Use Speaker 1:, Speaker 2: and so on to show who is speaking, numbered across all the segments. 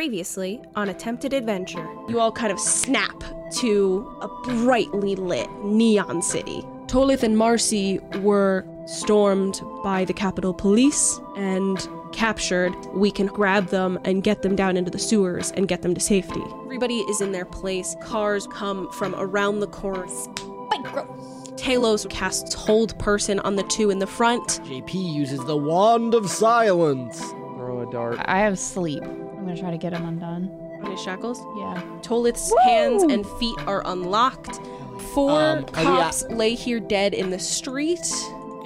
Speaker 1: Previously on Attempted Adventure.
Speaker 2: You all kind of snap to a brightly lit neon city. Tolith and Marcy were stormed by the Capitol Police and captured. We can grab them and get them down into the sewers and get them to safety. Everybody is in their place. Cars come from around the corners. Talos casts Hold Person on the two in the front.
Speaker 3: JP uses the wand of silence. Throw a dart.
Speaker 4: I have sleep. I'm gonna try to get him undone.
Speaker 2: On his shackles.
Speaker 4: Yeah.
Speaker 2: Tolith's hands and feet are unlocked. Four
Speaker 3: Um, oh, yeah.
Speaker 2: cops lay here dead in the street.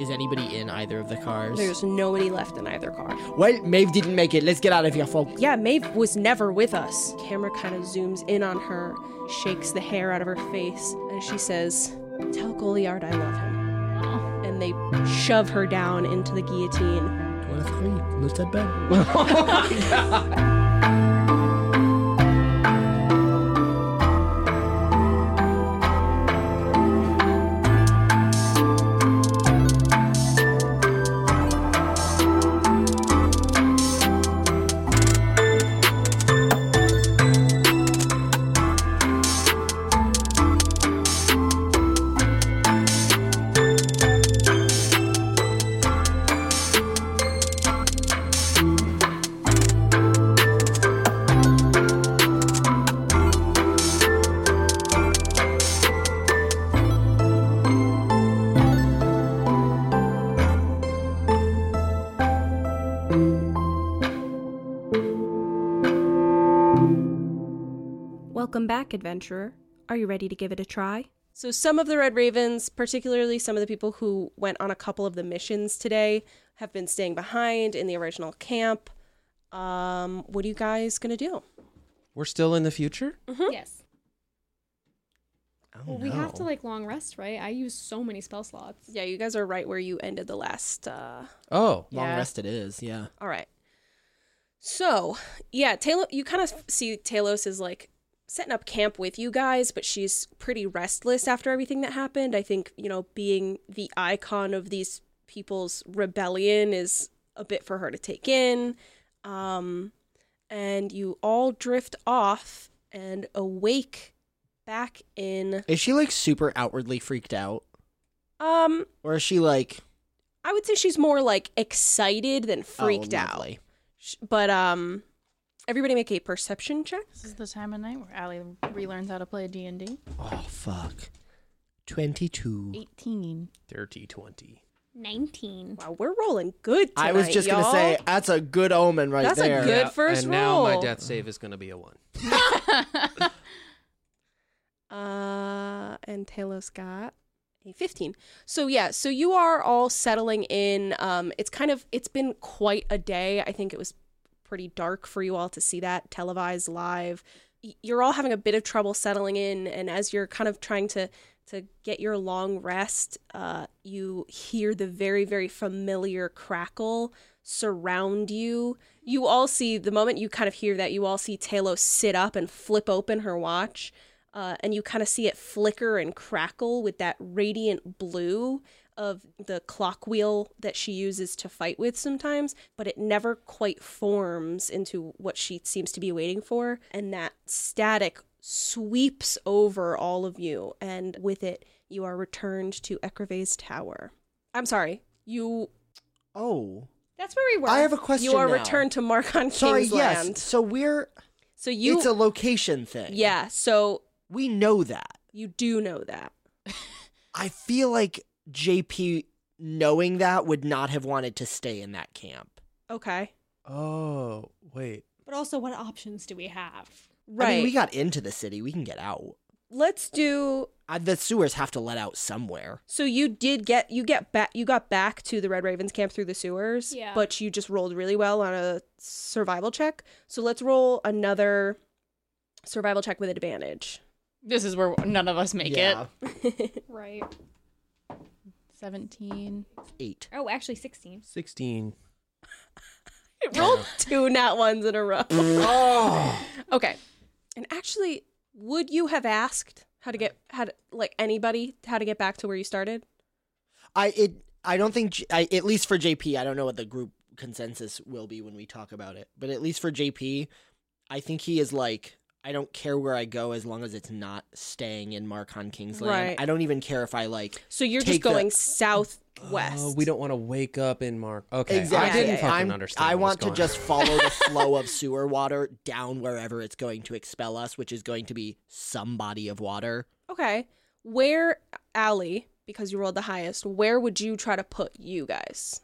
Speaker 3: Is anybody in either of the cars?
Speaker 2: There's nobody left in either car.
Speaker 3: Well, Maeve didn't make it. Let's get out of here, folks.
Speaker 2: Yeah, Maeve was never with us. Camera kind of zooms in on her, shakes the hair out of her face, and she says, Tell Goliard I love him. And they shove her down into the guillotine.
Speaker 3: One of three. Lift that bed.
Speaker 1: Welcome back, adventurer. Are you ready to give it a try?
Speaker 2: So, some of the Red Ravens, particularly some of the people who went on a couple of the missions today, have been staying behind in the original camp. Um, what are you guys going to do?
Speaker 5: We're still in the future?
Speaker 6: Yes.
Speaker 3: Oh,
Speaker 6: Well, we have
Speaker 3: no.
Speaker 6: to like long rest, right? I use so many spell slots.
Speaker 2: Yeah, you guys are right where you ended the last. Uh...
Speaker 5: Oh.
Speaker 3: Long
Speaker 6: Yeah.
Speaker 3: rest it is, yeah.
Speaker 2: All right. So, yeah, Talos, you kind of see Talos is like setting up camp with you guys, but she's pretty restless after everything that happened. I think, you know, being the icon of these people's rebellion is a bit for her to take in. Um, and you all drift off and awake back in.
Speaker 3: Is she like super outwardly freaked out?
Speaker 2: Um,
Speaker 3: Or is she like
Speaker 2: I would say she's more like excited than
Speaker 3: oh,
Speaker 2: freaked out.
Speaker 3: lovely.
Speaker 2: Sh- But um, everybody make a perception check.
Speaker 4: This is the time of night where Allie relearns how to play D and D.
Speaker 3: Oh fuck. Twenty two.
Speaker 4: Eighteen.
Speaker 5: Dirty 20.
Speaker 6: 19.
Speaker 2: Wow, we're rolling good tonight.
Speaker 3: I was just
Speaker 2: y'all.
Speaker 3: gonna say that's a good omen right
Speaker 2: That's a
Speaker 3: there.
Speaker 2: Good first
Speaker 5: And now my
Speaker 2: roll.
Speaker 5: death save is going to be a 1.
Speaker 2: Uh, and Talos got a fifteen. So yeah, so you are all settling in. Um, it's kind of it's been quite a day. I think it was pretty dark for you all to see that televised live. Y- You're all having a bit of trouble settling in, and as you're kind of trying to to get your long rest, uh, you hear the very very familiar crackle surround you. You all see the moment you kind of hear that. You all see Talos sit up and flip open her watch, uh, and you kind of see it flicker and crackle with that radiant blue of the clock wheel that she uses to fight with sometimes, but it never quite forms into what she seems to be waiting for. And that static sweeps over all of you, and with it, you are returned to Ekrave's tower. I'm sorry, you
Speaker 3: Oh.
Speaker 6: That's where we were.
Speaker 3: I have a question.
Speaker 2: you are
Speaker 3: now.
Speaker 2: returned to Markon
Speaker 3: Sorry,
Speaker 2: King's
Speaker 3: yes.
Speaker 2: land.
Speaker 3: So we're
Speaker 2: So you,
Speaker 3: it's a location thing.
Speaker 2: yeah, so
Speaker 3: We know that.
Speaker 2: you do know that.
Speaker 3: I feel like JP knowing that would not have wanted to stay in that camp.
Speaker 2: Okay,
Speaker 5: Oh, wait.
Speaker 6: But also, what options do we have?
Speaker 2: right.
Speaker 3: I mean, we got into the city. We can get out.
Speaker 2: Let's do
Speaker 3: Uh, the sewers have to let out somewhere.
Speaker 2: So you did get you get back you got back to the Red Ravens camp through the sewers,
Speaker 6: Yeah.
Speaker 2: but you just rolled really well on a survival check. So let's roll another survival check with advantage.
Speaker 4: This is where none of us make it.
Speaker 6: Right.
Speaker 4: Seventeen.
Speaker 3: Eight.
Speaker 6: Oh, actually, 16.
Speaker 5: 16.
Speaker 2: It rolled two nat ones in a row.
Speaker 3: Oh.
Speaker 2: okay. And actually, would you have asked how to get how to, like anybody how to get back to where you started?
Speaker 3: I it. I don't think. J- I, at least for JP, I don't know what the group consensus will be when we talk about it. But at least for JP, I think he is like, I don't care where I go as long as it's not staying in Marcon Kingsland.
Speaker 2: Right.
Speaker 3: I don't even care if I like
Speaker 2: So you're
Speaker 3: Take
Speaker 2: just
Speaker 3: the-
Speaker 2: going southwest.
Speaker 5: Oh, we don't want to wake up in Mark. Okay, I
Speaker 2: Exactly.
Speaker 5: didn't
Speaker 2: Yeah,
Speaker 5: fucking
Speaker 3: I'm-
Speaker 5: understand.
Speaker 3: I
Speaker 5: what was
Speaker 3: want to
Speaker 5: going
Speaker 3: just
Speaker 5: on.
Speaker 3: follow the flow of sewer water down wherever it's going to expel us, which is going to be some body of water.
Speaker 2: Okay. Where, Allie, because you rolled the highest, where would you try to put you guys?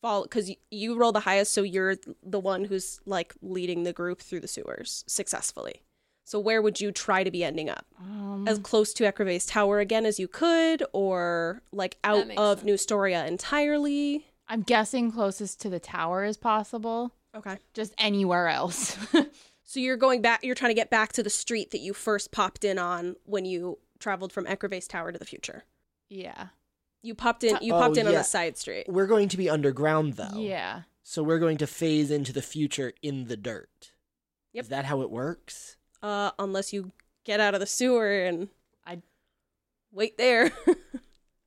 Speaker 2: Fall, because you, you rolled the highest, so you're the one who's like leading the group through the sewers successfully. So where would you try to be ending up?
Speaker 4: Um,
Speaker 6: Mm.
Speaker 2: As close to Ecrivae's tower again as you could, or like out
Speaker 6: makes
Speaker 2: of
Speaker 6: sense.
Speaker 2: New Storia entirely?
Speaker 4: I'm guessing closest to the tower as possible.
Speaker 2: Okay.
Speaker 4: Just anywhere else.
Speaker 2: So you're going back. You're trying to get back to the street that you first popped in on when you traveled from Ecrivae's tower to the future.
Speaker 4: yeah.
Speaker 2: You popped in. You
Speaker 3: Oh,
Speaker 2: popped in on
Speaker 3: yeah.
Speaker 2: a side street.
Speaker 3: We're going to be underground though.
Speaker 4: Yeah.
Speaker 3: So we're going to phase into the future in the dirt.
Speaker 2: Yep.
Speaker 3: Is that how it works?
Speaker 2: uh, unless you get out of the sewer and
Speaker 4: I-
Speaker 2: wait there.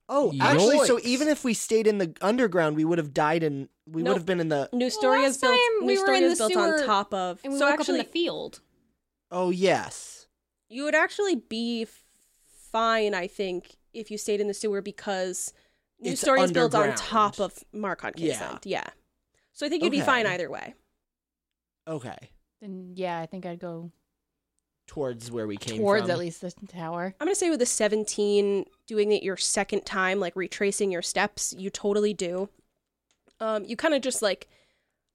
Speaker 3: Oh, actually, so
Speaker 5: Yoinks.
Speaker 3: even if we stayed in the underground, we would have died in. We
Speaker 2: Nope.
Speaker 3: would have been in the.
Speaker 2: New story is
Speaker 6: last
Speaker 2: built.
Speaker 6: time
Speaker 2: New
Speaker 6: we were
Speaker 2: story
Speaker 6: in
Speaker 2: is
Speaker 6: the
Speaker 2: built on
Speaker 6: sewer
Speaker 2: top of.
Speaker 6: And we
Speaker 2: so
Speaker 6: woke
Speaker 2: actually,
Speaker 6: up in the field.
Speaker 3: Oh yes.
Speaker 2: you would actually be f- fine, I think, if you stayed in the sewer because New
Speaker 3: It's
Speaker 2: Story is built on
Speaker 3: underground.
Speaker 2: top of Mark on
Speaker 3: Yeah.
Speaker 2: Kingsland. Yeah. So I think you'd be
Speaker 3: Okay.
Speaker 2: fine either way.
Speaker 3: Okay.
Speaker 4: Then yeah, I think I'd go
Speaker 3: Towards where we came
Speaker 4: towards
Speaker 3: from.
Speaker 4: at least the tower.
Speaker 2: I'm gonna say with a 17, doing it your second time, like retracing your steps, you totally do. Um, you kind of just like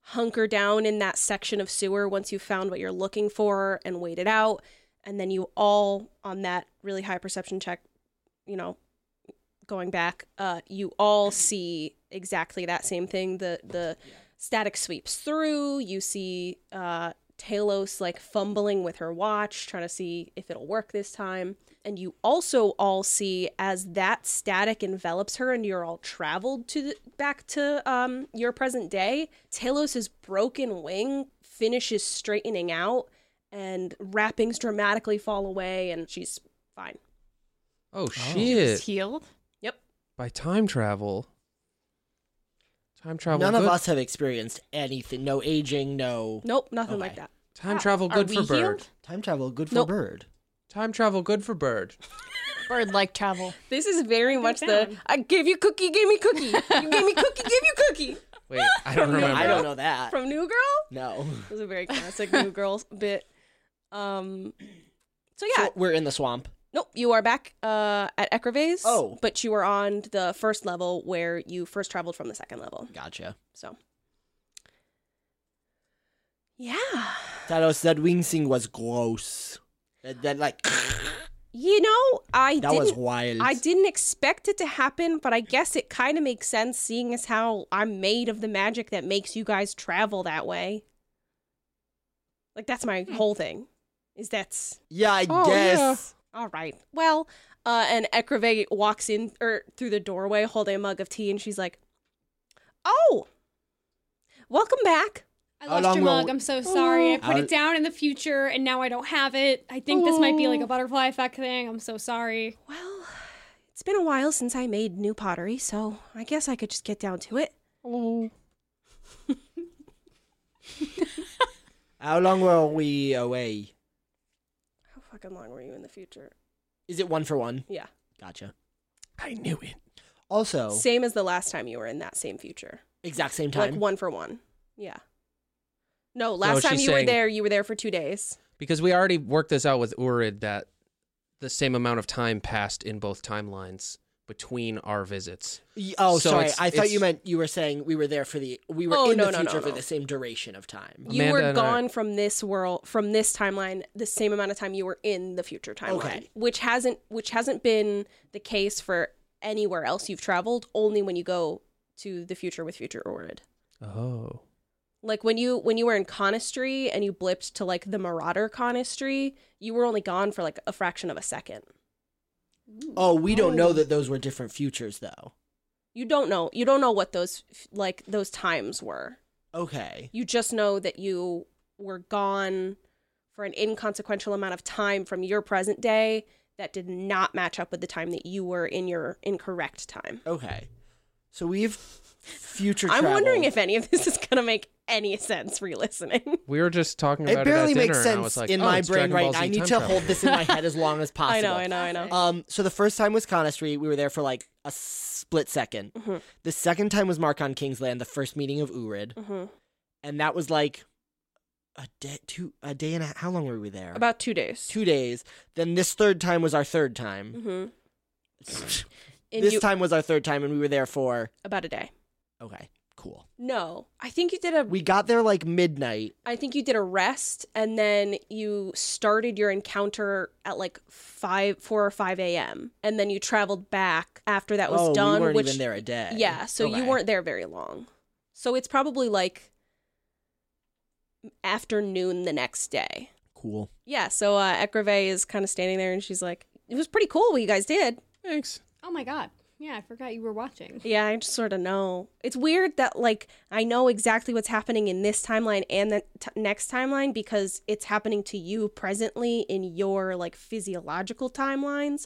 Speaker 2: hunker down in that section of sewer once you've found what you're looking for and wait it out, and then you all on that really high perception check, you know, going back, uh, you all see exactly that same thing. The the static sweeps through. You see uh, Talos like fumbling with her watch, trying to see if it'll work this time. And you also all see as that static envelops her, and you're all traveled to the, back to um, your present day. Talos's broken wing finishes straightening out, and wrappings dramatically fall away, and she's fine.
Speaker 5: Oh
Speaker 4: It's
Speaker 5: shit!
Speaker 4: healed.
Speaker 2: Yep.
Speaker 5: By time travel. Time travel.
Speaker 3: None of
Speaker 5: good-
Speaker 3: us have experienced anything. No aging. No
Speaker 2: Nope. Nothing
Speaker 3: Okay.
Speaker 2: like that.
Speaker 5: Time travel
Speaker 4: Are
Speaker 5: good
Speaker 4: we
Speaker 5: for bird.
Speaker 4: healed?
Speaker 3: time travel. Good for
Speaker 2: Nope.
Speaker 3: bird.
Speaker 5: Time travel good for bird.
Speaker 4: Bird like travel.
Speaker 2: This is very much the
Speaker 6: down.
Speaker 2: I gave you cookie, gave me cookie. you gave me cookie, give you cookie.
Speaker 5: Wait, I don't remember.
Speaker 3: I don't know that.
Speaker 2: From New Girl?
Speaker 3: no.
Speaker 2: It was a very classic New Girl bit. Um so yeah,
Speaker 3: So we're in the swamp.
Speaker 2: nope, you are back uh at Ecrivae's.
Speaker 3: Oh.
Speaker 2: But you are on the first level where you first traveled from the second level.
Speaker 3: Gotcha.
Speaker 2: So Yeah.
Speaker 3: Talos, that wingsing was gross. That, that like
Speaker 2: You know, I
Speaker 3: that
Speaker 2: didn't
Speaker 3: was wild.
Speaker 2: I didn't expect it to happen, but I guess it kind of makes sense seeing as how I'm made of the magic that makes you guys travel that way. Like that's my whole thing. Is that's
Speaker 3: Yeah, I
Speaker 5: Oh,
Speaker 3: guess.
Speaker 2: all right. Well, uh and Ekrave walks in or through the doorway holding a mug of tea and she's like, "Oh. Welcome back."
Speaker 6: I
Speaker 3: How
Speaker 6: lost
Speaker 3: long
Speaker 6: your
Speaker 3: will
Speaker 6: mug.
Speaker 3: we-
Speaker 6: I'm so sorry. I put
Speaker 5: Oh.
Speaker 3: How-
Speaker 6: it down in the future and now I don't have it. I think this might be like a butterfly effect thing. I'm so sorry.
Speaker 2: Well, it's been a while since I made new pottery, so I guess I could just get down to it.
Speaker 4: Oh,
Speaker 3: How long were we away?
Speaker 2: How fucking long were you in the future?
Speaker 3: Is it one for one?
Speaker 2: Yeah.
Speaker 3: Gotcha.
Speaker 5: I knew it. Oh.
Speaker 3: Also,
Speaker 2: Same as the last time you were in that same future.
Speaker 3: exact same time.
Speaker 2: Like one for one. Yeah. No, last time
Speaker 5: she's
Speaker 2: you were
Speaker 5: saying-
Speaker 2: there, you were there for two days.
Speaker 5: Because we already worked this out with Urid that the same amount of time passed in both timelines between our visits.
Speaker 3: Y- Oh,
Speaker 5: So
Speaker 3: sorry.
Speaker 5: it's-
Speaker 3: I thought you
Speaker 5: it's-
Speaker 3: meant you were saying we were there for the we were
Speaker 2: Oh,
Speaker 3: in
Speaker 2: no,
Speaker 3: the
Speaker 2: no, no,
Speaker 3: future for
Speaker 2: no. Oh.
Speaker 3: the same duration of time.
Speaker 2: You
Speaker 5: Amanda
Speaker 2: were
Speaker 5: and I-
Speaker 2: gone from this world, from this timeline, the same amount of time you were in the future timeline,
Speaker 3: Okay.
Speaker 2: which hasn't, which hasn't been the case for anywhere else you've traveled. Only when you go to the future with future Orid.
Speaker 5: Oh.
Speaker 2: Like when you when you were in Conistry and you blipped to like the Marauder Conistry, you were only gone for like a fraction of a second.
Speaker 3: Oh, we don't know that those were different futures though.
Speaker 2: You don't know. You don't know what those like those times were.
Speaker 3: Okay.
Speaker 2: You just know that you were gone for an inconsequential amount of time from your present day that did not match up with the time that you were in your incorrect time.
Speaker 3: Okay. So we've future.
Speaker 2: I'm wondering
Speaker 3: travel.
Speaker 2: if any of this is gonna make any sense re-listening.
Speaker 5: We were just talking about it,
Speaker 3: it barely
Speaker 5: at dinner,
Speaker 3: makes
Speaker 5: and I
Speaker 3: sense
Speaker 5: was like,
Speaker 3: in
Speaker 5: oh,
Speaker 3: my
Speaker 5: it's
Speaker 3: brain
Speaker 5: Dragon
Speaker 3: right
Speaker 5: Ball Z
Speaker 3: now. I need
Speaker 5: time
Speaker 3: to
Speaker 5: travel.
Speaker 3: hold this in my head as long as possible.
Speaker 2: I know, I know, I know.
Speaker 3: Um, so the first time was Conestry. We were there for like a split 2nd
Speaker 2: Mhm.
Speaker 3: The second time was Mark on Kingsland, the first meeting of Urid,
Speaker 2: hmm
Speaker 3: and that was like a day, two, a day and a how long were we there?
Speaker 2: About two days.
Speaker 3: two days. Then this third time was our third time.
Speaker 2: Mm-hmm. And
Speaker 3: this
Speaker 2: you,
Speaker 3: time was our third time, and we were there for
Speaker 2: about a day.
Speaker 3: okay, cool.
Speaker 2: No, I think you did a.
Speaker 3: We got there like midnight.
Speaker 2: I think you did a rest, and then you started your encounter at like five, four or five a.m., and then you traveled back after that was
Speaker 3: oh,
Speaker 2: done.
Speaker 3: we weren't
Speaker 2: which
Speaker 3: even there a day.
Speaker 2: yeah, so you
Speaker 3: Okay.
Speaker 2: weren't there very long. So it's probably like afternoon the next day.
Speaker 3: cool.
Speaker 2: Yeah, so uh, Ekrave is kind of standing there, and she's like, "It was pretty cool what you guys did."
Speaker 5: Thanks.
Speaker 6: Oh my god. Yeah, I forgot you were watching.
Speaker 2: Yeah, I just sort of know. It's weird that like I know exactly what's happening in this timeline and the t- next timeline because it's happening to you presently in your like physiological timelines.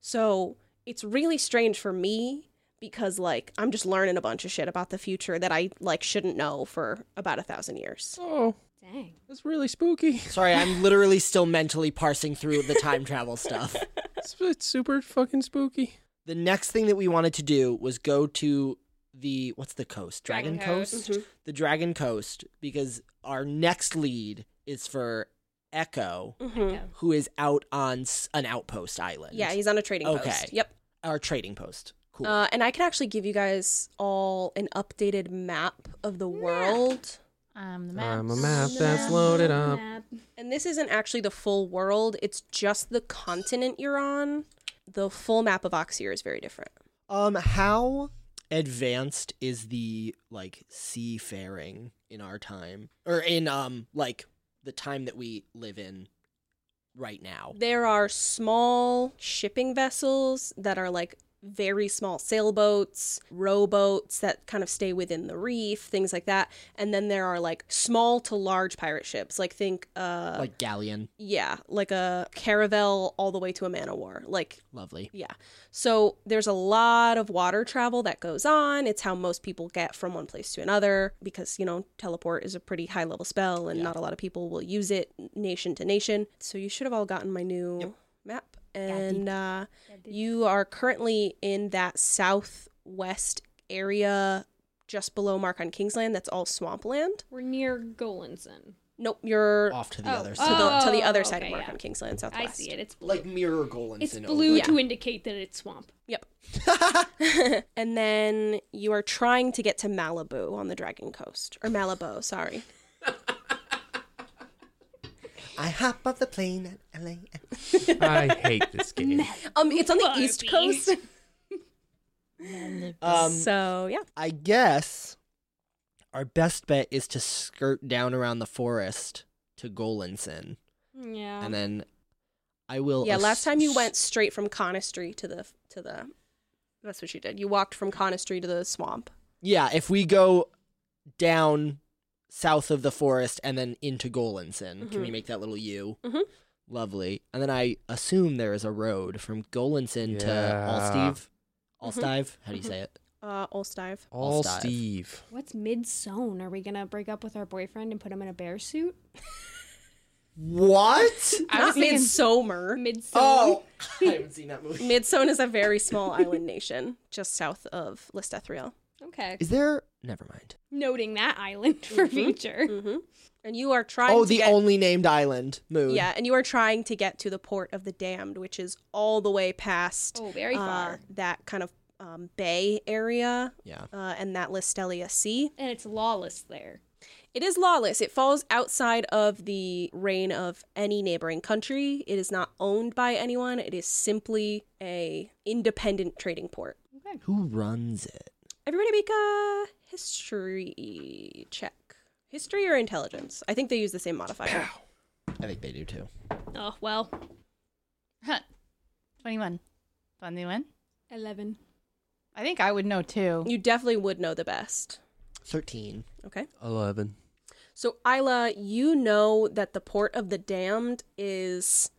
Speaker 2: So, it's really strange for me because like I'm just learning a bunch of shit about the future that I like shouldn't know for about a thousand years.
Speaker 5: Oh,
Speaker 6: Dang.
Speaker 5: that's really spooky.
Speaker 3: Sorry, I'm literally still mentally parsing through the time travel stuff.
Speaker 5: It's, it's super fucking spooky.
Speaker 3: The next thing that we wanted to do was go to the what's the coast? Dragon,
Speaker 6: Dragon Coast.
Speaker 3: Coast?
Speaker 2: Mm-hmm.
Speaker 3: The Dragon Coast because our next lead is for Echo,
Speaker 2: Mhm.
Speaker 6: Yeah.
Speaker 3: who is out on s- an outpost island.
Speaker 2: Yeah, he's on a trading
Speaker 3: Okay.
Speaker 2: post. Yep.
Speaker 3: our trading post. Cool.
Speaker 2: Uh, and I can actually give you guys all an updated map of the world.
Speaker 4: I'm the map.
Speaker 5: I'm a map that's loaded up.
Speaker 6: Map.
Speaker 2: And this isn't actually the full world, it's just the continent you're on. The full map of Oxir is very different.
Speaker 3: um, how advanced is the like seafaring in our time or in um like the time that we live in right now?
Speaker 2: There are small shipping vessels that are like very small sailboats, rowboats that kind of stay within the reef, things like that. And then there are like small to large pirate ships. Like think uh
Speaker 3: like galleon,
Speaker 2: yeah, like a caravel all the way to a man of war. Like
Speaker 3: lovely.
Speaker 2: Yeah. So there's a lot of water travel that goes on. It's how most people get from one place to another because, you know, teleport is a pretty high level spell and
Speaker 3: Yeah.
Speaker 2: not a lot of people will use it nation to nation. So you should have all gotten my new
Speaker 3: Yep.
Speaker 2: map. And uh, you are currently in that southwest area just below Mark on Kingsland that's all swampland.
Speaker 6: We're near Golanson.
Speaker 2: Nope, you're
Speaker 3: Off to the
Speaker 6: Oh,
Speaker 3: other
Speaker 2: to,
Speaker 3: side.
Speaker 2: the, to the
Speaker 6: Oh,
Speaker 2: other side of
Speaker 6: okay,
Speaker 2: Mark
Speaker 6: yeah.
Speaker 2: on Kingsland,
Speaker 6: I
Speaker 2: southwest.
Speaker 6: see it. It's blue.
Speaker 3: like mirror Golan.
Speaker 6: it's blue
Speaker 2: Yeah.
Speaker 6: to indicate that it's swamp.
Speaker 2: Yep. and then you are trying to get to Malibu on the Dragon Coast. Or Malibu, sorry.
Speaker 3: I hop off the plane at LA.
Speaker 4: Uh,
Speaker 5: I hate this game.
Speaker 2: Um, it's on the East
Speaker 6: Barbie.
Speaker 2: Coast.
Speaker 3: Um,
Speaker 2: So yeah.
Speaker 3: I guess our best bet is to skirt down around the forest to Golanson,
Speaker 6: Yeah.
Speaker 3: and then I will.
Speaker 2: Um, Yeah, last time you
Speaker 3: ass-
Speaker 2: went straight from Conistry to the to the that's what you did. You walked from Conistry to the swamp.
Speaker 3: Yeah, if we go down south of the forest and then into Golanson, can we make that little U?
Speaker 2: Mhm.
Speaker 3: Lovely. And then I assume there is a road from Golanson to
Speaker 5: Yeah.
Speaker 3: Alstive.
Speaker 2: Mhm.
Speaker 3: Alstive? How do you say it?
Speaker 2: Uh Olstive.
Speaker 5: All
Speaker 3: Steve.
Speaker 5: Steve.
Speaker 6: What's mid zone? Are we gonna break up with our boyfriend and put him in a bear suit?
Speaker 3: What?
Speaker 4: I
Speaker 2: Not
Speaker 4: was thinking
Speaker 2: Midsomer.
Speaker 6: Mid zone.
Speaker 3: oh, I haven't seen that movie.
Speaker 2: Midzone is a very small island nation just south of Listethriel.
Speaker 6: Okay.
Speaker 3: Is there? Never mind.
Speaker 6: Noting that island for future.
Speaker 2: Mm-hmm. And you are trying
Speaker 3: Oh,
Speaker 2: to
Speaker 3: the
Speaker 2: get
Speaker 3: only named island. Moon.
Speaker 2: Yeah, and you are trying to get to the port of the damned, which is all the way past
Speaker 6: Oh, very
Speaker 2: uh,
Speaker 6: far.
Speaker 2: that kind of um, bay area
Speaker 3: Yeah.
Speaker 2: uh, and that Listelia Sea.
Speaker 6: and it's lawless there.
Speaker 2: It is lawless. It falls outside of the reign of any neighboring country. It is not owned by anyone. It is simply a independent trading port.
Speaker 3: Who runs it?
Speaker 2: Everybody make a history check. History or intelligence? I think they use the same modifier.
Speaker 3: I think they do too.
Speaker 6: Oh well.
Speaker 4: Huh. 21. 21.
Speaker 6: Eleven.
Speaker 4: I think I would know too.
Speaker 2: You definitely would know the best.
Speaker 3: 13.
Speaker 2: Okay.
Speaker 5: 11.
Speaker 2: So, Isla, you know that the Port of the Damned is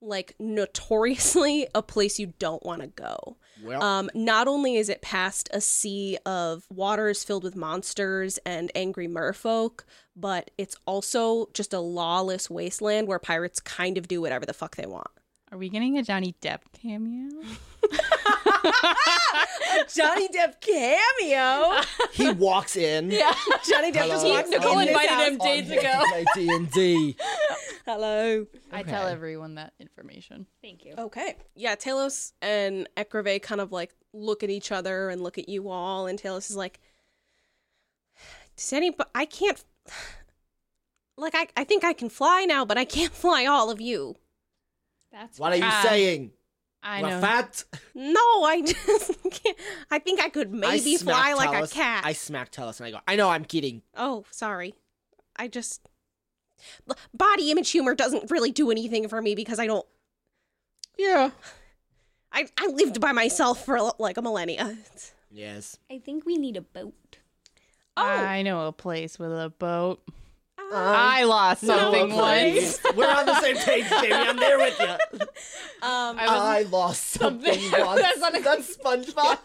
Speaker 2: like notoriously a place you don't want to go.
Speaker 3: Well,
Speaker 2: Um, not only is it past a sea of waters filled with monsters and angry merfolk, but it's also just a lawless wasteland where pirates kind of do whatever the fuck they want.
Speaker 4: Are we getting a Johnny Depp cameo?
Speaker 2: Johnny Depp cameo.
Speaker 3: he walks in.
Speaker 2: Yeah, Johnny Depp just
Speaker 3: Hello,
Speaker 2: walked. in
Speaker 6: Nicole
Speaker 2: his
Speaker 6: invited
Speaker 2: house.
Speaker 6: him days
Speaker 3: I'm
Speaker 6: ago.
Speaker 3: My D and D.
Speaker 2: Hello.
Speaker 4: I tell
Speaker 3: Okay.
Speaker 4: everyone that information.
Speaker 6: Thank you.
Speaker 2: Okay. Yeah, Talos and Ekrave kind of like look at each other and look at you all, and Talos is like, "Does anybody? I can't. Like, I I think I can fly now, but I can't fly all of you.
Speaker 6: That's
Speaker 3: What are you
Speaker 4: Ah,
Speaker 3: saying?
Speaker 4: I
Speaker 3: We're
Speaker 4: know.
Speaker 3: fat.
Speaker 2: No, I just can't. I think I could
Speaker 3: I
Speaker 2: maybe
Speaker 3: smack
Speaker 2: fly like
Speaker 3: Talos-
Speaker 2: a cat.
Speaker 3: I smack Talos and I go, I know I'm kidding.
Speaker 2: oh, sorry. I just L- body image humor doesn't really do anything for me because I don't.
Speaker 3: Yeah.
Speaker 2: I I lived by myself for like a millennia.
Speaker 3: Yes.
Speaker 6: I think we need a boat.
Speaker 4: I know a place with a boat.
Speaker 2: Ah.
Speaker 4: I lost something
Speaker 2: no,
Speaker 4: once.
Speaker 2: please.
Speaker 3: We're on the same page, Jamie. I'm there with you.
Speaker 2: Um,
Speaker 4: I was
Speaker 3: I lost something
Speaker 4: Something-
Speaker 3: once.
Speaker 4: That's not a-
Speaker 3: That's SpongeBob.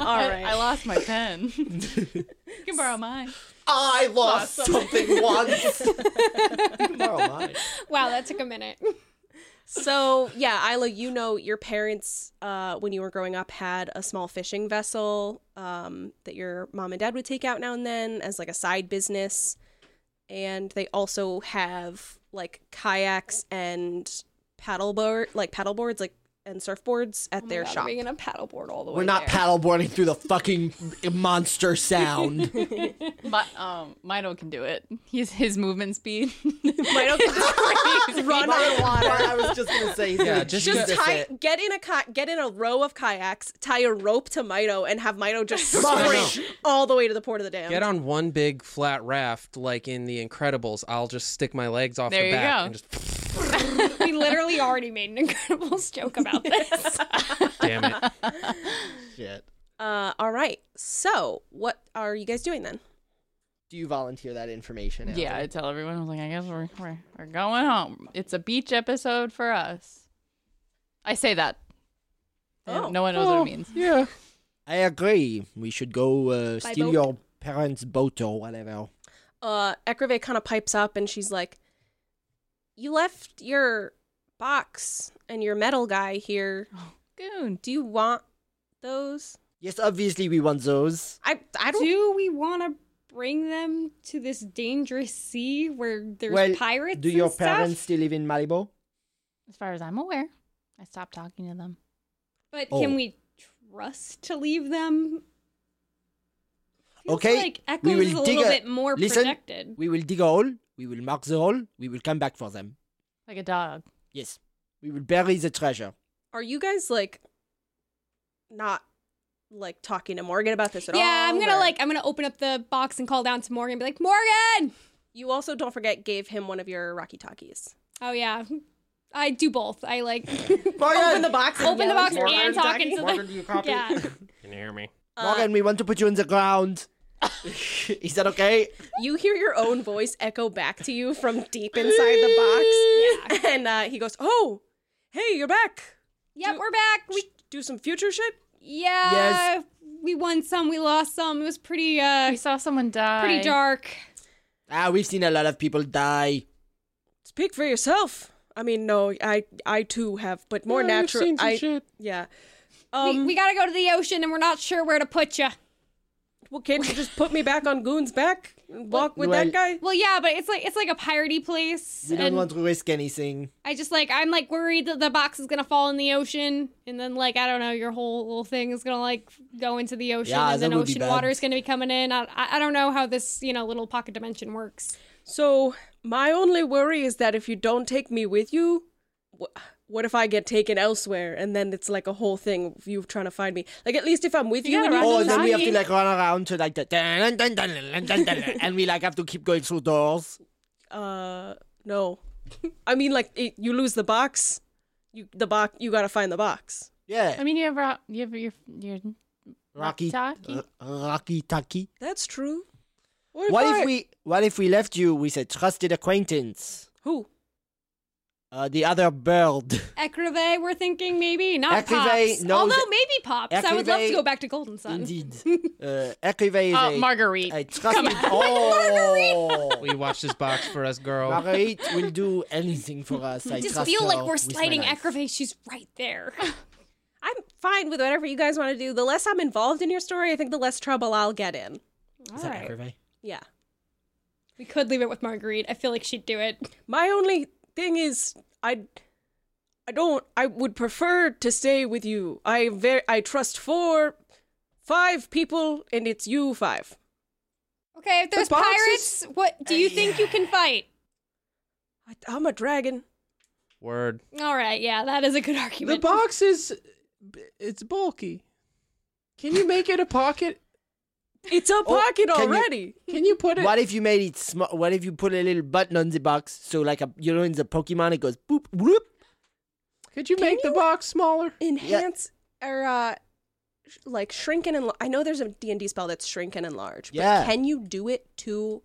Speaker 2: all
Speaker 4: I-
Speaker 2: right.
Speaker 4: I, lost my pen. you can borrow mine.
Speaker 3: I lost something once. Tomorrow mine.
Speaker 6: Wow, that took a minute. Oh
Speaker 2: So yeah, Isla, you know your parents, uh, when you were growing up, had a small fishing vessel um, that your mom and dad would take out now and then as like a side business, and they also have like kayaks and paddleboard, like paddleboards, like and surfboards at
Speaker 6: Oh my
Speaker 2: their
Speaker 6: God,
Speaker 2: shop.
Speaker 6: Are we gonna paddleboard all the way?
Speaker 3: We're not
Speaker 6: there?
Speaker 3: paddleboarding through the fucking monster sound.
Speaker 4: My, um, Mino can do it. He's his movement speed.
Speaker 2: Mino can just run on water.
Speaker 3: I was just gonna say, he's
Speaker 5: Yeah,
Speaker 3: gonna
Speaker 5: just-
Speaker 2: Just
Speaker 3: Jesus
Speaker 2: tie,
Speaker 3: it.
Speaker 2: get in a ki- get in a row of kayaks, tie a rope to Mino, and have Mino just
Speaker 3: Mino.
Speaker 2: sprint all the way to the port of the dam.
Speaker 5: Get on one big flat raft like in The Incredibles. I'll just stick my legs off
Speaker 4: There
Speaker 5: the
Speaker 4: you
Speaker 5: back
Speaker 4: go.
Speaker 5: and just
Speaker 6: we literally already made an Incredibles joke about this.
Speaker 5: damn it.
Speaker 3: Shit.
Speaker 2: Uh, all right. So, what are you guys doing then?
Speaker 3: Do you volunteer that information? Allie?
Speaker 4: yeah, I tell everyone. I was like, I guess we're, we're we're going home. It's a beach episode for us. I say that.
Speaker 2: Oh.
Speaker 4: No one knows what it means.
Speaker 3: Yeah. I agree. We should go uh,
Speaker 6: By
Speaker 3: steal
Speaker 6: boat?
Speaker 3: your parents' boat or whatever.
Speaker 2: Uh, Ekrave kind of pipes up and she's like, "You left your box and your metal guy here.
Speaker 4: Goon.
Speaker 2: Do you want those?
Speaker 3: Yes, obviously we want those.
Speaker 2: I I don't.
Speaker 6: Do we want to bring them to this dangerous sea where there's
Speaker 3: well,
Speaker 6: pirates?
Speaker 3: do
Speaker 6: and
Speaker 3: your
Speaker 6: stuff?
Speaker 3: parents still live in Malibu?
Speaker 4: As far as I'm aware, I stopped talking to them.
Speaker 6: But
Speaker 3: Oh.
Speaker 6: can we trust to leave them? Feels
Speaker 3: Okay,
Speaker 6: Like
Speaker 3: we
Speaker 6: Echoes
Speaker 3: will
Speaker 6: is a
Speaker 3: dig
Speaker 6: little
Speaker 3: a-
Speaker 6: bit more
Speaker 3: listen,
Speaker 6: protected.
Speaker 3: We will dig a hole. We will mark the hole. We will come back for them.
Speaker 4: Like a dog.
Speaker 3: Yes. We will bury the treasure.
Speaker 2: Are you guys like not like talking to Morgan about this at all?
Speaker 6: Yeah, I'm gonna
Speaker 2: or-
Speaker 6: like I'm gonna open up the box and call down to Morgan. and Be like, Morgan.
Speaker 2: You also don't forget gave him one of your Rocky Talkies.
Speaker 6: Oh yeah, I do both. I like
Speaker 2: Open the box. and
Speaker 6: Oh, open the
Speaker 2: yell at
Speaker 6: box
Speaker 2: your
Speaker 6: and
Speaker 2: Rocky
Speaker 6: talk into
Speaker 2: Talkie.
Speaker 6: the yeah.
Speaker 5: Can you hear me?
Speaker 2: Uh,
Speaker 3: Morgan, we want to put you in the ground. Is that okay?
Speaker 2: you hear your own voice echo back to you from deep inside the box. And uh, he goes, Oh, hey, you're back.
Speaker 6: Yep,
Speaker 2: Do-
Speaker 6: we're back. We
Speaker 2: We do some future shit?
Speaker 6: yeah.
Speaker 3: Yes.
Speaker 6: We won some. We lost some. It was pretty uh
Speaker 4: I saw someone die.
Speaker 6: pretty dark.
Speaker 3: Ah, we've seen a lot of people die.
Speaker 2: Speak for yourself. I mean, no, I I too have, but more natural. I yeah. Um,
Speaker 6: we, we gotta go to the ocean, and we're not sure where to put you.
Speaker 2: well, can't you just put me back on Goon's back and walk with
Speaker 3: Well-
Speaker 2: that guy?
Speaker 6: Well, yeah, but it's like it's like a piratey place,
Speaker 3: We don't
Speaker 6: and
Speaker 3: want to risk anything.
Speaker 6: I just like I'm like worried that the box is gonna fall in the ocean, and then like I don't know, your whole little thing is gonna like go into the ocean,
Speaker 3: Yeah,
Speaker 6: and
Speaker 3: that
Speaker 6: then
Speaker 3: would be
Speaker 6: ocean
Speaker 3: bad.
Speaker 6: water is gonna be coming in. I, I I don't know how this you know little pocket dimension works.
Speaker 2: So my only worry is that if you don't take me with you, wh- what if I get taken elsewhere and then it's like a whole thing of you trying to find me? Like at least if I'm with
Speaker 6: You
Speaker 2: you,
Speaker 6: gotta
Speaker 2: and you don't
Speaker 3: Oh,
Speaker 6: run
Speaker 3: and then we have to
Speaker 2: find me-
Speaker 3: like run around to like the dun, dun, dun, dun, dun, dun, dun, and we like have to keep going through doors.
Speaker 2: Uh, no. I mean, like it, you lose the box, you the box you gotta find the box.
Speaker 4: I
Speaker 3: Yeah,
Speaker 4: mean, you have ro- you have your your
Speaker 3: Rocky, Uh,
Speaker 4: Taki.
Speaker 3: R- Rocky Taki.
Speaker 2: That's true.
Speaker 3: What
Speaker 2: I-
Speaker 3: if we? What if we left you with a trusted acquaintance?
Speaker 2: Who?
Speaker 3: Uh, the other bird.
Speaker 6: Ecrive, we're thinking maybe not
Speaker 3: Ecrive
Speaker 6: pops.
Speaker 3: knows-
Speaker 6: Although maybe pops. I would love to
Speaker 3: Ecrive-
Speaker 6: go back to Golden Sun.
Speaker 3: Indeed. Uh, Ecrivain is
Speaker 4: Oh,
Speaker 3: a-
Speaker 4: Marguerite.
Speaker 3: I trust it. Oh,
Speaker 5: Will you watch this box for us, girl?
Speaker 3: Marguerite will do anything for us. I
Speaker 6: Just
Speaker 3: trust
Speaker 6: feel
Speaker 3: her
Speaker 6: like we're
Speaker 3: with my
Speaker 6: sliding
Speaker 3: life.
Speaker 6: Ecrive. She's right there.
Speaker 2: I'm fine with whatever you guys want to do. The less I'm involved in your story, I think the less trouble I'll get in.
Speaker 3: Is that Ecrivain?
Speaker 2: Yeah.
Speaker 6: we could leave it with Marguerite. I feel like she'd do it.
Speaker 2: My only thing is I I don't I would prefer to stay with you. I very I trust four five people and it's you five.
Speaker 6: Okay, if
Speaker 2: The
Speaker 6: there's
Speaker 2: boxes-
Speaker 6: pirates, what do you think you can fight?
Speaker 2: I, I'm a dragon.
Speaker 5: Word.
Speaker 6: All right, yeah, that is a good
Speaker 7: The
Speaker 6: argument.
Speaker 7: box is it's bulky. Can you make it a pocket?
Speaker 2: It's a pocket
Speaker 3: Oh, can you-
Speaker 2: already.
Speaker 7: Can you put it?
Speaker 3: What if you made it small? What if you put a little button on the box so, like, a, you know, in the Pokemon, it goes boop, whoop.
Speaker 7: Could you make the box smaller?
Speaker 2: Enhance or uh sh- like shrink and enlarge. I know there's a D&D spell that's shrink and enlarge, but
Speaker 3: Yeah.
Speaker 2: can you do it to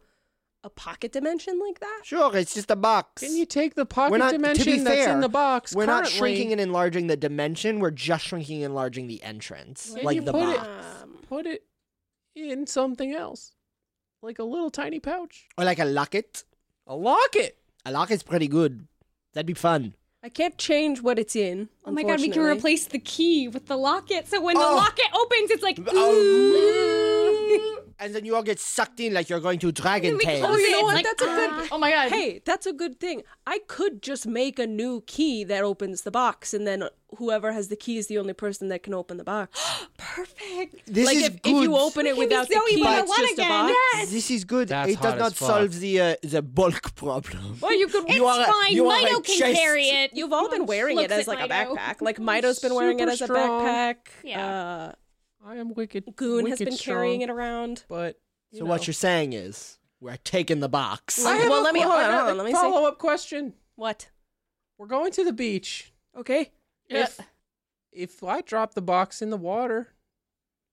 Speaker 2: a pocket dimension like that?
Speaker 3: Sure, it's just a box.
Speaker 7: Can you take the pocket
Speaker 3: we're not,
Speaker 7: dimension
Speaker 3: to be
Speaker 7: that's
Speaker 3: fair,
Speaker 7: in the box?
Speaker 3: We're not
Speaker 7: currently-
Speaker 3: shrinking and enlarging the dimension. We're just shrinking and enlarging the entrance,
Speaker 7: Can you
Speaker 3: like the
Speaker 7: put it-
Speaker 3: box,
Speaker 2: Um,
Speaker 7: Put it in something else, like a little tiny pouch,
Speaker 3: or like a locket.
Speaker 7: a locket.
Speaker 3: A locket's pretty good. That'd be fun.
Speaker 2: I can't change what it's in.
Speaker 6: Oh my god, we can
Speaker 2: unfortunately.
Speaker 6: replace the key with the locket. So when the
Speaker 3: Oh.
Speaker 6: locket opens, it's like,
Speaker 3: Oh. And then you all get sucked in like you're going to Dragon
Speaker 6: we
Speaker 3: Tales.
Speaker 2: Oh, you know
Speaker 6: It's
Speaker 2: what?
Speaker 6: like,
Speaker 2: that's a good.
Speaker 4: Oh my god.
Speaker 2: Hey, that's a good thing. I could just make a new key that opens the box, and then whoever has the key is the only person that can open the box.
Speaker 6: perfect.
Speaker 3: This
Speaker 2: like
Speaker 3: is
Speaker 2: if, if
Speaker 3: good.
Speaker 2: you open it without the
Speaker 6: Zoe
Speaker 2: key, it's
Speaker 6: 101
Speaker 2: just a
Speaker 6: again.
Speaker 2: box.
Speaker 3: This is good.
Speaker 5: That's
Speaker 3: it
Speaker 5: hot
Speaker 3: does
Speaker 5: as
Speaker 3: not
Speaker 5: fuck.
Speaker 3: solve the uh, the bulk problem.
Speaker 2: Well, you could.
Speaker 6: It's
Speaker 3: You are a-
Speaker 6: Oh, fine.
Speaker 3: you are
Speaker 6: Mito
Speaker 3: a
Speaker 6: can
Speaker 3: chest.
Speaker 6: carry it.
Speaker 2: You've all been
Speaker 6: Munch
Speaker 2: wearing it
Speaker 6: looks
Speaker 2: as
Speaker 6: at
Speaker 2: like a
Speaker 6: Mito.
Speaker 2: backpack. Like Mito's been wearing it
Speaker 7: Super
Speaker 2: as a
Speaker 7: strong.
Speaker 2: backpack.
Speaker 6: Yeah.
Speaker 7: I am wicked.
Speaker 2: Uh, Goon has
Speaker 7: wicked
Speaker 2: been
Speaker 7: strong,
Speaker 2: carrying it around.
Speaker 7: But
Speaker 3: So what you're saying is we're taking the box.
Speaker 2: I- Well, let me- hold on, hold on, let me see.
Speaker 7: follow up question.
Speaker 2: What?
Speaker 7: We're going to the beach.
Speaker 2: Okay.
Speaker 7: If if I drop the box in the water,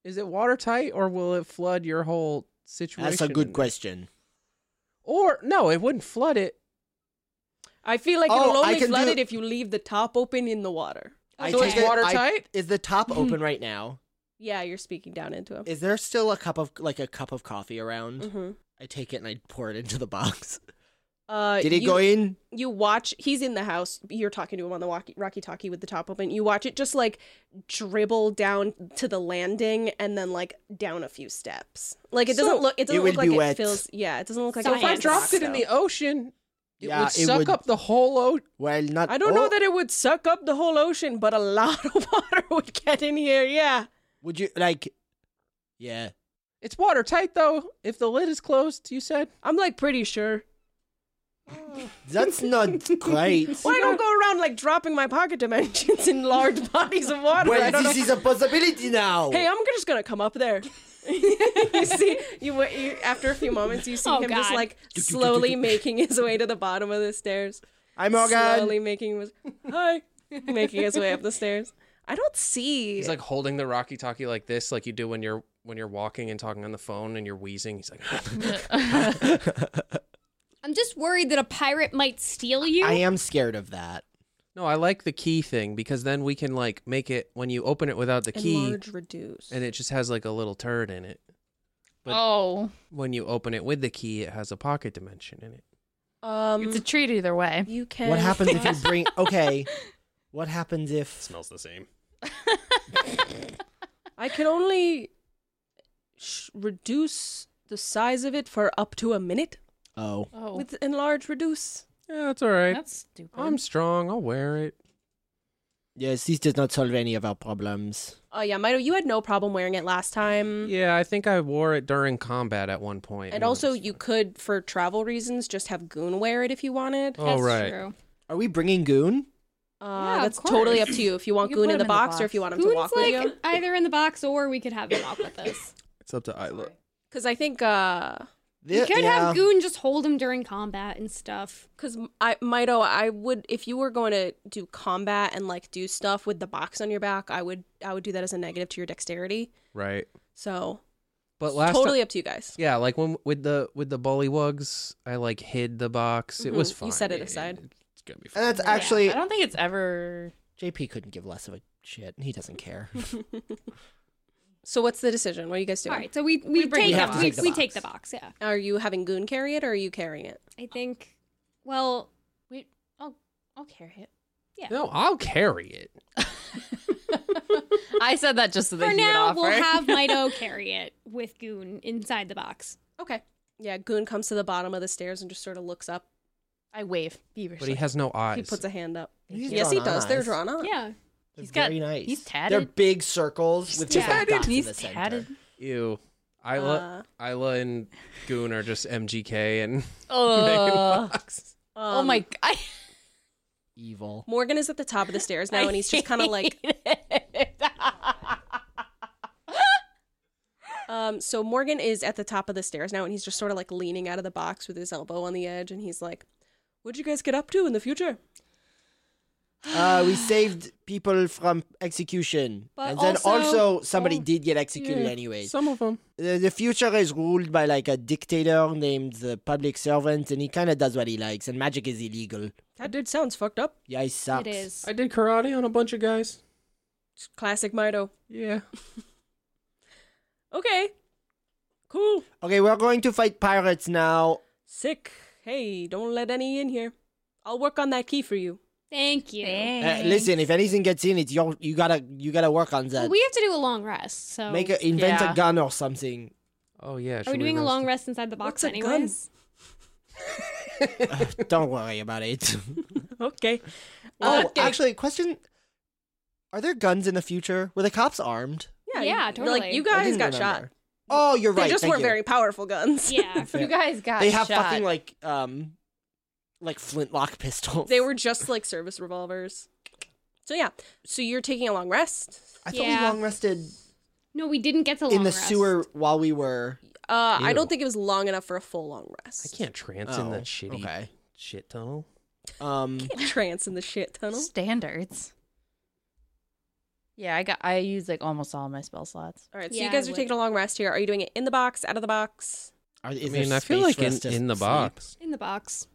Speaker 7: is it watertight or will it flood your whole situation?
Speaker 3: That's a good question.
Speaker 7: Or no, it wouldn't flood it.
Speaker 2: I feel like
Speaker 3: Oh,
Speaker 2: it'll
Speaker 3: I
Speaker 2: only
Speaker 3: can
Speaker 2: flood
Speaker 3: do-
Speaker 2: it if you leave the top open in the water.
Speaker 3: I
Speaker 7: So it's
Speaker 3: take it- I-
Speaker 7: watertight?
Speaker 3: is the top open right now?
Speaker 2: Yeah, you're speaking down into him.
Speaker 3: Is there still a cup of like a cup of coffee around?
Speaker 2: hmm
Speaker 3: I take it and I pour it into the box.
Speaker 2: Uh,
Speaker 3: Did it
Speaker 2: you-
Speaker 3: go in?
Speaker 2: you walk he's in the house you're talking to him on the walkie, rocky talkie with the top open you watch it just like dribble down to the landing and then like down a few steps like it doesn't
Speaker 7: So-
Speaker 2: look it doesn't
Speaker 3: It
Speaker 2: look
Speaker 3: will
Speaker 2: like
Speaker 3: be
Speaker 2: it
Speaker 3: wet.
Speaker 2: fills yeah it doesn't look like
Speaker 6: So
Speaker 2: it
Speaker 7: If I
Speaker 6: Science.
Speaker 2: fills the
Speaker 7: dropped
Speaker 2: box,
Speaker 7: it in
Speaker 2: though.
Speaker 7: the ocean, it
Speaker 3: Yeah,
Speaker 7: would
Speaker 3: it
Speaker 7: suck
Speaker 3: would-
Speaker 7: up the whole ocean.
Speaker 3: Well, not.
Speaker 2: i don't know
Speaker 3: all-
Speaker 2: that it would suck up the whole ocean but a lot of water would get in here yeah
Speaker 3: Would you like? Yeah.
Speaker 7: It's watertight though. If the lid is closed, you said.
Speaker 2: i'm like pretty sure
Speaker 3: That's not great.
Speaker 2: well i don't go around like dropping my pocket dimensions in large bodies of water I
Speaker 3: Well,
Speaker 2: don't
Speaker 3: this
Speaker 2: know.
Speaker 3: is a possibility now.
Speaker 2: Hey, I'm just gonna come up there. you see, you, you after a few moments, you see
Speaker 6: Oh,
Speaker 2: him just
Speaker 6: God.
Speaker 2: like slowly making his way to the bottom of the stairs.
Speaker 3: I'm Morgan.
Speaker 2: Slowly making his hi, making his way up the stairs. I don't see.
Speaker 5: He's like holding the Rocky Talkie like this, like you do when you're when you're walking and talking on the phone and you're wheezing. He's like,
Speaker 6: I'm just worried that a pirate might steal you.
Speaker 3: I am scared of that.
Speaker 5: No, I like the key thing because then we can like make it when you open it without the key
Speaker 2: enlarge, reduce.
Speaker 5: and it just has like a little turd in it. But-
Speaker 4: oh,
Speaker 5: When you open it with the key, it has a pocket dimension in it.
Speaker 2: um,
Speaker 4: it's a treat either way.
Speaker 2: you can.
Speaker 3: What happens if you bring? Okay. What happens if?
Speaker 5: Smells the same.
Speaker 2: I can only sh- reduce the size of it for up to a minute
Speaker 3: Oh,
Speaker 4: Oh,
Speaker 2: with enlarge, reduce.
Speaker 7: Yeah, that's all right.
Speaker 4: that's stupid.
Speaker 5: I'm strong. I'll wear it.
Speaker 3: yes. This does not solve any of our problems.
Speaker 2: Oh yeah, Mito, you had no problem wearing it last time.
Speaker 5: Yeah, I think I wore it during combat at one point.
Speaker 2: Mm-hmm. And also, you could, for travel reasons, just have Goon wear it if you wanted.
Speaker 5: Oh,
Speaker 6: That's
Speaker 5: right.
Speaker 6: true.
Speaker 3: Are we bringing Goon?
Speaker 2: Uh,
Speaker 4: Yeah, of
Speaker 2: that's totally up
Speaker 4: course.
Speaker 2: to you if you want
Speaker 4: You
Speaker 2: Goon in
Speaker 4: put him
Speaker 2: the,
Speaker 4: in the
Speaker 2: box, or if
Speaker 4: box.
Speaker 2: you want him to
Speaker 6: Goon's
Speaker 2: walk with
Speaker 6: like
Speaker 2: you.
Speaker 6: either in the box or we could have him walk with us.
Speaker 7: It's up to Isla.
Speaker 2: Because I think, uh,
Speaker 6: We
Speaker 3: Th-
Speaker 6: could
Speaker 3: yeah.
Speaker 6: have Goon just hold him during combat and stuff.
Speaker 2: because I Mido, I would if you were going to do combat and like do stuff with the box on your back, I would I would do that as a negative to your dexterity.
Speaker 5: right.
Speaker 2: So
Speaker 5: But last
Speaker 2: totally
Speaker 5: ti-
Speaker 2: up to you guys.
Speaker 5: yeah, like when with the with the bullywugs, I like hid the box. It was
Speaker 2: Mhm,
Speaker 5: fine.
Speaker 2: you set it aside.
Speaker 5: gonna be.
Speaker 3: And
Speaker 5: Fun.
Speaker 3: that's
Speaker 4: Yeah,
Speaker 3: actually
Speaker 4: I don't think it's ever.
Speaker 3: JP couldn't give less of a shit. He doesn't care.
Speaker 2: so what's the decision? What are you guys
Speaker 6: All
Speaker 2: doing?
Speaker 6: right, so we we,
Speaker 3: We
Speaker 6: take,
Speaker 3: have to
Speaker 6: we,
Speaker 3: take the
Speaker 6: we
Speaker 3: box.
Speaker 6: take the box. Yeah,
Speaker 2: Are you having Goon carry it or are you carrying it?
Speaker 6: I think. Well,
Speaker 4: Wait, I'll I'll carry it.
Speaker 5: No, I'll carry it.
Speaker 4: I said that just so that
Speaker 6: for
Speaker 4: he
Speaker 6: now
Speaker 4: would
Speaker 6: we'll
Speaker 4: offer.
Speaker 6: have Mido carry it with Goon inside the box.
Speaker 2: Okay. Yeah, Goon comes to the bottom of the stairs and just sort of looks up.
Speaker 4: I wave beavishly.
Speaker 5: But he has no eyes.
Speaker 2: He puts a hand up.
Speaker 3: He's
Speaker 2: yes, he
Speaker 3: drawn
Speaker 2: does. They're
Speaker 3: eyes.
Speaker 2: drawn on.
Speaker 6: Yeah,
Speaker 3: They're
Speaker 4: He's got-
Speaker 3: very nice.
Speaker 4: he's
Speaker 3: They're
Speaker 4: tatted.
Speaker 3: big circles with just like
Speaker 4: tatted.
Speaker 3: dots in
Speaker 4: He's
Speaker 3: the center.
Speaker 4: tatted.
Speaker 5: Ew. Isla,
Speaker 2: Uh,
Speaker 5: Isla, and Goon are just MGK and
Speaker 4: Ugh.
Speaker 5: Fox.
Speaker 4: oh
Speaker 2: um,
Speaker 4: my god.
Speaker 3: Evil.
Speaker 2: Morgan is at the top of the stairs now, and he's just kind of like. Um, so Morgan is at the top of the stairs now, and he's just sort of like leaning out of the box with his elbow on the edge, and he's like, "What'd you guys get up to in the future?"
Speaker 3: Uh, we saved people from execution,
Speaker 6: But
Speaker 3: and then
Speaker 6: also-
Speaker 3: also somebody
Speaker 7: Oh,
Speaker 3: did get executed anyways.
Speaker 7: Some of them.
Speaker 3: the, the future is ruled by like a dictator named the public servant, and he kind of does what he likes, and magic is illegal.
Speaker 2: That dude sounds fucked up.
Speaker 3: Yeah, he
Speaker 6: it
Speaker 3: sucks.
Speaker 6: is.
Speaker 7: I did karate on a bunch of guys.
Speaker 2: Classic Mido.
Speaker 7: Yeah.
Speaker 2: Okay, cool,
Speaker 3: Okay, we're going to fight pirates now.
Speaker 2: sick. Hey, don't let any in here. I'll work on that key for you.
Speaker 6: Thank you.
Speaker 3: Uh, listen, if anything gets in, it's your you gotta you gotta work on
Speaker 6: Well,
Speaker 3: that.
Speaker 6: we have to do a long rest, so
Speaker 3: Make a, invent
Speaker 4: Yeah.
Speaker 3: a gun or something.
Speaker 5: Oh yeah.
Speaker 6: are
Speaker 5: should
Speaker 6: we doing a
Speaker 5: roast
Speaker 6: long
Speaker 5: it?
Speaker 6: rest inside the box
Speaker 2: What's a gun?
Speaker 6: anyways?
Speaker 3: Don't worry about it.
Speaker 2: Okay.
Speaker 3: oh,
Speaker 2: Okay.
Speaker 3: actually, question: Are there guns in the future? Were the cops armed?
Speaker 6: Yeah,
Speaker 2: you- Like
Speaker 6: totally.
Speaker 2: you
Speaker 3: I
Speaker 2: guys
Speaker 3: didn't
Speaker 2: got shot.
Speaker 3: remember. Oh, you're
Speaker 2: They
Speaker 3: right.
Speaker 2: just
Speaker 3: thank
Speaker 2: weren't
Speaker 3: you.
Speaker 2: very powerful guns.
Speaker 6: Yeah.
Speaker 3: Fair.
Speaker 4: You guys got
Speaker 3: they have
Speaker 4: shot.
Speaker 3: fucking like um, like flintlock pistols.
Speaker 2: They were just like service revolvers. So yeah. So you're taking a long rest.
Speaker 3: I thought we
Speaker 6: Yeah.
Speaker 3: long rested
Speaker 6: No, we didn't get to long
Speaker 3: in the
Speaker 6: rest.
Speaker 3: sewer while we were.
Speaker 2: Uh, I
Speaker 5: Ew.
Speaker 2: don't think it was long enough for a full long rest.
Speaker 5: I can't trance in
Speaker 3: Oh,
Speaker 5: that shitty
Speaker 3: Okay.
Speaker 5: shit tunnel.
Speaker 3: Um,
Speaker 2: trance in the shit tunnel.
Speaker 4: standards. Yeah, I got. I use like almost all my spell slots.
Speaker 2: All right, so
Speaker 6: Yeah,
Speaker 2: you
Speaker 6: I
Speaker 2: guys are
Speaker 6: would.
Speaker 2: taking a long rest here. Are you doing it in the box, out of the box?
Speaker 3: are,
Speaker 5: I
Speaker 3: is there
Speaker 5: mean, I feel
Speaker 3: space
Speaker 5: like
Speaker 3: for
Speaker 5: in,
Speaker 3: us to
Speaker 5: in the
Speaker 3: sleep?
Speaker 5: box.
Speaker 6: in the box.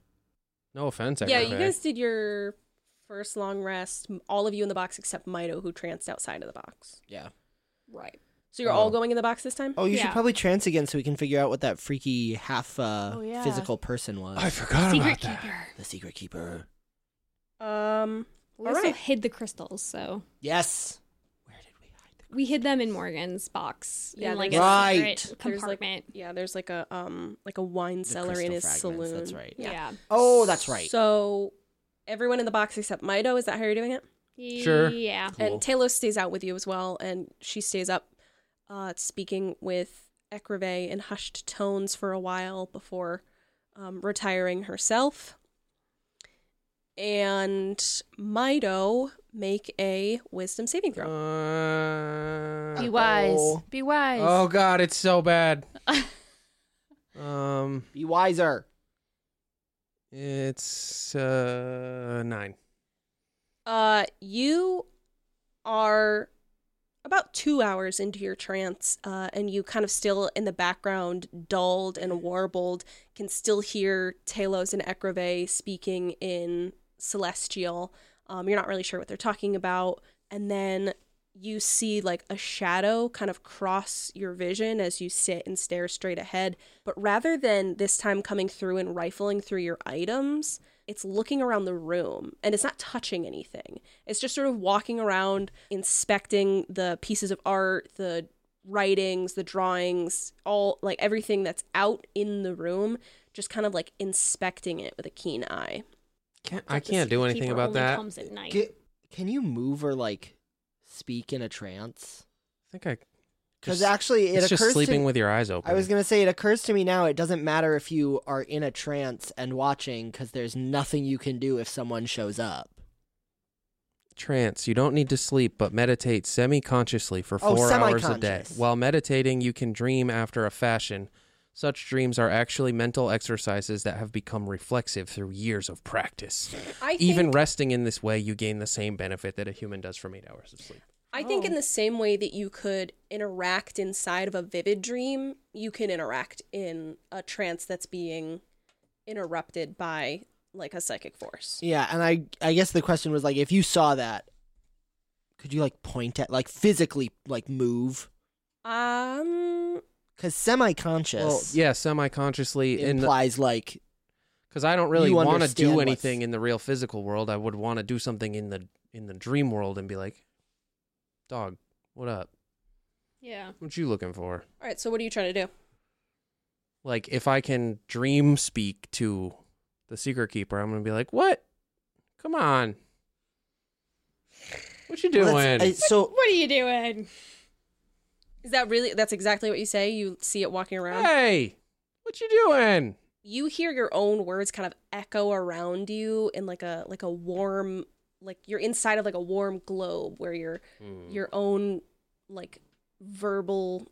Speaker 5: No offense,
Speaker 2: yeah,
Speaker 5: everybody.
Speaker 2: you guys did your first long rest. m- All of you in the box except Mido, who tranced outside of the box.
Speaker 3: Yeah.
Speaker 6: Right.
Speaker 2: So you're
Speaker 5: Oh.
Speaker 2: all going in the box this time.
Speaker 3: Oh, you should
Speaker 6: Yeah.
Speaker 3: probably trance again so we can figure out what that freaky half uh,
Speaker 4: Oh, yeah.
Speaker 3: physical person was.
Speaker 5: I forgot
Speaker 6: Secret
Speaker 5: about that.
Speaker 6: keeper.
Speaker 3: the secret keeper.
Speaker 2: Um,
Speaker 6: We
Speaker 2: All
Speaker 6: also
Speaker 2: right.
Speaker 6: hid the crystals, so
Speaker 3: Yes. Where did we hide the?
Speaker 6: we hid them in Morgan's box.
Speaker 2: Yeah,
Speaker 6: in like
Speaker 2: there's-
Speaker 6: a
Speaker 3: Right.
Speaker 6: secret
Speaker 2: There's, like-
Speaker 6: compartment.
Speaker 2: yeah, there's like a um like a wine cellar in
Speaker 3: crystal
Speaker 2: his
Speaker 3: fragments,
Speaker 2: saloon.
Speaker 3: that's right.
Speaker 6: yeah.
Speaker 3: Oh, that's right.
Speaker 2: So everyone in the box except Mido, is that how you're doing it?
Speaker 5: Sure.
Speaker 6: Yeah.
Speaker 5: Cool.
Speaker 2: And Talos stays out with you as well, and she stays up uh, speaking with Ekrave in hushed tones for a while before um, retiring herself. And Mido make a wisdom saving throw.
Speaker 7: Uh,
Speaker 4: Be wise.
Speaker 3: Oh.
Speaker 4: Be wise.
Speaker 7: oh God, it's so bad. um,
Speaker 3: Be wiser.
Speaker 7: it's
Speaker 5: Uh, nine.
Speaker 2: Uh, you are about two hours into your trance, uh, and you kind of still in the background, dulled and warbled, can still hear Talos and Ekrave speaking in Celestial. Um, you're not really sure what they're talking about, and then you see like a shadow kind of cross your vision as you sit and stare straight ahead. But rather than this time coming through and rifling through your items, it's looking around the room and it's not touching anything. It's just sort of walking around, inspecting the pieces of art, the writings, the drawings, all like everything that's out in the room, just kind of like inspecting it with a keen eye.
Speaker 5: Can't, I
Speaker 6: Like the
Speaker 5: can't do
Speaker 6: secret
Speaker 5: anything
Speaker 6: keeper
Speaker 5: about
Speaker 6: only
Speaker 5: that.
Speaker 6: Comes at night.
Speaker 3: Get, can you move or like speak in a trance?
Speaker 5: I think I.
Speaker 3: Because
Speaker 5: just-
Speaker 3: actually, it
Speaker 5: it's
Speaker 3: occurs
Speaker 5: just sleeping
Speaker 3: to,
Speaker 5: with your eyes open.
Speaker 3: I was gonna say it occurs to me now. It doesn't matter if you are in a trance and watching, because there's nothing you can do if someone shows up.
Speaker 5: trance. You don't need to sleep, but meditate semi-consciously for
Speaker 3: Oh,
Speaker 5: four hours a day.
Speaker 3: semi-conscious.
Speaker 5: While meditating, you can dream after a fashion. Such dreams are actually mental exercises that have become reflexive through years of practice.
Speaker 2: I think,
Speaker 5: Even resting in this way, you gain the same benefit that a human does from eight hours of sleep.
Speaker 2: I think in the same way that you could interact inside of a vivid dream, you can interact in a trance that's being interrupted by like a psychic force.
Speaker 3: Yeah, and I I guess the question was like if you saw that, could you like point at like physically like move?
Speaker 2: Um,
Speaker 3: Because semi-conscious
Speaker 5: Well, yeah, semi-consciously in the
Speaker 3: implies like
Speaker 5: because I don't really
Speaker 3: you
Speaker 5: want to
Speaker 3: understand
Speaker 5: do
Speaker 3: what's-
Speaker 5: anything in the real physical world. I would want to do something in the in the dream world and be like, "Dog, what up?
Speaker 6: Yeah.
Speaker 5: What you looking for?"
Speaker 2: all right. So what are you trying to do?
Speaker 5: Like if I can dream speak to the secret keeper, I'm gonna be like, "What? Come on, what you doing?"
Speaker 3: let's- I- so
Speaker 6: What are you doing?
Speaker 2: Is that really? That's exactly what you say. You see it walking around.
Speaker 5: Hey, what you doing?
Speaker 2: You hear your own words kind of echo around you in like a like a warm like you're inside of like a warm globe where your your own like verbal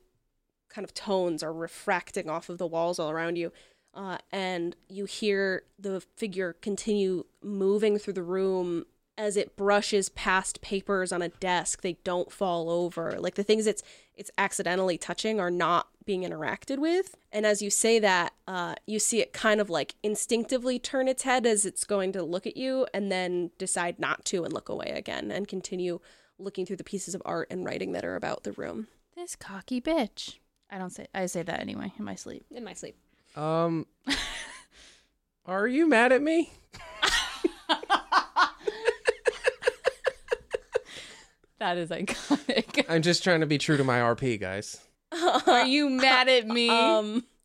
Speaker 2: kind of tones are refracting off of the walls all around you. Uh, and you hear the figure continue moving through the room as it brushes past papers on a desk. They don't fall over. Like the things it's it's accidentally touching are not being interacted with. And as you say that, uh, you see it kind of like instinctively turn its head as it's going to look at you, and then decide not to and look away again and continue looking through the pieces of art and writing that are about the room.
Speaker 4: This cocky bitch. I don't say I say that anyway in my sleep.
Speaker 6: In my sleep.
Speaker 7: Um, are you mad at me?
Speaker 4: That is iconic.
Speaker 5: I'm just trying to be true to my RP, guys.
Speaker 4: Are you mad at me?
Speaker 2: Um,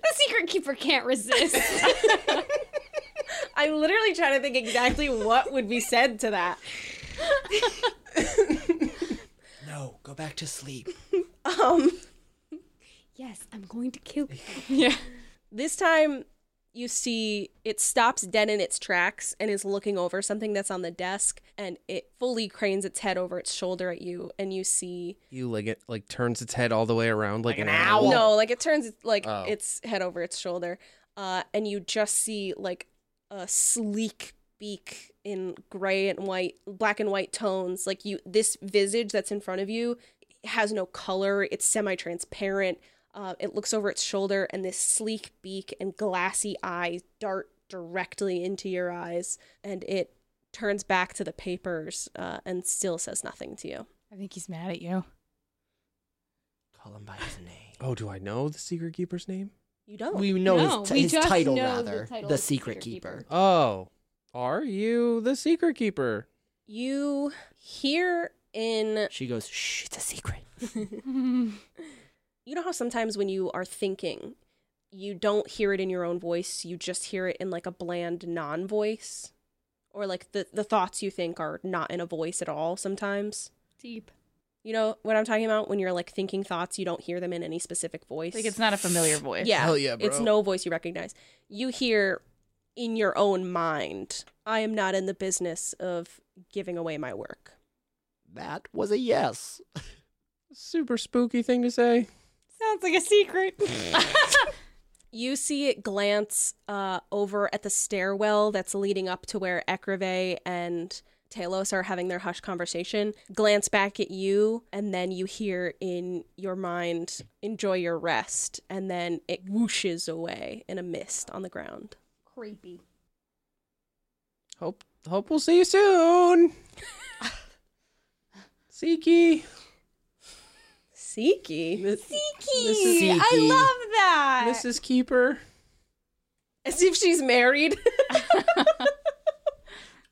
Speaker 6: The secret keeper can't resist.
Speaker 2: I'm literally trying to think exactly what would be said to that.
Speaker 3: no, go back to sleep.
Speaker 2: Um,
Speaker 6: yes, I'm going to kill you.
Speaker 4: yeah.
Speaker 2: this time you see it stops dead in its tracks and is looking over something that's on the desk and it fully cranes its head over its shoulder at you and you see
Speaker 5: You like it like turns its head all the way around like, an, owl.
Speaker 2: no like it turns its- like
Speaker 5: Oh.
Speaker 2: its head over its shoulder uh and you just see like a sleek beak in gray and white black and white tones like you this visage that's in front of you has no color it's semi-transparent Uh, it looks over its shoulder, and this sleek beak and glassy eyes dart directly into your eyes. And it turns back to the papers uh, and still says nothing to you.
Speaker 4: I think he's mad at you.
Speaker 3: Call him by his name.
Speaker 5: Oh, do I know the secret keeper's name?
Speaker 2: You don't.
Speaker 3: Oh, We know
Speaker 6: No,
Speaker 3: his, t-
Speaker 6: we
Speaker 3: his
Speaker 6: just
Speaker 3: title
Speaker 6: know the
Speaker 3: rather, the,
Speaker 6: title of
Speaker 3: secret keeper.
Speaker 7: Oh, are you the secret keeper?
Speaker 2: you hear in.
Speaker 3: She goes, "Shh, it's a secret."
Speaker 2: You know how sometimes when you are thinking, you don't hear it in your own voice, you just hear it in like a bland non voice? Or like the, the thoughts you think are not in a voice at all sometimes?
Speaker 6: Deep.
Speaker 2: You know what I'm talking about? When you're like thinking thoughts, you don't hear them in any specific voice.
Speaker 4: Like it's not a familiar voice.
Speaker 2: Yeah.
Speaker 5: Hell yeah,
Speaker 2: It's
Speaker 5: bro.
Speaker 2: no voice you recognize. You hear in your own mind, I am not in the business of giving away my work.
Speaker 3: That was a yes.
Speaker 7: Super spooky thing to say.
Speaker 6: Sounds like a secret.
Speaker 2: You see it glance uh, over at the stairwell that's leading up to where Ekrave and Talos are having their hush conversation, glance back at you, and then you hear in your mind, enjoy your rest, and then it whooshes away in a mist on the ground.
Speaker 6: Creepy.
Speaker 7: Hope hope we'll see you soon. Seeky.
Speaker 2: Seeky.
Speaker 7: Mrs.
Speaker 6: I
Speaker 3: Seeky.
Speaker 6: love that.
Speaker 7: Mrs. Keeper.
Speaker 2: As if she's married.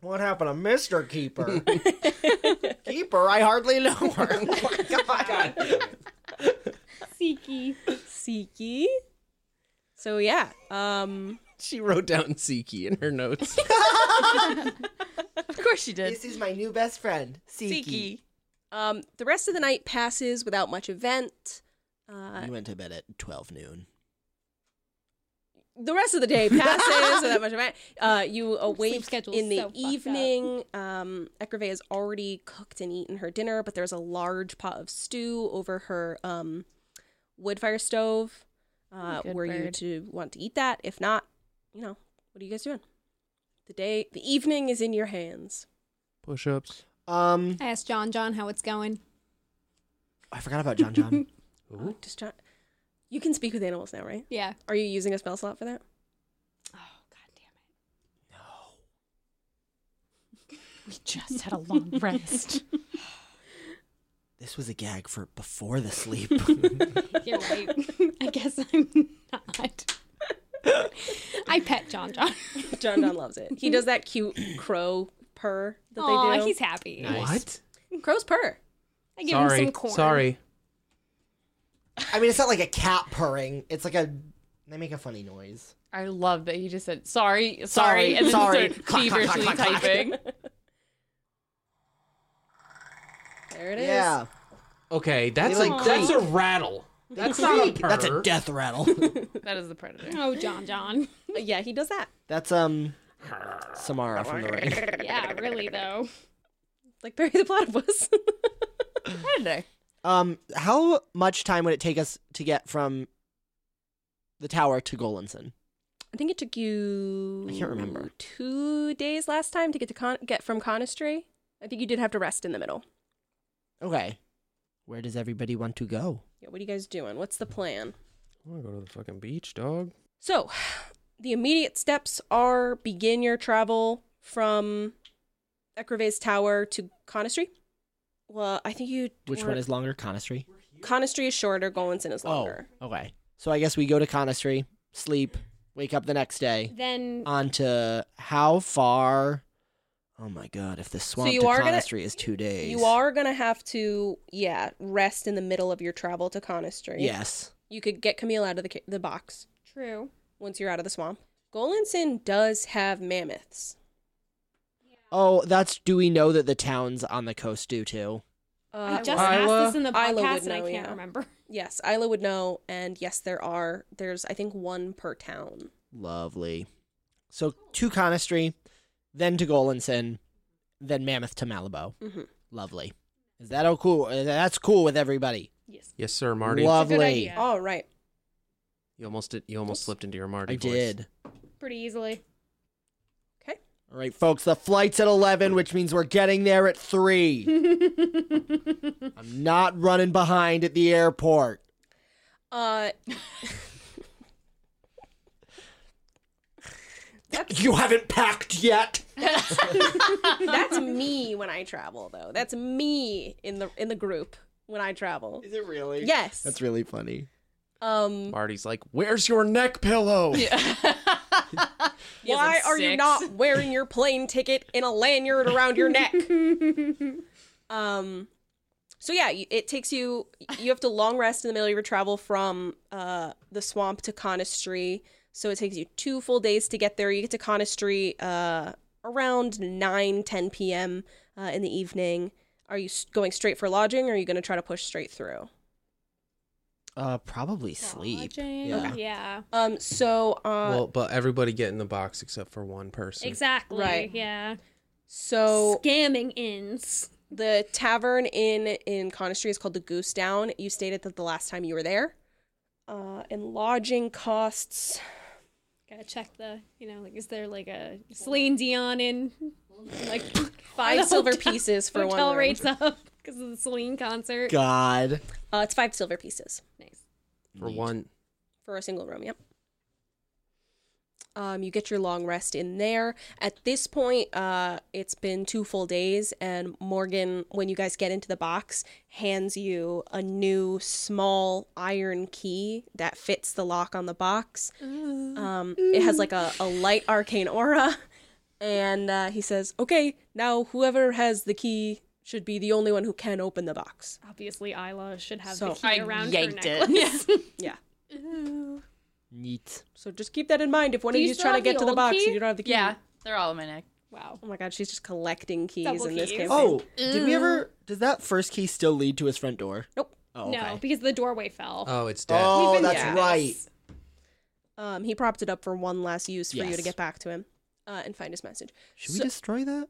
Speaker 3: What happened to Mister Keeper? keeper, I hardly know her. Oh
Speaker 6: Seeky.
Speaker 2: Seeky. So yeah. Um
Speaker 5: She wrote down Siki in her notes.
Speaker 4: Of course she did.
Speaker 3: This is my new best friend, Seeky.
Speaker 4: Seeky.
Speaker 2: um the rest of the night passes without much event. Uh
Speaker 3: We went to bed at twelve noon.
Speaker 2: the rest of the day passes without much event. Uh you awake
Speaker 6: schedule's
Speaker 2: in the
Speaker 6: so fucked up.
Speaker 2: evening. Um Ekrave has already cooked and eaten her dinner, but there's a large pot of stew over her um wood fire stove.
Speaker 6: Oh
Speaker 2: Uh
Speaker 4: Good
Speaker 2: were you
Speaker 4: bird.
Speaker 2: to want to eat that? If not, you know, what are you guys doing? The day the evening is in your hands.
Speaker 5: Push-ups.
Speaker 3: Um,
Speaker 6: I asked John John how it's going.
Speaker 3: I forgot about John John.
Speaker 2: Oh, just try- you can speak with animals now, right?
Speaker 6: Yeah.
Speaker 2: Are you using a spell slot for that?
Speaker 4: We just had a long rest.
Speaker 3: This was a gag for before the sleep.
Speaker 6: You're right. I guess I'm not. I pet John John.
Speaker 2: John Don loves it. He does that cute crow purr that they
Speaker 6: Aw,
Speaker 2: do.
Speaker 6: he's happy.
Speaker 5: What?
Speaker 2: Crows purr.
Speaker 6: I give him
Speaker 7: Sorry.
Speaker 6: some corn.
Speaker 7: Sorry.
Speaker 3: I mean, it's not like a cat purring. It's like a. They make a funny noise.
Speaker 4: I love that he just said sorry, sorry,
Speaker 3: Sorry,
Speaker 4: and then
Speaker 3: sorry. Clack,
Speaker 4: started
Speaker 3: clack,
Speaker 4: feverishly
Speaker 3: clack, clack, clack.
Speaker 4: typing.
Speaker 2: There it is.
Speaker 3: Yeah.
Speaker 5: Okay, that's
Speaker 3: They
Speaker 5: a
Speaker 3: like
Speaker 5: that's a rattle. That's not a purr.
Speaker 3: That's a death rattle.
Speaker 4: That is the predator.
Speaker 6: Oh, John John.
Speaker 2: Uh, Yeah, he does that.
Speaker 3: That's um Samara from the ring.
Speaker 6: Yeah, really though.
Speaker 2: Like Barry the Platypus.
Speaker 4: Predator.
Speaker 3: Um, how much time would it take us to get from the tower to Golinson?
Speaker 2: I think it took you.
Speaker 3: I can't remember.
Speaker 2: Two days last time to get to con- get from Conistry. I think you did have to rest in the middle.
Speaker 3: Okay. Where does everybody want to go?
Speaker 2: Yeah, what are you guys doing? What's the plan?
Speaker 5: I want to go to the fucking beach, dog.
Speaker 2: So, the immediate steps are begin your travel from Ecrivae's Tower to Conistry. Well, I think you.
Speaker 3: Which
Speaker 2: were-
Speaker 3: one is longer, Conistry?
Speaker 2: Conistry is shorter. Golinson is longer.
Speaker 3: Oh, okay. So I guess we go to Conistry, sleep, wake up the next day.
Speaker 6: Then
Speaker 3: On to how far? Oh my god! If the swamp
Speaker 2: you
Speaker 3: to
Speaker 2: are gonna-
Speaker 3: Conistry is two days,
Speaker 2: You are gonna have to, yeah, rest in the middle of your travel to Conistry.
Speaker 3: Yes.
Speaker 2: you could get Camille out of the ca- the box
Speaker 6: true.
Speaker 2: once you're out of the swamp. Golinson does have mammoths.
Speaker 3: Oh, that's. Do we know that the towns on the coast do too?
Speaker 6: I
Speaker 2: Uh,
Speaker 6: just
Speaker 2: well,
Speaker 7: Isla-
Speaker 6: asked this in the
Speaker 2: Isla would
Speaker 6: podcast and I
Speaker 2: know,
Speaker 6: can't
Speaker 2: yeah.
Speaker 6: remember.
Speaker 2: yes, Isla would know, and yes, there are. There's, I think, one per town.
Speaker 3: Lovely. So to Conistry, then to Golinson, then Mammoth to Malibu.
Speaker 2: hmm
Speaker 3: Lovely. Is that all cool? Uh, That's cool with everybody.
Speaker 6: Yes.
Speaker 5: Yes, sir, Marty.
Speaker 6: It's a
Speaker 3: Lovely.
Speaker 6: good idea.
Speaker 2: All right.
Speaker 5: You almost did, you almost slipped into your Marty.
Speaker 3: I
Speaker 5: voice.
Speaker 3: did.
Speaker 6: Pretty easily.
Speaker 3: All right, folks. The flight's at eleven, which means we're getting there at three. I'm not running behind at the airport.
Speaker 2: Uh,
Speaker 3: You haven't packed yet.
Speaker 2: that's me when I travel, though. That's me in the in the group when I travel.
Speaker 3: Is it really?
Speaker 2: Yes.
Speaker 3: That's really funny.
Speaker 2: Um,
Speaker 5: Marty's like, "Where's your neck pillow?"
Speaker 4: Yes,
Speaker 2: why
Speaker 4: I'm
Speaker 2: are you
Speaker 4: six.
Speaker 2: not wearing your plane ticket in a lanyard around your neck? um, so yeah, you- it takes you. You have to long rest in the middle of your travel from uh the swamp to Conistry. So it takes you two full days to get there. You get to Conistry uh around 9, 10 p.m. Uh, in the evening. Are you s- going straight for lodging, or are you going to try to push straight through?
Speaker 3: Uh, probably sleep.
Speaker 6: Lodging.
Speaker 3: Yeah.
Speaker 6: Yeah.
Speaker 2: Um, so uh,
Speaker 5: well, but everybody get in the box except for one person.
Speaker 6: Exactly.
Speaker 2: Right.
Speaker 6: Yeah.
Speaker 2: so
Speaker 6: Scamming inns.
Speaker 2: The tavern in in Conistry is called the Goose Down. You stated that the last time you were there. Uh, and lodging costs.
Speaker 6: Gotta check the, you know, like, is there like a Celine Dion in? Like
Speaker 2: Five
Speaker 6: the
Speaker 2: silver
Speaker 6: hotel-
Speaker 2: pieces for one
Speaker 6: hotel
Speaker 2: room.
Speaker 6: rates up because of the Celine concert.
Speaker 3: God.
Speaker 2: Uh, it's five silver pieces
Speaker 6: Nice.
Speaker 5: For one,
Speaker 2: for a single room. Yep. Um, you get your long rest in there. At this point, uh, it's been two full days, and Morgan, when you guys get into the box, hands you a new small iron key that fits the lock on the box. Um, it has like a, a light arcane aura. And uh, he says, okay, now whoever has the key should be the only one who can open the box.
Speaker 6: Obviously, Isla should have
Speaker 2: So
Speaker 6: the key
Speaker 4: I
Speaker 6: around her
Speaker 4: yanked it.
Speaker 6: necklace.
Speaker 2: Yeah.
Speaker 3: Neat.
Speaker 2: So just keep that in mind if one
Speaker 6: Do
Speaker 2: of
Speaker 6: you
Speaker 2: you's
Speaker 6: still
Speaker 2: trying to get
Speaker 6: have the
Speaker 2: to the
Speaker 6: old
Speaker 2: box
Speaker 6: key?
Speaker 2: and you don't have the key.
Speaker 4: yeah, they're all in my neck.
Speaker 6: wow.
Speaker 2: Oh my god, she's just collecting keys
Speaker 6: Double
Speaker 2: in this
Speaker 6: keys.
Speaker 2: campaign.
Speaker 3: Oh, did we ever? Does that first key still lead to his front door?
Speaker 2: Nope.
Speaker 3: Oh,
Speaker 6: No,
Speaker 3: okay.
Speaker 6: because the doorway fell.
Speaker 5: oh, it's dead.
Speaker 3: Oh,
Speaker 6: We've been
Speaker 3: that's
Speaker 2: doing
Speaker 3: right.
Speaker 2: Um, he propped it up for one last use for you to
Speaker 3: Yes.
Speaker 2: get back to him uh, and find his message.
Speaker 3: Should we
Speaker 2: So-
Speaker 3: destroy that?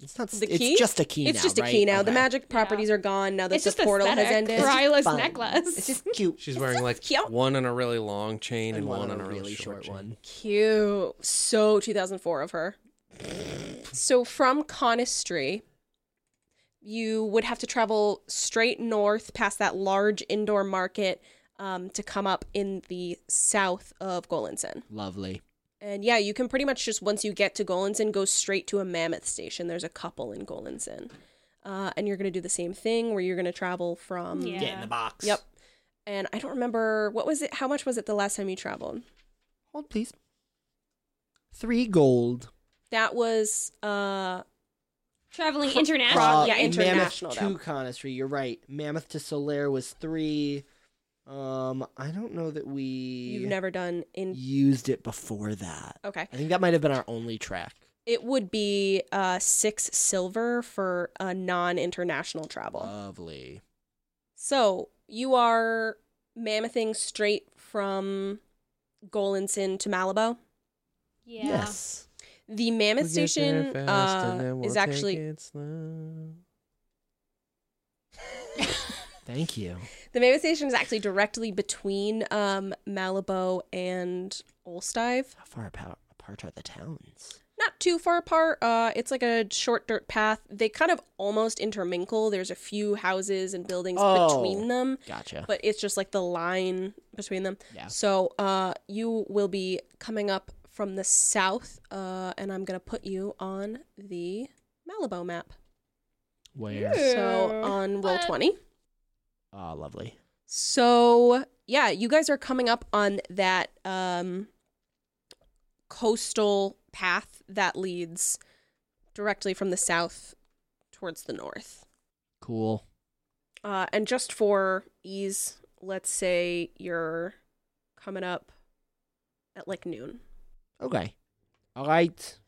Speaker 3: It's not. s-
Speaker 2: The
Speaker 3: it's
Speaker 2: key?
Speaker 3: just a key.
Speaker 2: it's
Speaker 3: now,
Speaker 2: just a
Speaker 3: right?
Speaker 2: key now. The
Speaker 3: Okay.
Speaker 2: magic properties are gone now that
Speaker 6: it's
Speaker 2: the
Speaker 6: just a
Speaker 2: portal has ended.
Speaker 6: for Isla's
Speaker 3: fun.
Speaker 6: necklace.
Speaker 3: It's just cute.
Speaker 5: She's wearing like
Speaker 2: cute.
Speaker 5: one on a really long chain and, one, on a
Speaker 3: really, short,
Speaker 5: chain.
Speaker 3: one.
Speaker 2: Cute. So 2004 of her. so from Conistry, you would have to travel straight north past that large indoor market um, to come up in the south of Golinson.
Speaker 3: Lovely.
Speaker 2: And yeah, you can pretty much just once you get to Golinson, go straight to a mammoth station. There's a couple in Golinson. Uh, and you're going to do the same thing where you're going to travel from.
Speaker 6: Yeah.
Speaker 3: Get in the box.
Speaker 2: Yep. And I don't remember what was it? How much was it the last time you traveled?
Speaker 3: Hold please. Three gold.
Speaker 2: That was uh
Speaker 6: Traveling
Speaker 2: Cro-
Speaker 6: international.
Speaker 2: yeah,
Speaker 3: Mammoth
Speaker 2: international, though.
Speaker 3: to Conistry. You're right. Mammoth to Solaire was three. Um, I don't know that we
Speaker 2: you've never done in.
Speaker 3: used it before that.
Speaker 2: Okay.
Speaker 3: I think that might have been our only track.
Speaker 2: It would be uh six silver for a non-international travel.
Speaker 3: Uh. Lovely.
Speaker 2: So you are mammothing straight from Golinson to Malibu.
Speaker 6: Yeah.
Speaker 3: Yes.
Speaker 2: The mammoth station uh, is actually
Speaker 3: Thank you.
Speaker 2: the mammoth station is actually directly between um, Malibu and Olstive.
Speaker 3: How far apart, apart are the towns?
Speaker 2: Not too far apart. Uh, it's like a short dirt path. They kind of almost intermingle. There's a few houses and buildings
Speaker 3: Oh.
Speaker 2: between them,
Speaker 3: Gotcha.
Speaker 2: but it's just like the line between them.
Speaker 3: yeah.
Speaker 2: So uh, you will be coming up from the south, uh, and I'm gonna put you on the Malibu map.
Speaker 3: Where?
Speaker 2: So
Speaker 6: um,
Speaker 2: on roll
Speaker 6: What?
Speaker 2: twenty.
Speaker 3: Ah, lovely.
Speaker 2: So yeah, you guys are coming up on that um, coastal path that leads directly from the south towards the north.
Speaker 3: Cool.
Speaker 2: Uh, and just for ease, let's say you're coming up at like noon.
Speaker 3: Okay. All right.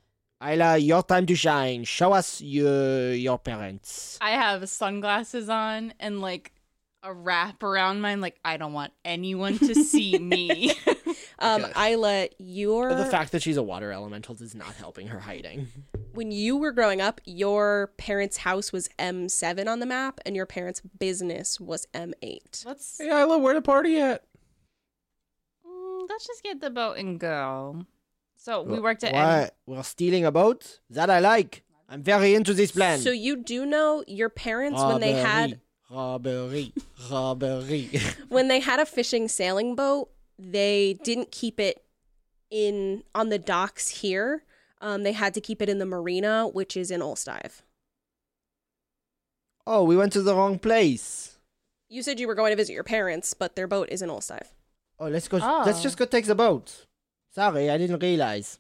Speaker 3: Ayla, your time to shine. Show us your your parents.
Speaker 4: I have sunglasses on and like a wrap around mine. Like I don't want anyone to see me.
Speaker 2: Um,
Speaker 3: Okay.
Speaker 2: Isla, your
Speaker 3: the fact that she's a water elemental is not helping her hiding.
Speaker 2: when you were growing up, your parents' house was M7 on the map, and your parents' business was M8.
Speaker 4: let's
Speaker 7: Hey, Isla, where the party at?
Speaker 4: mm, let's just get the boat and go. So we worked at
Speaker 3: Why?
Speaker 4: M-
Speaker 3: We're stealing a boat? That I like. I'm very into this plan. Ah,
Speaker 2: So you do know your parents when they had
Speaker 3: robbery, robbery.
Speaker 2: when they had a fishing sailing boat, they didn't keep it in on the docks here. Um, they had to keep it in the marina, which is in Olstive.
Speaker 3: oh, we went to the wrong place.
Speaker 2: You said you were going to visit your parents, but their boat is in Olstive.
Speaker 3: Oh, let's go.
Speaker 4: Oh.
Speaker 3: Let's just go take the boat. Sorry, I didn't realize.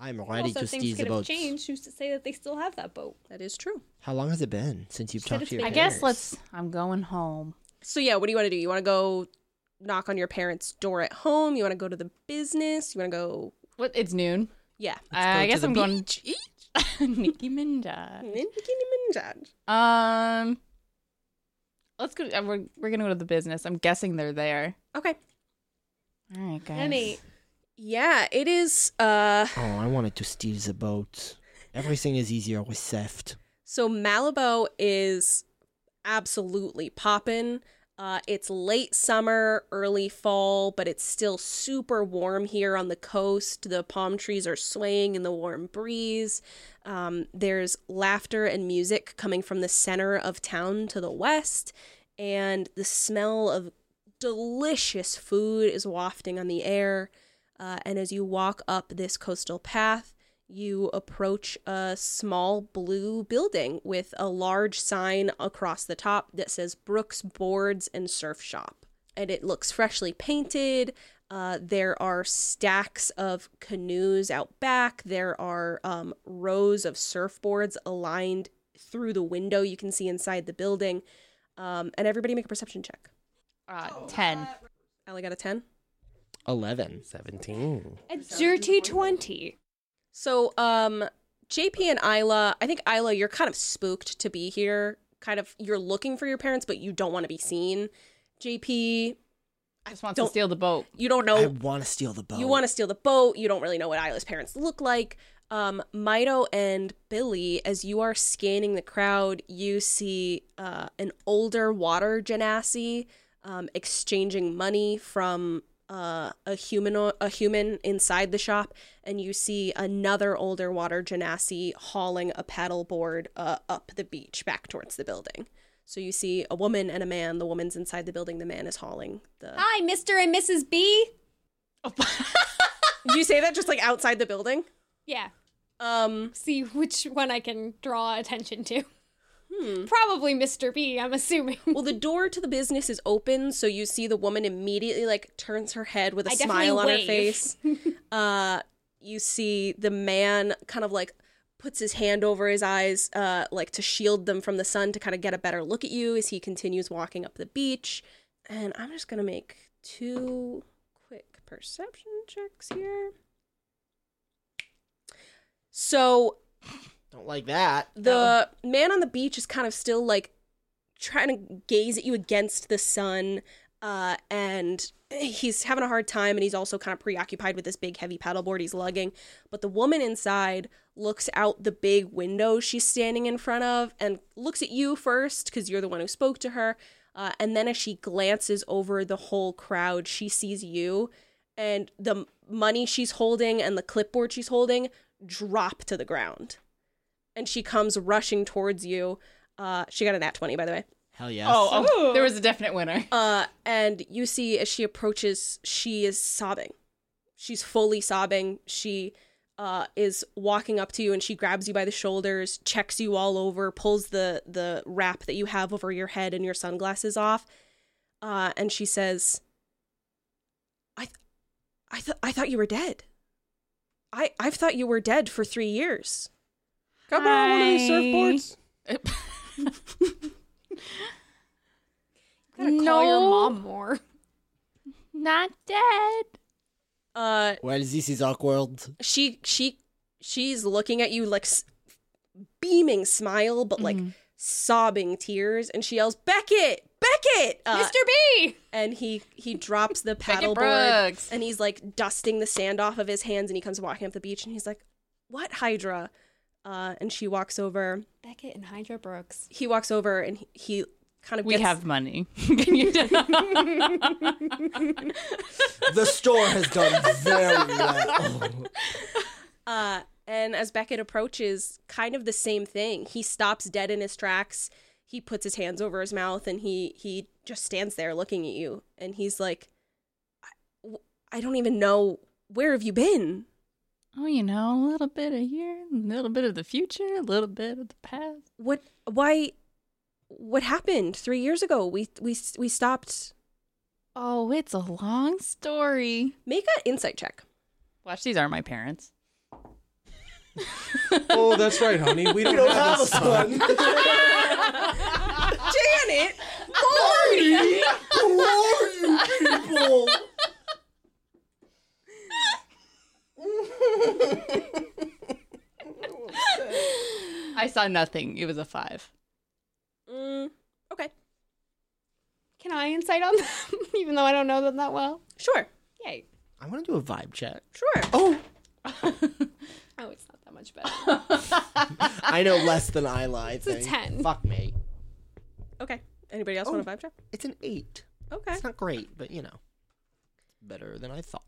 Speaker 3: I'm ready
Speaker 6: also,
Speaker 3: to
Speaker 6: things
Speaker 3: steal the
Speaker 6: could have
Speaker 3: boat.
Speaker 6: changed. Who's to say that they still have that boat?
Speaker 2: That is true.
Speaker 3: How long has it been since you've
Speaker 6: She said
Speaker 3: talked
Speaker 6: it's
Speaker 3: to your
Speaker 6: been-
Speaker 4: I
Speaker 6: Who
Speaker 3: parents?
Speaker 4: guess let's. I'm going home.
Speaker 2: So yeah, what do you want to do? You want to go knock on your parents' door at home? You want to go to the business? You want to go?
Speaker 4: What? It's noon.
Speaker 2: Yeah.
Speaker 4: I
Speaker 3: go to
Speaker 4: guess
Speaker 3: the
Speaker 4: I'm going. Nicki Minaj. Um, let's go. uh, We're we're gonna go to the business. I'm guessing they're there.
Speaker 2: Okay.
Speaker 4: All right, guys.
Speaker 6: Emmy.
Speaker 2: Yeah, it is. Uh,
Speaker 3: Oh, I wanted to steal the boat. Everything is easier with theft.
Speaker 2: so Malibu is absolutely poppin'. Uh, it's late summer, early fall, but it's still super warm here on the coast. The palm trees are swaying in the warm breeze. Um, there's laughter and music coming from the center of town to the west, and the smell of delicious food is wafting on the air. Uh, and as you walk up this coastal path, you approach a small blue building with a large sign across the top that says Brooks Boards and Surf Shop. And it looks freshly painted. Uh, there are stacks of canoes out back. There are um, rows of surfboards aligned through the window you can see inside the building. Um, and everybody make a perception check.
Speaker 4: Uh, ten.
Speaker 2: Allie got a 10.
Speaker 3: Eleven.
Speaker 5: 17.
Speaker 6: A dirty 20.
Speaker 2: So, um, JP and Isla, I think Isla, you're kind of spooked to be here. Kind of, you're looking for your parents, but you don't want to be seen. JP,
Speaker 4: Just wants
Speaker 2: don't-
Speaker 4: to steal the boat.
Speaker 2: you don't
Speaker 3: I
Speaker 2: know.
Speaker 3: want to steal the boat.
Speaker 2: You want to steal the boat. You don't really know what Isla's parents look like. Um, Mito and Billy, as you are scanning the crowd, you see uh, an older water genasi um, exchanging money from uh, a human a human inside the shop, and you see another older water genasi hauling a paddleboard uh, up the beach back towards the building. So you see a woman and a man. The woman's inside the building. The man is hauling the
Speaker 6: Hi, Mr. and Mrs. B.
Speaker 2: Did you say that just like outside the building?
Speaker 6: Yeah.
Speaker 2: Um,
Speaker 6: See which one I can draw attention to.
Speaker 2: hmm.
Speaker 6: Probably Mr. B, I'm assuming.
Speaker 2: Well, the door to the business is open, so you see the woman immediately like turns her head with a
Speaker 6: I definitely
Speaker 2: smile on her
Speaker 6: wave.
Speaker 2: face. uh, you see the man kind of like puts his hand over his eyes, uh, like to shield them from the sun to kind of get a better look at you as he continues walking up the beach. And I'm just gonna make two quick perception checks here. So
Speaker 3: Don't like that.
Speaker 2: the man on the beach is kind of still like trying to gaze at you against the sun uh, and he's having a hard time and he's also kind of preoccupied with this big heavy paddleboard he's lugging but the woman inside looks out the big window she's standing in front of and looks at you first because you're the one who spoke to her uh, and then as she glances over the whole crowd she sees you and the m- money she's holding and the clipboard she's holding drop to the ground and she comes rushing towards you. Uh, she got a nat 20, by the way.
Speaker 3: Hell yes.
Speaker 4: Oh, oh, there was a definite winner.
Speaker 2: Uh, and you see as she approaches, she is sobbing. She's fully sobbing. She uh, is walking up to you and she grabs you by the shoulders, checks you all over, pulls the, the wrap that you have over your head and your sunglasses off. Uh, and she says, I, th- I, th- I thought you were dead. I, I've thought you were dead for three years.
Speaker 7: Come on, one of these
Speaker 4: Hi.
Speaker 7: surfboards.
Speaker 6: Gotta call your mom more.
Speaker 4: not dead.
Speaker 2: Uh,
Speaker 3: well, this is awkward.
Speaker 2: she she she's looking at you like s- beaming smile but
Speaker 4: Mm-hmm.
Speaker 2: like sobbing tears and she yells beckett beckett uh,
Speaker 6: Mr. B!
Speaker 2: and he he drops the
Speaker 4: Beckett
Speaker 2: paddleboard
Speaker 4: Brooks.
Speaker 2: and he's like dusting the sand off of his hands and he comes walking up the beach and he's like what hydra uh, and she walks over
Speaker 6: Beckett and Hydra Brooks.
Speaker 2: he walks over and he, he kind of
Speaker 4: We
Speaker 2: gets,
Speaker 4: have money. Can you
Speaker 3: The store has done very well.
Speaker 2: Uh, and as Beckett approaches, kind of the same thing. He stops dead in his tracks. He puts his hands over his mouth and he he just stands there looking at you. And he's like, I, w- I don't even know where have you been.
Speaker 4: Oh, you know, a little bit of here, a little bit of the future, a little bit of the past.
Speaker 2: What? Why? What happened three years ago? We we we stopped.
Speaker 4: Oh, it's a long story.
Speaker 2: Make an insight check.
Speaker 4: Watch, these are my parents.
Speaker 7: Oh, that's right, honey. We don't, have a son.
Speaker 2: Janet,
Speaker 3: Who are you people?
Speaker 4: I saw nothing. It was a five.
Speaker 2: mm, okay,
Speaker 6: Can I insight on them? Even though I don't know them that well.
Speaker 2: sure,
Speaker 6: Yay.
Speaker 3: I want to do a vibe check.
Speaker 2: sure.
Speaker 3: Oh,
Speaker 6: Oh, it's not that much better.
Speaker 3: I know less than Isla. I
Speaker 6: a
Speaker 3: think.
Speaker 6: 10.
Speaker 3: Fuck me.
Speaker 2: Okay. Anybody else want a vibe check?
Speaker 3: It's an eight.
Speaker 2: Okay.
Speaker 3: Oh. It's not great, but you know, better than I thought.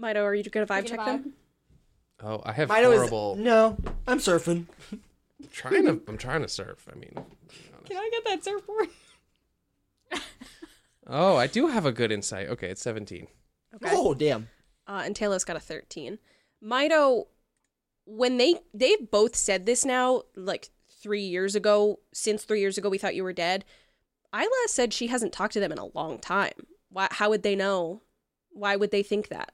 Speaker 2: Mido, are you gonna vibe check
Speaker 6: Taking a
Speaker 2: them?
Speaker 6: vibe.
Speaker 5: Oh, I have
Speaker 3: Mido is-
Speaker 5: horrible.
Speaker 3: no, I'm surfing.
Speaker 5: I'm trying to. I'm trying to surf. I mean.
Speaker 6: Can I get that surfboard?
Speaker 5: Oh, I do have a good insight. Okay, it's 17.
Speaker 3: Oh damn.
Speaker 2: uh, and Talos got a 13. Mido, when they they both said this now, like three years ago, since three years ago we thought you were dead. Isla said she hasn't talked to them in a long time. Why? How would they know? Why would they think that?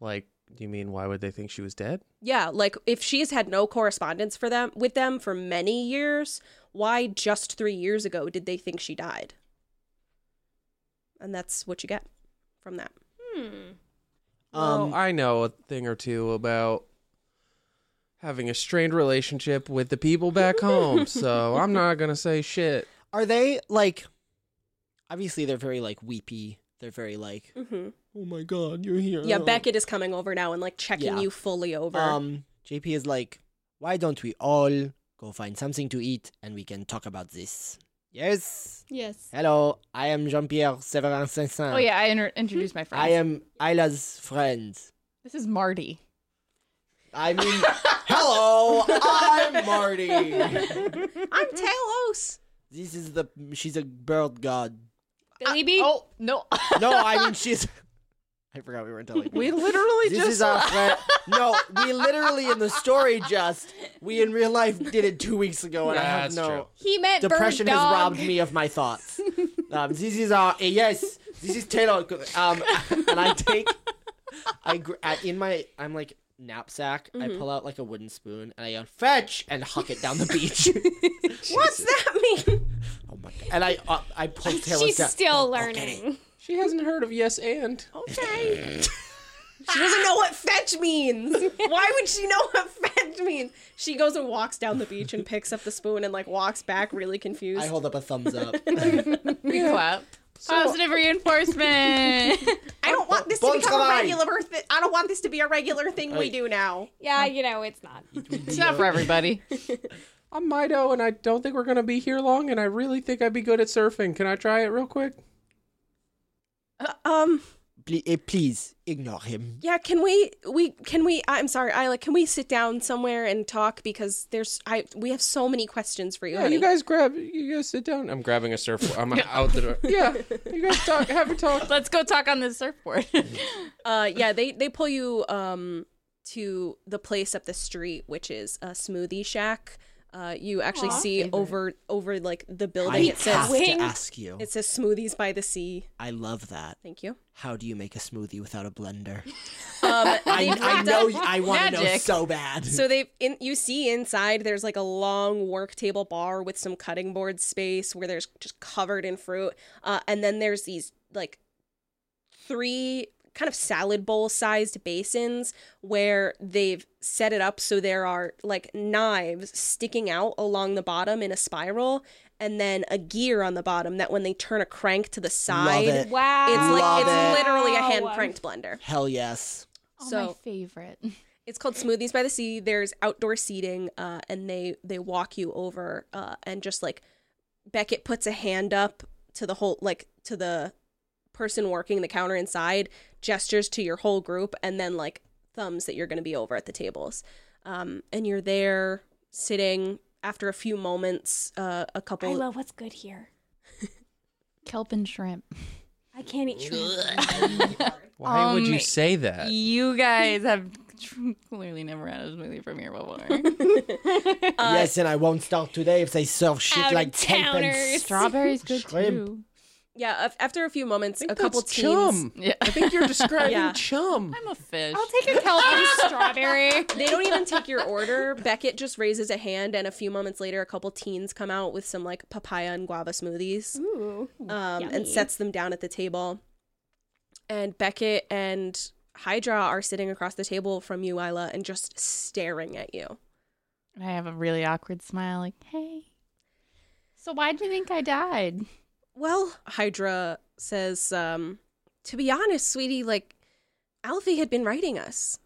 Speaker 5: Like, you mean why would they think she was dead?
Speaker 2: Yeah, like if she's had no correspondence for them with them for many years, why just three years ago did they think she died? And that's what you get from that.
Speaker 6: Hmm.
Speaker 3: Um,
Speaker 5: well, I know a thing or two about having a strained relationship with the people back home, so I'm not gonna say shit.
Speaker 3: Are they like? Obviously, they're very like weepy. They're very like,
Speaker 2: hmm
Speaker 3: oh my god, you're here.
Speaker 2: Yeah, Beckett is coming over now and like checking
Speaker 3: Yeah.
Speaker 2: you fully over.
Speaker 3: Um, JP is like, why don't we all go find something to eat and we can talk about this? Yes.
Speaker 6: Yes.
Speaker 3: Hello, I am Jean Pierre Severin Saint.
Speaker 4: Oh, yeah, I inter- introduced my friends.
Speaker 3: I am Isla's friend.
Speaker 4: This is Marty.
Speaker 3: I mean, hello, I'm Marty.
Speaker 2: I'm Talos.
Speaker 3: This is the she's a bird god.
Speaker 6: Billy B?
Speaker 4: Oh, no.
Speaker 3: No, I mean she's I forgot we weren't telling.
Speaker 7: We literally
Speaker 3: this
Speaker 7: just
Speaker 3: is our friend. No, we literally in the story just we in real life did it two weeks ago, and I
Speaker 7: Yeah,
Speaker 3: have
Speaker 7: that's
Speaker 3: no
Speaker 7: true.
Speaker 6: He meant
Speaker 3: depression
Speaker 6: bird
Speaker 3: has
Speaker 6: dog.
Speaker 3: robbed me of my thoughts. Um, this is our yes. This is Taylor. Um, and I take I gr- I- in my I'm like knapsack. I pull out like a wooden spoon and I yell fetch and huck it down the beach.
Speaker 2: What's that mean?
Speaker 3: oh my god! And I uh, I pull Taylor
Speaker 6: She's
Speaker 3: down.
Speaker 6: still
Speaker 3: I'll get it.
Speaker 6: learning.
Speaker 7: she hasn't heard of yes and.
Speaker 2: Okay. she doesn't know what fetch means. Why would she know what fetch means? She goes and walks down the beach and picks up the spoon and like walks back really confused.
Speaker 3: I hold up a thumbs up.
Speaker 4: We clap. Positive reinforcement.
Speaker 2: I don't want this
Speaker 3: Bon
Speaker 2: to become a
Speaker 3: travail.
Speaker 2: regular thi- I don't want this to be a regular thing we
Speaker 3: Right.
Speaker 2: do now.
Speaker 6: Yeah, you know it's not.
Speaker 4: it's not for everybody.
Speaker 7: I'm Mido, and I don't think we're gonna be here long. And I really think I'd be good at surfing. Can I try it real quick?
Speaker 2: Um
Speaker 3: Ple- eh, please ignore him.
Speaker 2: yeah, can we we can we I'm sorry, Isla, can we sit down somewhere and talk because there's I we have so many questions for you.
Speaker 7: Yeah,
Speaker 2: honey.
Speaker 7: you guys grab. You guys sit down. I'm grabbing a surfboard. I'm out the door. Yeah, you guys talk. Have a talk.
Speaker 4: Let's go talk on this surfboard.
Speaker 2: Uh, yeah, they they pull you um to the place up the street, which is a smoothie shack. Uh, you actually see over over like the building.
Speaker 3: I
Speaker 2: it
Speaker 3: have
Speaker 2: says
Speaker 3: to ask you.
Speaker 2: it says smoothies by the sea.
Speaker 3: I love that.
Speaker 2: Thank you.
Speaker 3: How do you make a smoothie without a blender?
Speaker 2: Um,
Speaker 3: I,
Speaker 2: they've
Speaker 3: I
Speaker 2: rigged
Speaker 3: know.
Speaker 2: up-
Speaker 3: I want to know
Speaker 4: Magic.
Speaker 3: so bad.
Speaker 2: So they in you see inside there's like a long work table bar with some cutting board space where there's just covered in fruit. Uh, and then there's these like three kind of salad bowl sized basins where they've set it up so there are like knives sticking out along the bottom in a spiral and then a gear on the bottom that when they turn a crank to the side
Speaker 3: it.
Speaker 2: it's
Speaker 6: Wow.
Speaker 2: like it's
Speaker 3: Love it.
Speaker 2: literally a hand cranked blender.
Speaker 3: Hell yes.
Speaker 2: so
Speaker 4: oh, my favorite.
Speaker 2: it's called Smoothies by the Sea. There's outdoor seating, uh, and they they walk you over, uh, and just like Beckett puts a hand up to the whole like to the person working the counter inside, gestures to your whole group, and then like thumbs that you're going to be over at the tables. Um, and you're there sitting. After a few moments, uh, a couple.
Speaker 6: Isla, what's good here?
Speaker 4: Kelp and shrimp.
Speaker 6: I can't eat shrimp.
Speaker 7: Why would you
Speaker 4: Um,
Speaker 7: say that?
Speaker 4: You guys have clearly never had a smoothie from here before.
Speaker 3: yes, and I won't start today if they serve shit
Speaker 6: Uh, out
Speaker 3: like
Speaker 6: of
Speaker 3: tape and
Speaker 6: towners.
Speaker 4: Strawberries good
Speaker 3: Shrimp.
Speaker 4: too.
Speaker 2: yeah, af- after a few moments,
Speaker 7: I
Speaker 2: a
Speaker 7: think
Speaker 2: couple
Speaker 7: that's
Speaker 2: teams.
Speaker 7: chum.
Speaker 4: Yeah.
Speaker 7: I think you're describing
Speaker 2: Yeah.
Speaker 7: chum.
Speaker 4: I'm a fish.
Speaker 6: I'll take a kelp and strawberry.
Speaker 2: they don't even take your order. Beckett just raises a hand, and a few moments later, a couple teens come out with some like papaya and guava smoothies
Speaker 6: Ooh.
Speaker 2: um,
Speaker 6: Mm, yummy.
Speaker 2: and sets them down at the table. And Beckett and Hydra are sitting across the table from you, Isla, and just staring at you.
Speaker 4: And I have a really awkward smile, like, hey. So why do you think I died?
Speaker 2: Well, Hydra says, um, to be honest, sweetie, like, Alfie had been writing us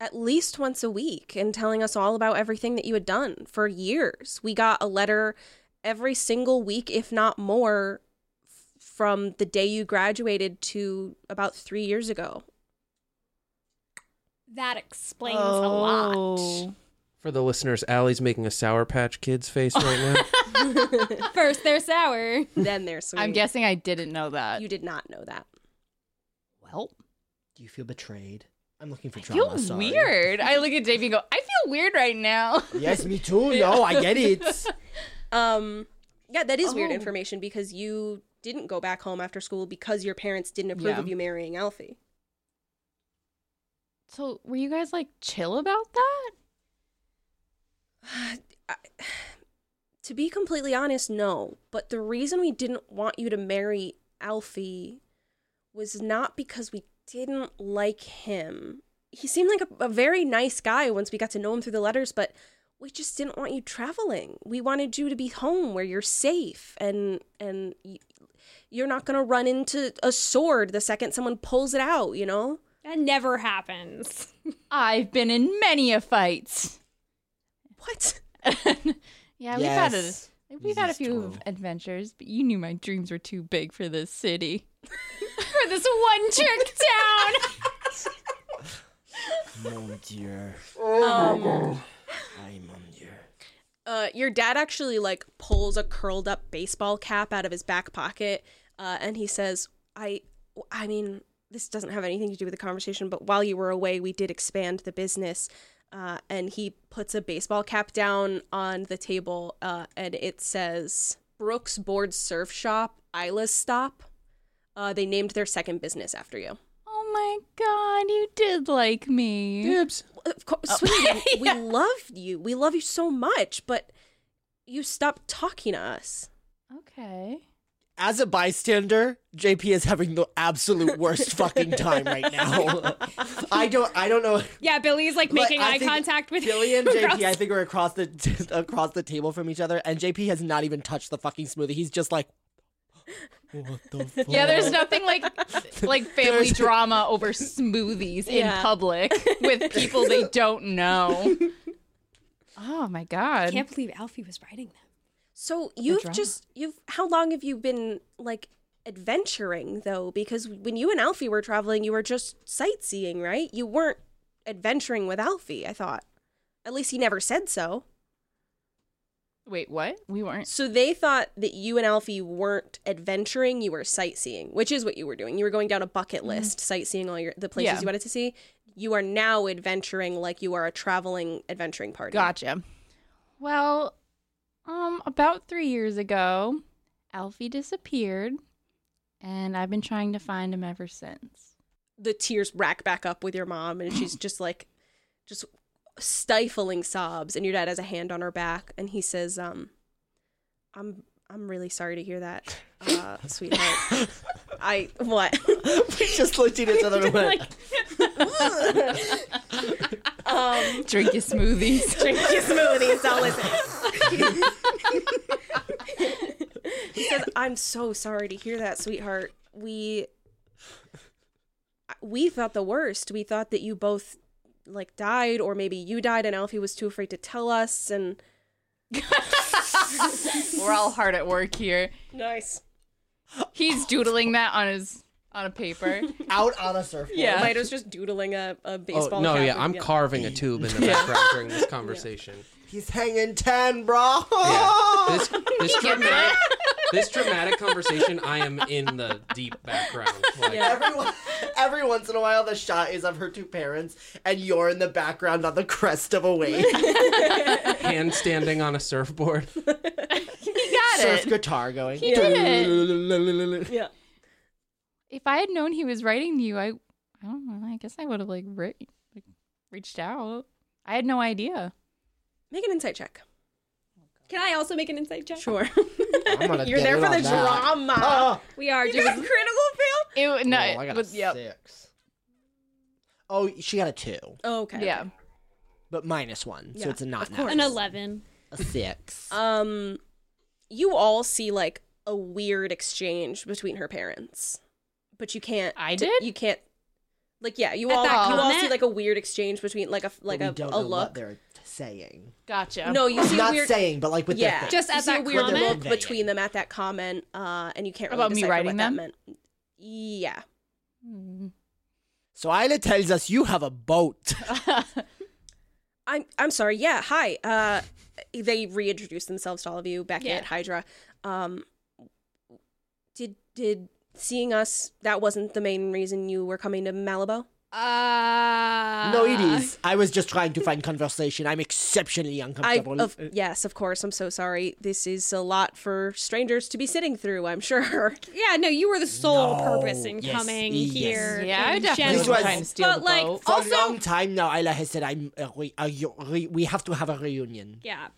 Speaker 2: at least once a week and telling us all about everything that you had done for years. We got a letter every single week, if not more, f- from the day you graduated to about three years ago.
Speaker 6: That explains a lot.
Speaker 4: Oh.
Speaker 7: For the listeners, Allie's making a Sour Patch Kids face right now.
Speaker 6: First, they're sour.
Speaker 2: then there's sweetie.
Speaker 4: I'm uh, guessing I didn't know that.
Speaker 2: you did not know that.
Speaker 4: well,
Speaker 3: Do you feel betrayed? I'm looking for
Speaker 4: I
Speaker 3: drama.
Speaker 4: feel
Speaker 3: sorry.
Speaker 4: weird. I look at JP and go, I feel weird right now.
Speaker 3: Yes, me too. No, I get it.
Speaker 2: Um, yeah, that is weird
Speaker 4: Oh.
Speaker 2: information because you didn't go back home after school because your parents didn't approve
Speaker 4: Yeah.
Speaker 2: of you marrying Alfie.
Speaker 4: So were you guys like chill about that?
Speaker 2: to be completely honest, no. But the reason we didn't want you to marry Alfie was not because we didn't like him. He seemed like a, a very nice guy once we got to know him through the letters, but we just didn't want you traveling. We wanted you to be home where you're safe and and y- you're not going to run into a sword the second someone pulls it out, you know?
Speaker 6: That never happens.
Speaker 4: I've been in many a fight.
Speaker 2: What?
Speaker 4: yeah, we've had a
Speaker 3: Yes,
Speaker 4: we've had a
Speaker 3: this is
Speaker 4: few
Speaker 3: true.
Speaker 4: adventures, but you knew my dreams were too big for this city.
Speaker 6: For this one trick town.
Speaker 3: Mon dieu.
Speaker 6: Um,
Speaker 3: I mon dieu.
Speaker 2: uh, your dad actually like pulls a curled up baseball cap out of his back pocket uh, and he says i i mean this doesn't have anything to do with the conversation, but while you were away, we did expand the business. Uh, and he puts a baseball cap down on the table uh, and it says Brooks Board Surf Shop, Isla's Stop. Uh, they named their second business after you.
Speaker 4: Oh my god, you did like me.
Speaker 7: Dibs.
Speaker 2: Of course, sweetie, we- we love you. We love you so much, but you stopped talking to us.
Speaker 4: Okay.
Speaker 3: As a bystander, JP is having the absolute worst fucking time right now. I don't. I don't know.
Speaker 6: Yeah, Billy's like
Speaker 3: Like,
Speaker 6: making
Speaker 3: I
Speaker 6: eye
Speaker 3: think
Speaker 6: contact with
Speaker 3: Billy and
Speaker 6: across-
Speaker 3: JP, I think, are across the across the table from each other, and JP has not even touched the fucking smoothie. He's just like, what the fuck?
Speaker 4: Yeah, there's nothing like like family
Speaker 3: There's-
Speaker 4: drama over smoothies
Speaker 2: Yeah.
Speaker 4: in public with people they don't know. Oh my
Speaker 6: I
Speaker 4: god.
Speaker 6: can't believe Alfie was writing them.
Speaker 2: So you've
Speaker 4: drama.
Speaker 2: just you've how long have you been like adventuring though? Because when you and Alfie were traveling, you were just sightseeing, right? You weren't adventuring with Alfie. I thought, at least he never said so.
Speaker 4: Wait, what? We weren't.
Speaker 2: So they thought that you and Alfie weren't adventuring; you were sightseeing, which is what you were doing. You were going down a bucket list, sightseeing all your the places
Speaker 4: Mm-hmm. Yeah.
Speaker 2: you wanted to see. You are now adventuring like you are a traveling adventuring party.
Speaker 4: Gotcha. Well, um, about three years ago, Alfie disappeared, and I've been trying to find him ever since.
Speaker 2: the tears rack back up with your mom and she's just like just stifling sobs and your dad has a hand on her back and he says um i'm i'm really sorry to hear that uh sweetheart i what
Speaker 3: we just looked at each other and went,
Speaker 2: um
Speaker 4: Drink your smoothies.
Speaker 2: drink your smoothies i'll listen he says i'm so sorry to hear that sweetheart we we thought the worst. We thought that you both like died, or maybe you died and Alfie was too afraid to tell us. And
Speaker 4: We're all hard at work here.
Speaker 2: nice,
Speaker 4: He's doodling that on his on a paper.
Speaker 3: out on a surfboard.
Speaker 4: Yeah.
Speaker 2: Mito's just doodling a, a
Speaker 5: Oh
Speaker 2: baseball.
Speaker 5: no,
Speaker 2: cap
Speaker 5: yeah,
Speaker 2: with-
Speaker 5: I'm carving a tube in the background during this conversation.
Speaker 3: He's hanging ten, bro.
Speaker 5: Yeah, this this dramatic, this dramatic conversation. I am in the deep background. Like,
Speaker 3: Everyone, every once in a while, the shot is of her two parents, and you're in the background on the crest of a wave.
Speaker 5: hand standing on a surfboard.
Speaker 4: he got
Speaker 3: Surf
Speaker 4: it.
Speaker 3: guitar going.
Speaker 4: He did
Speaker 2: Yeah.
Speaker 4: If I had known he was writing to you, I, I don't know. I guess I would have like, re- like reached out. I had no idea.
Speaker 2: Make an insight check.
Speaker 6: Can I also make an insight check?
Speaker 2: Sure.
Speaker 3: I'm gonna
Speaker 2: You're
Speaker 3: get
Speaker 2: there
Speaker 3: in
Speaker 2: for
Speaker 3: on
Speaker 2: the
Speaker 3: that.
Speaker 2: drama.
Speaker 3: Oh,
Speaker 6: We are
Speaker 2: you got critical
Speaker 6: just
Speaker 2: fail.
Speaker 4: It w- no,
Speaker 3: oh, I got a
Speaker 4: but, yeah,
Speaker 3: six. Oh, she got a two,
Speaker 2: Oh, okay.
Speaker 4: yeah.
Speaker 3: but minus one, so
Speaker 2: Yeah,
Speaker 3: it's a not
Speaker 2: of course.
Speaker 6: an eleven.
Speaker 3: A six.
Speaker 2: Um, you all see like a weird exchange between her parents, but you can't.
Speaker 4: I
Speaker 2: d-
Speaker 4: did?
Speaker 2: You can't. Like yeah, you
Speaker 6: At
Speaker 2: all you
Speaker 6: that
Speaker 2: all see
Speaker 6: comment?
Speaker 2: like a weird exchange between like a like a,
Speaker 3: But we don't
Speaker 2: a
Speaker 3: know what
Speaker 2: look.
Speaker 3: they're saying.
Speaker 4: Gotcha.
Speaker 2: No, you see a
Speaker 3: not
Speaker 2: weird
Speaker 3: saying, but like with their
Speaker 2: Yeah.
Speaker 3: face.
Speaker 6: Just at
Speaker 2: you see
Speaker 6: that
Speaker 2: a weird
Speaker 6: comment.
Speaker 2: look between them at that comment, uh, and you can't really
Speaker 4: About me
Speaker 2: decipher
Speaker 4: writing
Speaker 2: what
Speaker 4: them?
Speaker 2: that meant. Yeah.
Speaker 4: Hmm.
Speaker 3: So Isla tells us you have a boat.
Speaker 2: I'm I'm sorry. Yeah. Hi. Uh, they reintroduced themselves to all of you back
Speaker 6: Yeah.
Speaker 2: at Hydra. Um, did did seeing us that wasn't the main reason you were coming to Malibu?
Speaker 6: Uh,
Speaker 3: no, it
Speaker 2: Ah.
Speaker 3: is. I was just trying to find conversation. I'm exceptionally
Speaker 2: I
Speaker 3: uncomfortable.
Speaker 2: of yes, of course. I'm so sorry. This is a lot for strangers to be sitting through. I'm sure.
Speaker 6: Yeah, no, you were the sole
Speaker 3: No.
Speaker 6: purpose in
Speaker 3: Yes.
Speaker 6: coming
Speaker 3: Yes.
Speaker 6: here.
Speaker 4: Yeah, I
Speaker 6: in
Speaker 4: definitely
Speaker 3: was
Speaker 6: general.
Speaker 3: trying to
Speaker 4: steal
Speaker 6: but
Speaker 4: the
Speaker 6: like,
Speaker 4: boat.
Speaker 3: For
Speaker 6: also,
Speaker 3: a long time now, Isla has said, "I'm a re- a u- re- we have to have a reunion."
Speaker 6: yeah,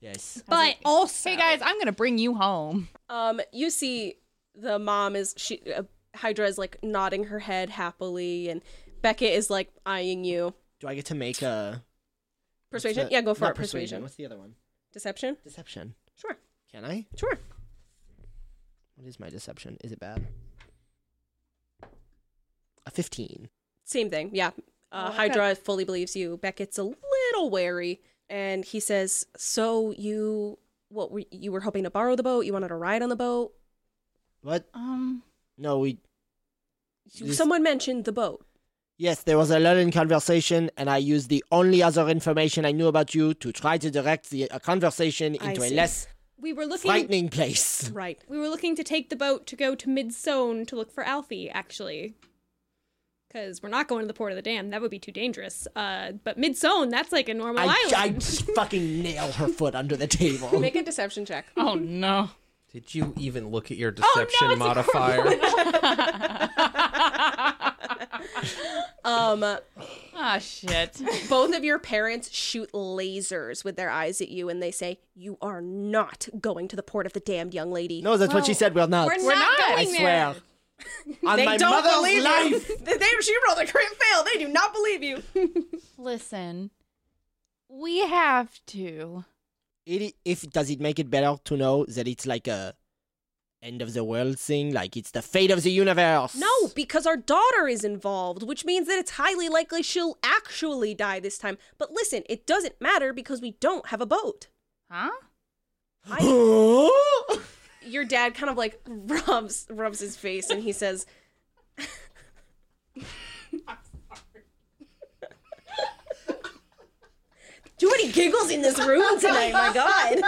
Speaker 3: Yes.
Speaker 6: but also,
Speaker 4: Hey guys, I'm gonna bring you home.
Speaker 2: Um, you see, the mom is she uh, Hydra is like nodding her head happily, and Becca is like eyeing you.
Speaker 3: Do I get to make a
Speaker 2: Persuasion?
Speaker 3: what's the-
Speaker 2: yeah, go for
Speaker 3: not
Speaker 2: it. Persuasion.
Speaker 3: What's the other one?
Speaker 2: Deception?
Speaker 3: Deception.
Speaker 2: Sure.
Speaker 3: Can I?
Speaker 2: Sure.
Speaker 3: What is my deception? Is it bad? A fifteen.
Speaker 2: Same thing. Yeah. Uh,
Speaker 4: Oh, okay.
Speaker 2: Hydra fully believes you. Beckett's a little wary, and he says, "So you, what were you were hoping to borrow the boat? You wanted a ride on the boat?
Speaker 3: What?
Speaker 4: Um,
Speaker 3: No, we.
Speaker 2: You-
Speaker 3: This-
Speaker 2: Someone mentioned the boat.
Speaker 3: Yes, there was a learning conversation, and I used the only other information I knew about you to try to direct the a conversation
Speaker 2: I
Speaker 3: into a
Speaker 2: see.
Speaker 3: less
Speaker 6: we were looking.
Speaker 3: frightening place.
Speaker 2: Right.
Speaker 6: We were looking to take the boat to go to Midzone to look for Alfie. Actually, because we're not going to the port of the dam. That would be too dangerous. Uh, but mid zone, that's like a normal
Speaker 3: I, I
Speaker 6: island.
Speaker 3: just fucking nail her foot under the table.
Speaker 2: Make a deception check.
Speaker 4: Oh no.
Speaker 5: Did you even look at your deception modifier?
Speaker 2: Um,
Speaker 4: Ah shit.
Speaker 2: both of your parents shoot lasers with their eyes at you, and they say, "You are not going to the port of the damned, young lady."
Speaker 3: no, that's what she said. Well, no.
Speaker 6: we're, not,
Speaker 3: I
Speaker 6: going there.
Speaker 3: swear. On
Speaker 2: they
Speaker 3: my
Speaker 2: don't
Speaker 3: mother's
Speaker 2: believe
Speaker 3: life.
Speaker 2: you. They, she rolled a crit fail. They do not believe you.
Speaker 4: Listen, we have to.
Speaker 3: It, i- if does it make it better to know that it's like a end of the world thing, like it's the fate of the universe?
Speaker 2: No, because our daughter is involved, which means that it's highly likely she'll actually die this time. But listen, it doesn't matter because we don't have a boat.
Speaker 4: Huh?
Speaker 2: Your dad kind of like rubs rubs his face and he says, Do any giggles in this room tonight, my god.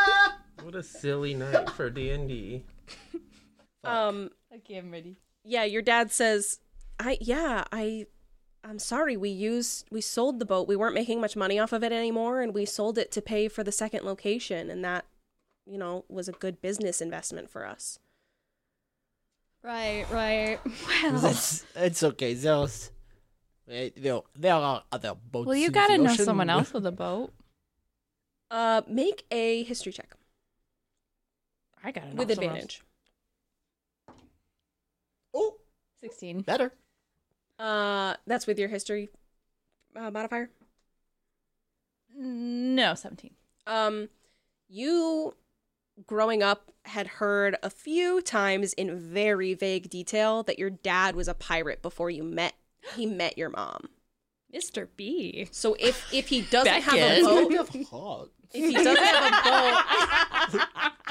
Speaker 5: what a silly night for D and D.
Speaker 2: Um
Speaker 4: Okay, I'm ready.
Speaker 2: yeah, your dad says, "I yeah, I I'm sorry. We used we sold the boat. We weren't making much money off of it anymore and we sold it to pay for the second location and that, you know, was a good business investment for us."
Speaker 6: Right, right.
Speaker 4: Oh.
Speaker 3: That's, it's okay. There's, eh, there, there are other boats.
Speaker 4: Well, you
Speaker 3: in
Speaker 4: gotta
Speaker 3: the
Speaker 4: know
Speaker 3: ocean.
Speaker 4: someone else with a boat.
Speaker 2: Uh make a history check
Speaker 4: I gotta know
Speaker 2: with
Speaker 4: someone
Speaker 2: advantage.
Speaker 3: Oh,
Speaker 4: else. Sixteen.
Speaker 3: better.
Speaker 2: Uh that's with your history uh, modifier.
Speaker 4: No, seventeen.
Speaker 2: Um, you growing up had heard a few times in very vague detail that your dad was a pirate before you met he met your mom.
Speaker 6: Mr. B.
Speaker 2: So if if he doesn't have a boat,
Speaker 4: Beckett.
Speaker 3: We have heart.
Speaker 2: if he doesn't have a boat,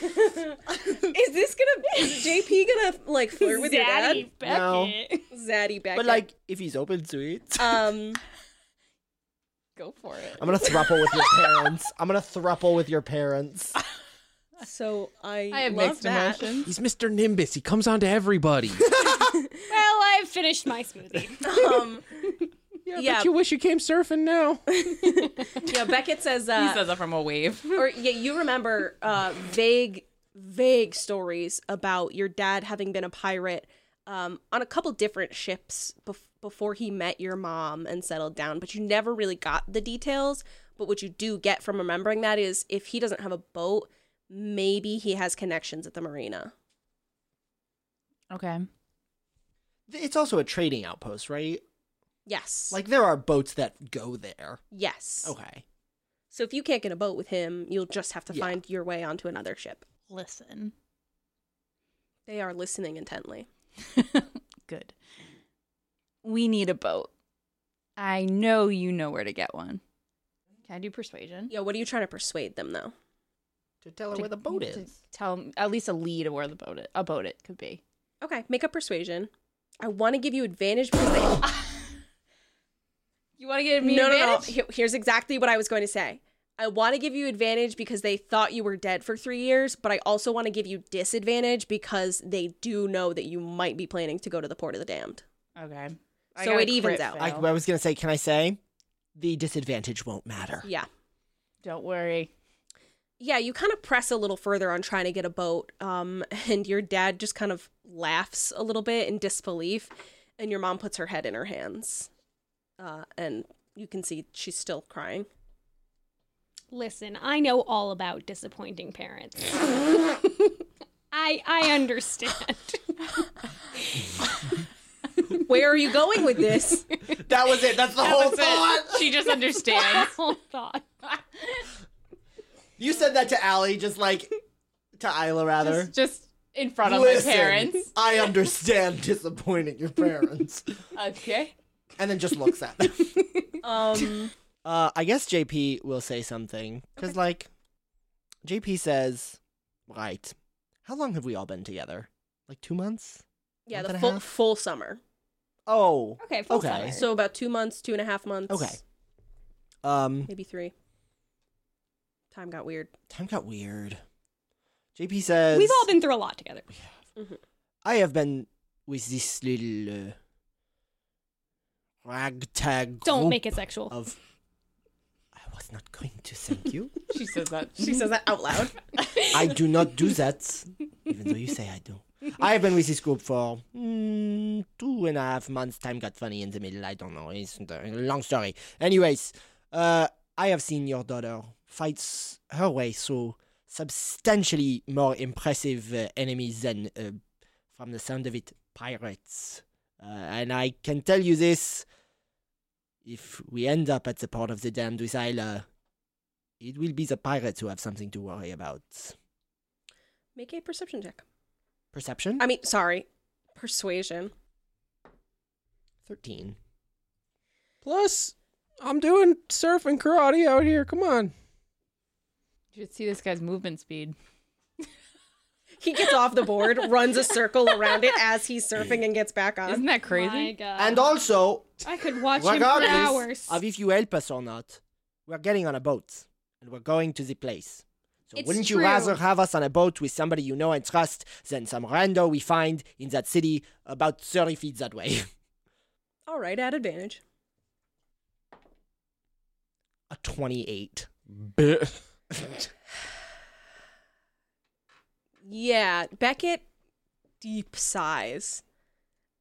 Speaker 2: is this gonna is JP gonna like flirt with your dad?
Speaker 6: Zaddy Beckett.
Speaker 2: Zaddy back.
Speaker 3: But like, if he's open to it,
Speaker 2: um,
Speaker 4: Go for it.
Speaker 3: I'm gonna thruple with your parents. I'm gonna thruple with your parents.
Speaker 2: so I
Speaker 4: I have
Speaker 2: love
Speaker 4: mixed
Speaker 2: that.
Speaker 4: emotions.
Speaker 5: He's Mr. Nimbus. He comes on to everybody.
Speaker 6: Well, I've finished my smoothie.
Speaker 2: Um, yeah, yeah,
Speaker 5: you wish you came surfing now.
Speaker 2: Beckett says uh,
Speaker 4: He says it from a wave.
Speaker 2: or yeah, you remember uh, vague, vague stories about your dad having been a pirate um, on a couple different ships bef- before he met your mom and settled down, but you never really got the details. But what you do get from remembering that is if he doesn't have a boat, maybe he has connections at the marina.
Speaker 4: Okay.
Speaker 3: It's also a trading outpost, right?
Speaker 2: Yes.
Speaker 3: Like there are boats that go there.
Speaker 2: yes.
Speaker 3: Okay.
Speaker 2: So if you can't get a boat with him, you'll just have to
Speaker 3: Yeah.
Speaker 2: find your way onto another ship.
Speaker 4: Listen.
Speaker 2: They are listening intently.
Speaker 4: Good. We need a boat. I know you know where to get one. Can I do persuasion?
Speaker 2: Yeah, what are you trying to persuade them though?
Speaker 3: To tell her
Speaker 4: To-
Speaker 3: where the boat
Speaker 4: to
Speaker 3: is.
Speaker 4: Tell 'em- at least a lead of where the boat it, a boat it could be.
Speaker 2: Okay, make a persuasion. I want to give you advantage because they.
Speaker 4: You want to give
Speaker 2: no, no, no. Here- Here's exactly what I was going to say. I want to give you advantage because they thought you were dead for three years, but I also want to give you disadvantage because they do know that you might be planning to go to the Port of the Damned.
Speaker 4: no. Okay.
Speaker 2: So
Speaker 4: got a
Speaker 2: it evens
Speaker 4: crit
Speaker 2: out.
Speaker 3: I,
Speaker 4: fail.
Speaker 3: I was gonna say, can I say? The disadvantage won't matter.
Speaker 2: Yeah.
Speaker 4: Don't worry.
Speaker 2: Yeah, you kind of press a little further on trying to get a boat, um, and your dad just kind of laughs a little bit in disbelief, and your mom puts her head in her hands. Uh, and you can see she's still crying.
Speaker 6: Listen, I know all about disappointing parents. I I understand.
Speaker 2: Where are you going with this?
Speaker 3: That was it. That's the whole thought.
Speaker 4: She just understands.
Speaker 6: Hold on.
Speaker 3: You said that to Allie, just like to Isla, rather.
Speaker 4: just, just in front of
Speaker 3: Listen,
Speaker 4: my parents.
Speaker 3: I understand disappointing your parents,
Speaker 4: Okay.
Speaker 3: and then just looks at them.
Speaker 2: Um,
Speaker 3: Uh, I guess JP will say something because, like, JP says, "Right, how long have we all been together? Like two months?
Speaker 2: yeah, the
Speaker 3: Month and a
Speaker 2: full
Speaker 3: half?
Speaker 2: full summer.
Speaker 3: Oh,
Speaker 6: Okay, full
Speaker 3: Okay.
Speaker 6: summer.
Speaker 2: So about two months, two and a half months.
Speaker 3: Okay. um,
Speaker 2: maybe three. Time got weird.
Speaker 3: time got weird. JP says,
Speaker 6: We've all been through a lot together.
Speaker 3: I have been with this little uh, ragtag
Speaker 6: Don't
Speaker 3: group
Speaker 6: make it sexual.
Speaker 3: of. I was not going to thank you.
Speaker 2: She says that. She says that out loud.
Speaker 3: I do not do that, even though you say I do. I have been with this group for mm, two and a half months. Time got funny in the middle. I don't know. It's a long story. Anyways, uh, I have seen your daughter fights her way through substantially more impressive uh, enemies than, uh, from the sound of it, pirates. Uh, and I can tell you this: if we end up at the port of the damned with Isla, it will be the pirates who have something to worry about.
Speaker 2: Make a perception check.
Speaker 3: Perception?
Speaker 2: I mean, sorry, persuasion.
Speaker 3: 13.
Speaker 7: Plus, I'm doing surf and karate out here. Come on.
Speaker 4: You should see this guy's movement speed.
Speaker 2: He gets off the board, runs a circle around it as he's surfing, and gets back
Speaker 4: Isn't
Speaker 2: on.
Speaker 4: that
Speaker 6: My
Speaker 4: crazy?
Speaker 6: God.
Speaker 7: Um,
Speaker 3: And also,
Speaker 6: I could watch him for
Speaker 3: regardless
Speaker 6: hours.
Speaker 3: of if you help us or not, we're getting on a boat and we're going to the place. So
Speaker 6: It's
Speaker 3: wouldn't
Speaker 6: true.
Speaker 3: you rather have us on a boat with somebody you know and trust than some rando we find in that city about 30 feet that way?
Speaker 2: All right, at advantage.
Speaker 3: a 28.
Speaker 7: Bit.
Speaker 2: Yeah, Beckett deep sighs.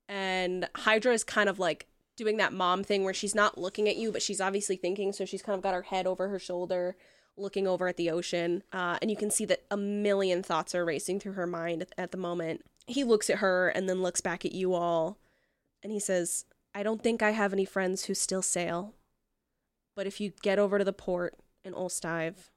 Speaker 2: And Hydra is kind of like doing that mom thing where she's not looking at you, but she's obviously thinking. So she's kind of got her head over her shoulder, looking over at the ocean. Uh, and you can see that a million thoughts are racing through her mind at- at the moment. He looks at her and then looks back at you all. And he says, I don't think I have any friends who still sail. But if you get over to the port in Olstive,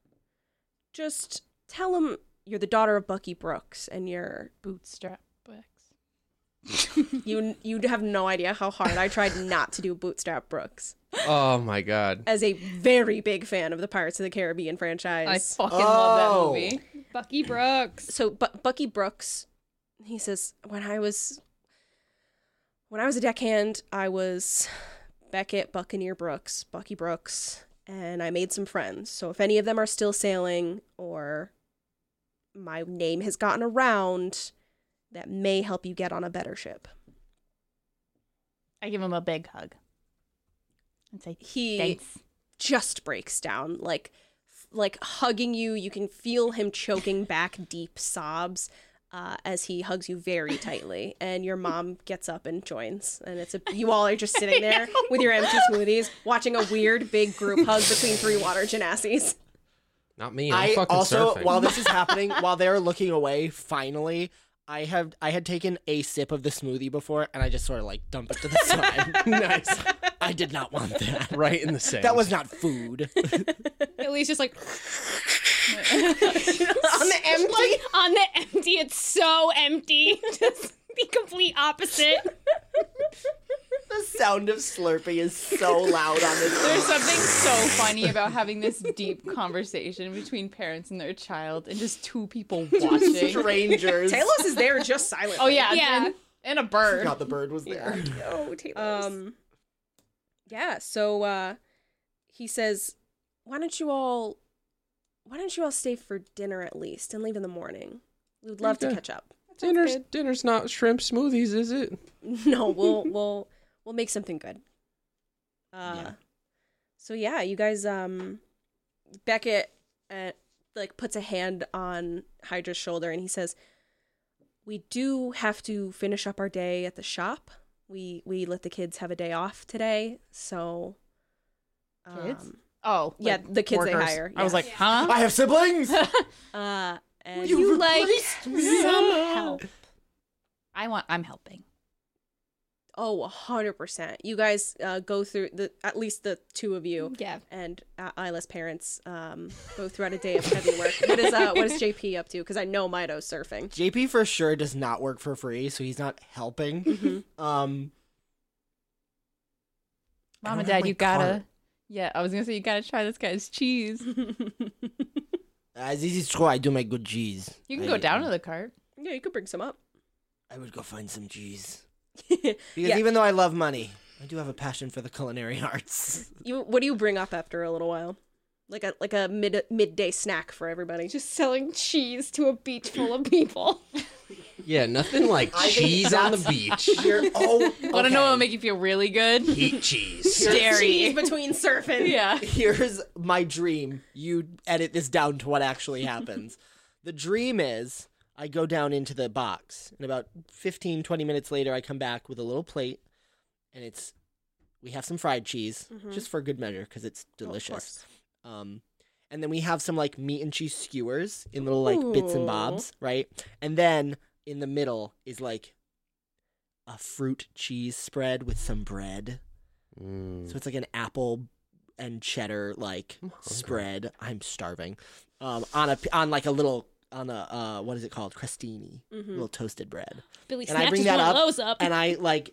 Speaker 2: just tell them you're the daughter of Bucky Brooks and you're
Speaker 4: Bootstrap Bex.
Speaker 2: you you have no idea how hard I tried not to do Bootstrap Brooks
Speaker 7: Oh my god.
Speaker 2: as a very big fan of the Pirates of the Caribbean
Speaker 4: I
Speaker 2: franchise.
Speaker 4: fucking love
Speaker 3: Oh.
Speaker 4: that movie.
Speaker 6: Bucky Brooks.
Speaker 2: so Bu- Bucky Brooks, he says when I was when I was a deckhand, I was Beckett Buccaneer Brooks, Bucky Brooks, and I made some friends. So if any of them are still sailing or my name has gotten around, that may help you get on a better ship.
Speaker 4: I give him a big hug and say
Speaker 2: He
Speaker 4: thanks.
Speaker 2: just breaks down like like hugging you you can feel him choking back deep sobs uh, as he hugs you very tightly and your mom gets up and joins and it's a you all are just sitting there with your empty smoothies watching a weird big group hug between three water genasis
Speaker 7: Not me. I'm
Speaker 3: I
Speaker 7: fucking
Speaker 3: also,
Speaker 7: surfing.
Speaker 3: while this is happening, while they're looking away, finally, I have I had taken a sip of the smoothie before and I just sort of like dumped it to the side.
Speaker 7: nice.
Speaker 3: I did not want that.
Speaker 7: Right in the sand.
Speaker 3: That was not food.
Speaker 6: At least just like
Speaker 2: on the empty
Speaker 6: on the empty. It's so empty. Just the complete opposite.
Speaker 3: the sound of slurping is so loud on this.
Speaker 4: There's something so funny about having this deep conversation between parents and their child and just two people watching.
Speaker 3: strangers.
Speaker 2: Talos is there just silent
Speaker 4: Oh yeah,
Speaker 6: Yeah.
Speaker 4: And, and a bird.
Speaker 3: the bird was there.
Speaker 2: Oh, Um, yeah. So uh, he says, "Why don't you all, why don't you all stay for dinner at least and leave in the morning? We would love to
Speaker 7: Okay.
Speaker 2: catch up.
Speaker 7: dinner's dinner's not shrimp smoothies, is it?
Speaker 2: No, we'll we'll we'll make something good. Uh,
Speaker 3: Yeah.
Speaker 2: so yeah, you guys, um, Beckett, uh, like puts a hand on Hydra's shoulder and he says, "We do have to finish up our day at the shop. We we let the kids have a day off today, so."
Speaker 4: Kids?
Speaker 2: um,
Speaker 4: Oh
Speaker 2: yeah,
Speaker 4: like
Speaker 2: the kids they
Speaker 4: workers.
Speaker 2: hire.
Speaker 4: I was
Speaker 2: yeah.
Speaker 4: like, huh?
Speaker 3: I have siblings.
Speaker 2: uh, and
Speaker 6: You, like some help.
Speaker 4: I want. I'm helping.
Speaker 2: oh, a hundred percent. You guys uh, go through the at least the two of you
Speaker 6: Yeah.
Speaker 2: and uh, Isla's parents um, go throughout a day of heavy work. what is uh, what is JP up to? Because I know Mido's surfing.
Speaker 3: JP for sure does not work for free, so he's not helping.
Speaker 2: Mhm.
Speaker 4: Mm-hmm.
Speaker 3: Um, I
Speaker 4: Mom and
Speaker 3: don't have
Speaker 4: Dad,
Speaker 3: my
Speaker 4: you gotta.
Speaker 3: cart.
Speaker 4: Yeah, I was gonna say you gotta try this guy's cheese.
Speaker 3: uh, this is true. I do make good cheese.
Speaker 4: You can go down to the cart.
Speaker 2: yeah, you could bring some up.
Speaker 3: I would go find some cheese because
Speaker 2: yeah.
Speaker 3: even though I love money, I do have a passion for the culinary arts.
Speaker 2: you, what do you bring up after a little while? like a like a mid midday snack for everybody.
Speaker 6: Just selling cheese to a beach full of people.
Speaker 8: Yeah, nothing like
Speaker 3: I think
Speaker 8: cheese on the beach.
Speaker 3: You're- oh,
Speaker 4: Want to know what'll
Speaker 3: okay.
Speaker 4: make you feel really good?
Speaker 8: Eat cheese.
Speaker 2: Cheese
Speaker 4: Dairy.
Speaker 2: between surfing.
Speaker 4: Yeah.
Speaker 3: Here's my dream. You edit this down to what actually happens. the dream is I go down into the box, and about 15, 20 minutes later, I come back with a little plate, and it's we have some fried cheese just for good measure because it's delicious. um, and then we have some like meat and cheese skewers in little like bits
Speaker 2: Ooh.
Speaker 3: and bobs, right? And then in the middle is like a fruit cheese spread with some bread.
Speaker 8: Mm.
Speaker 3: So it's like an apple and cheddar like spread. I'm starving. Um, on a on like a little on a uh, what is it called? Crostini,
Speaker 2: Mm-hmm. Hmm.
Speaker 3: little toasted bread.
Speaker 6: Billy
Speaker 3: And I bring
Speaker 6: snatches
Speaker 3: that up,
Speaker 6: one of those up.
Speaker 3: And I like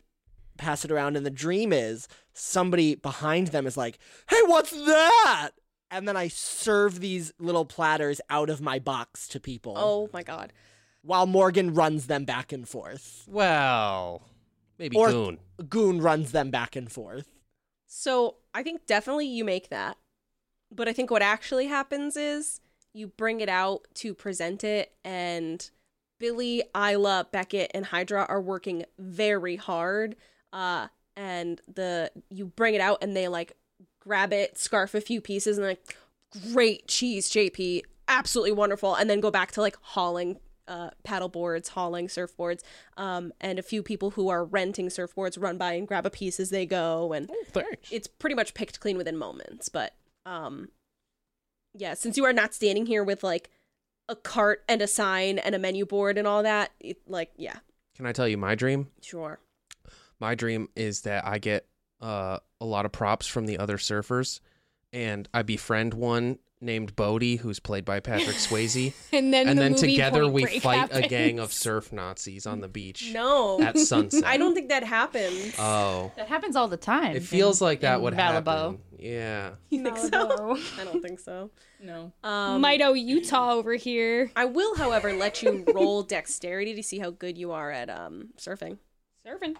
Speaker 3: pass it around, and the dream is somebody behind them is like, "Hey, what's that?" And then I serve these little platters out of my box to people
Speaker 2: Oh my god.
Speaker 3: while Morgan runs them back and forth.
Speaker 8: Well, maybe
Speaker 3: Or-
Speaker 8: Goon.
Speaker 3: Goon runs them back and forth.
Speaker 2: So I think definitely you make that. But I think what actually happens is you bring it out to present it, and Billy, Isla, Beckett, and Hydra are working very hard. Uh, and the you bring it out, and they like grab it, scarf a few pieces, and they're like, great cheese, JP, absolutely wonderful. And then go back to like hauling uh, paddle boards, hauling surfboards, um, and a few people who are renting surfboards run by and grab a piece as they go, and
Speaker 7: Thanks.
Speaker 2: it's pretty much picked clean within moments but um yeah since you are not standing here with like a cart and a sign and a menu board and all that it, like yeah
Speaker 5: Can I tell you my dream?
Speaker 2: sure
Speaker 5: My dream is that I get uh, a lot of props from the other surfers, and I befriend one named Bodie, who's played by Patrick Swayze,
Speaker 6: and then,
Speaker 5: and
Speaker 6: the
Speaker 5: then
Speaker 6: movie
Speaker 5: together
Speaker 6: Point
Speaker 5: we
Speaker 6: Break
Speaker 5: fight
Speaker 6: happens.
Speaker 5: a gang of surf Nazis on the beach
Speaker 2: no
Speaker 5: at sunset.
Speaker 2: i don't think that happens
Speaker 5: Oh,
Speaker 4: That happens all the time.
Speaker 5: it feels like that would
Speaker 4: Malibu.
Speaker 5: happen. Yeah.
Speaker 2: you think so i don't think so
Speaker 4: No.
Speaker 2: um
Speaker 6: Mito, Utah over here.
Speaker 2: i will however let you roll dexterity to see how good you are at um surfing
Speaker 6: Serving.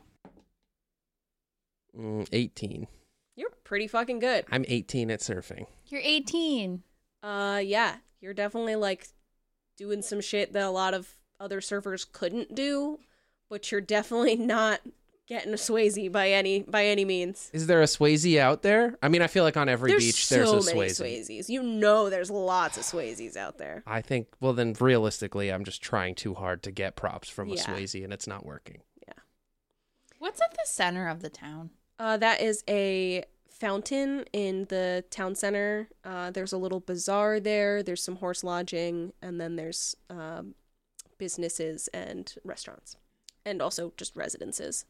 Speaker 5: Mm, 18.
Speaker 2: you're pretty fucking good
Speaker 5: I'm 18 at surfing.
Speaker 4: You're 18.
Speaker 2: uh yeah you're definitely like doing some shit that a lot of other surfers couldn't do but you're definitely not getting a swayze by any by any means
Speaker 5: Is there a Swayze out there? I mean, I feel like on every
Speaker 2: there's
Speaker 5: beach
Speaker 2: so
Speaker 5: there's a
Speaker 2: many
Speaker 5: Swayze.
Speaker 2: Swayzes. You know, there's lots of Swayzes out there.
Speaker 5: I think, well, then realistically, I'm just trying too hard to get props from a
Speaker 2: Yeah.
Speaker 5: Swayze and it's not working.
Speaker 4: What's at the center of the town?
Speaker 2: Uh, that is a fountain in the town center. Uh, there's a little bazaar there. There's some horse lodging, and then there's um, businesses and restaurants, and also just residences.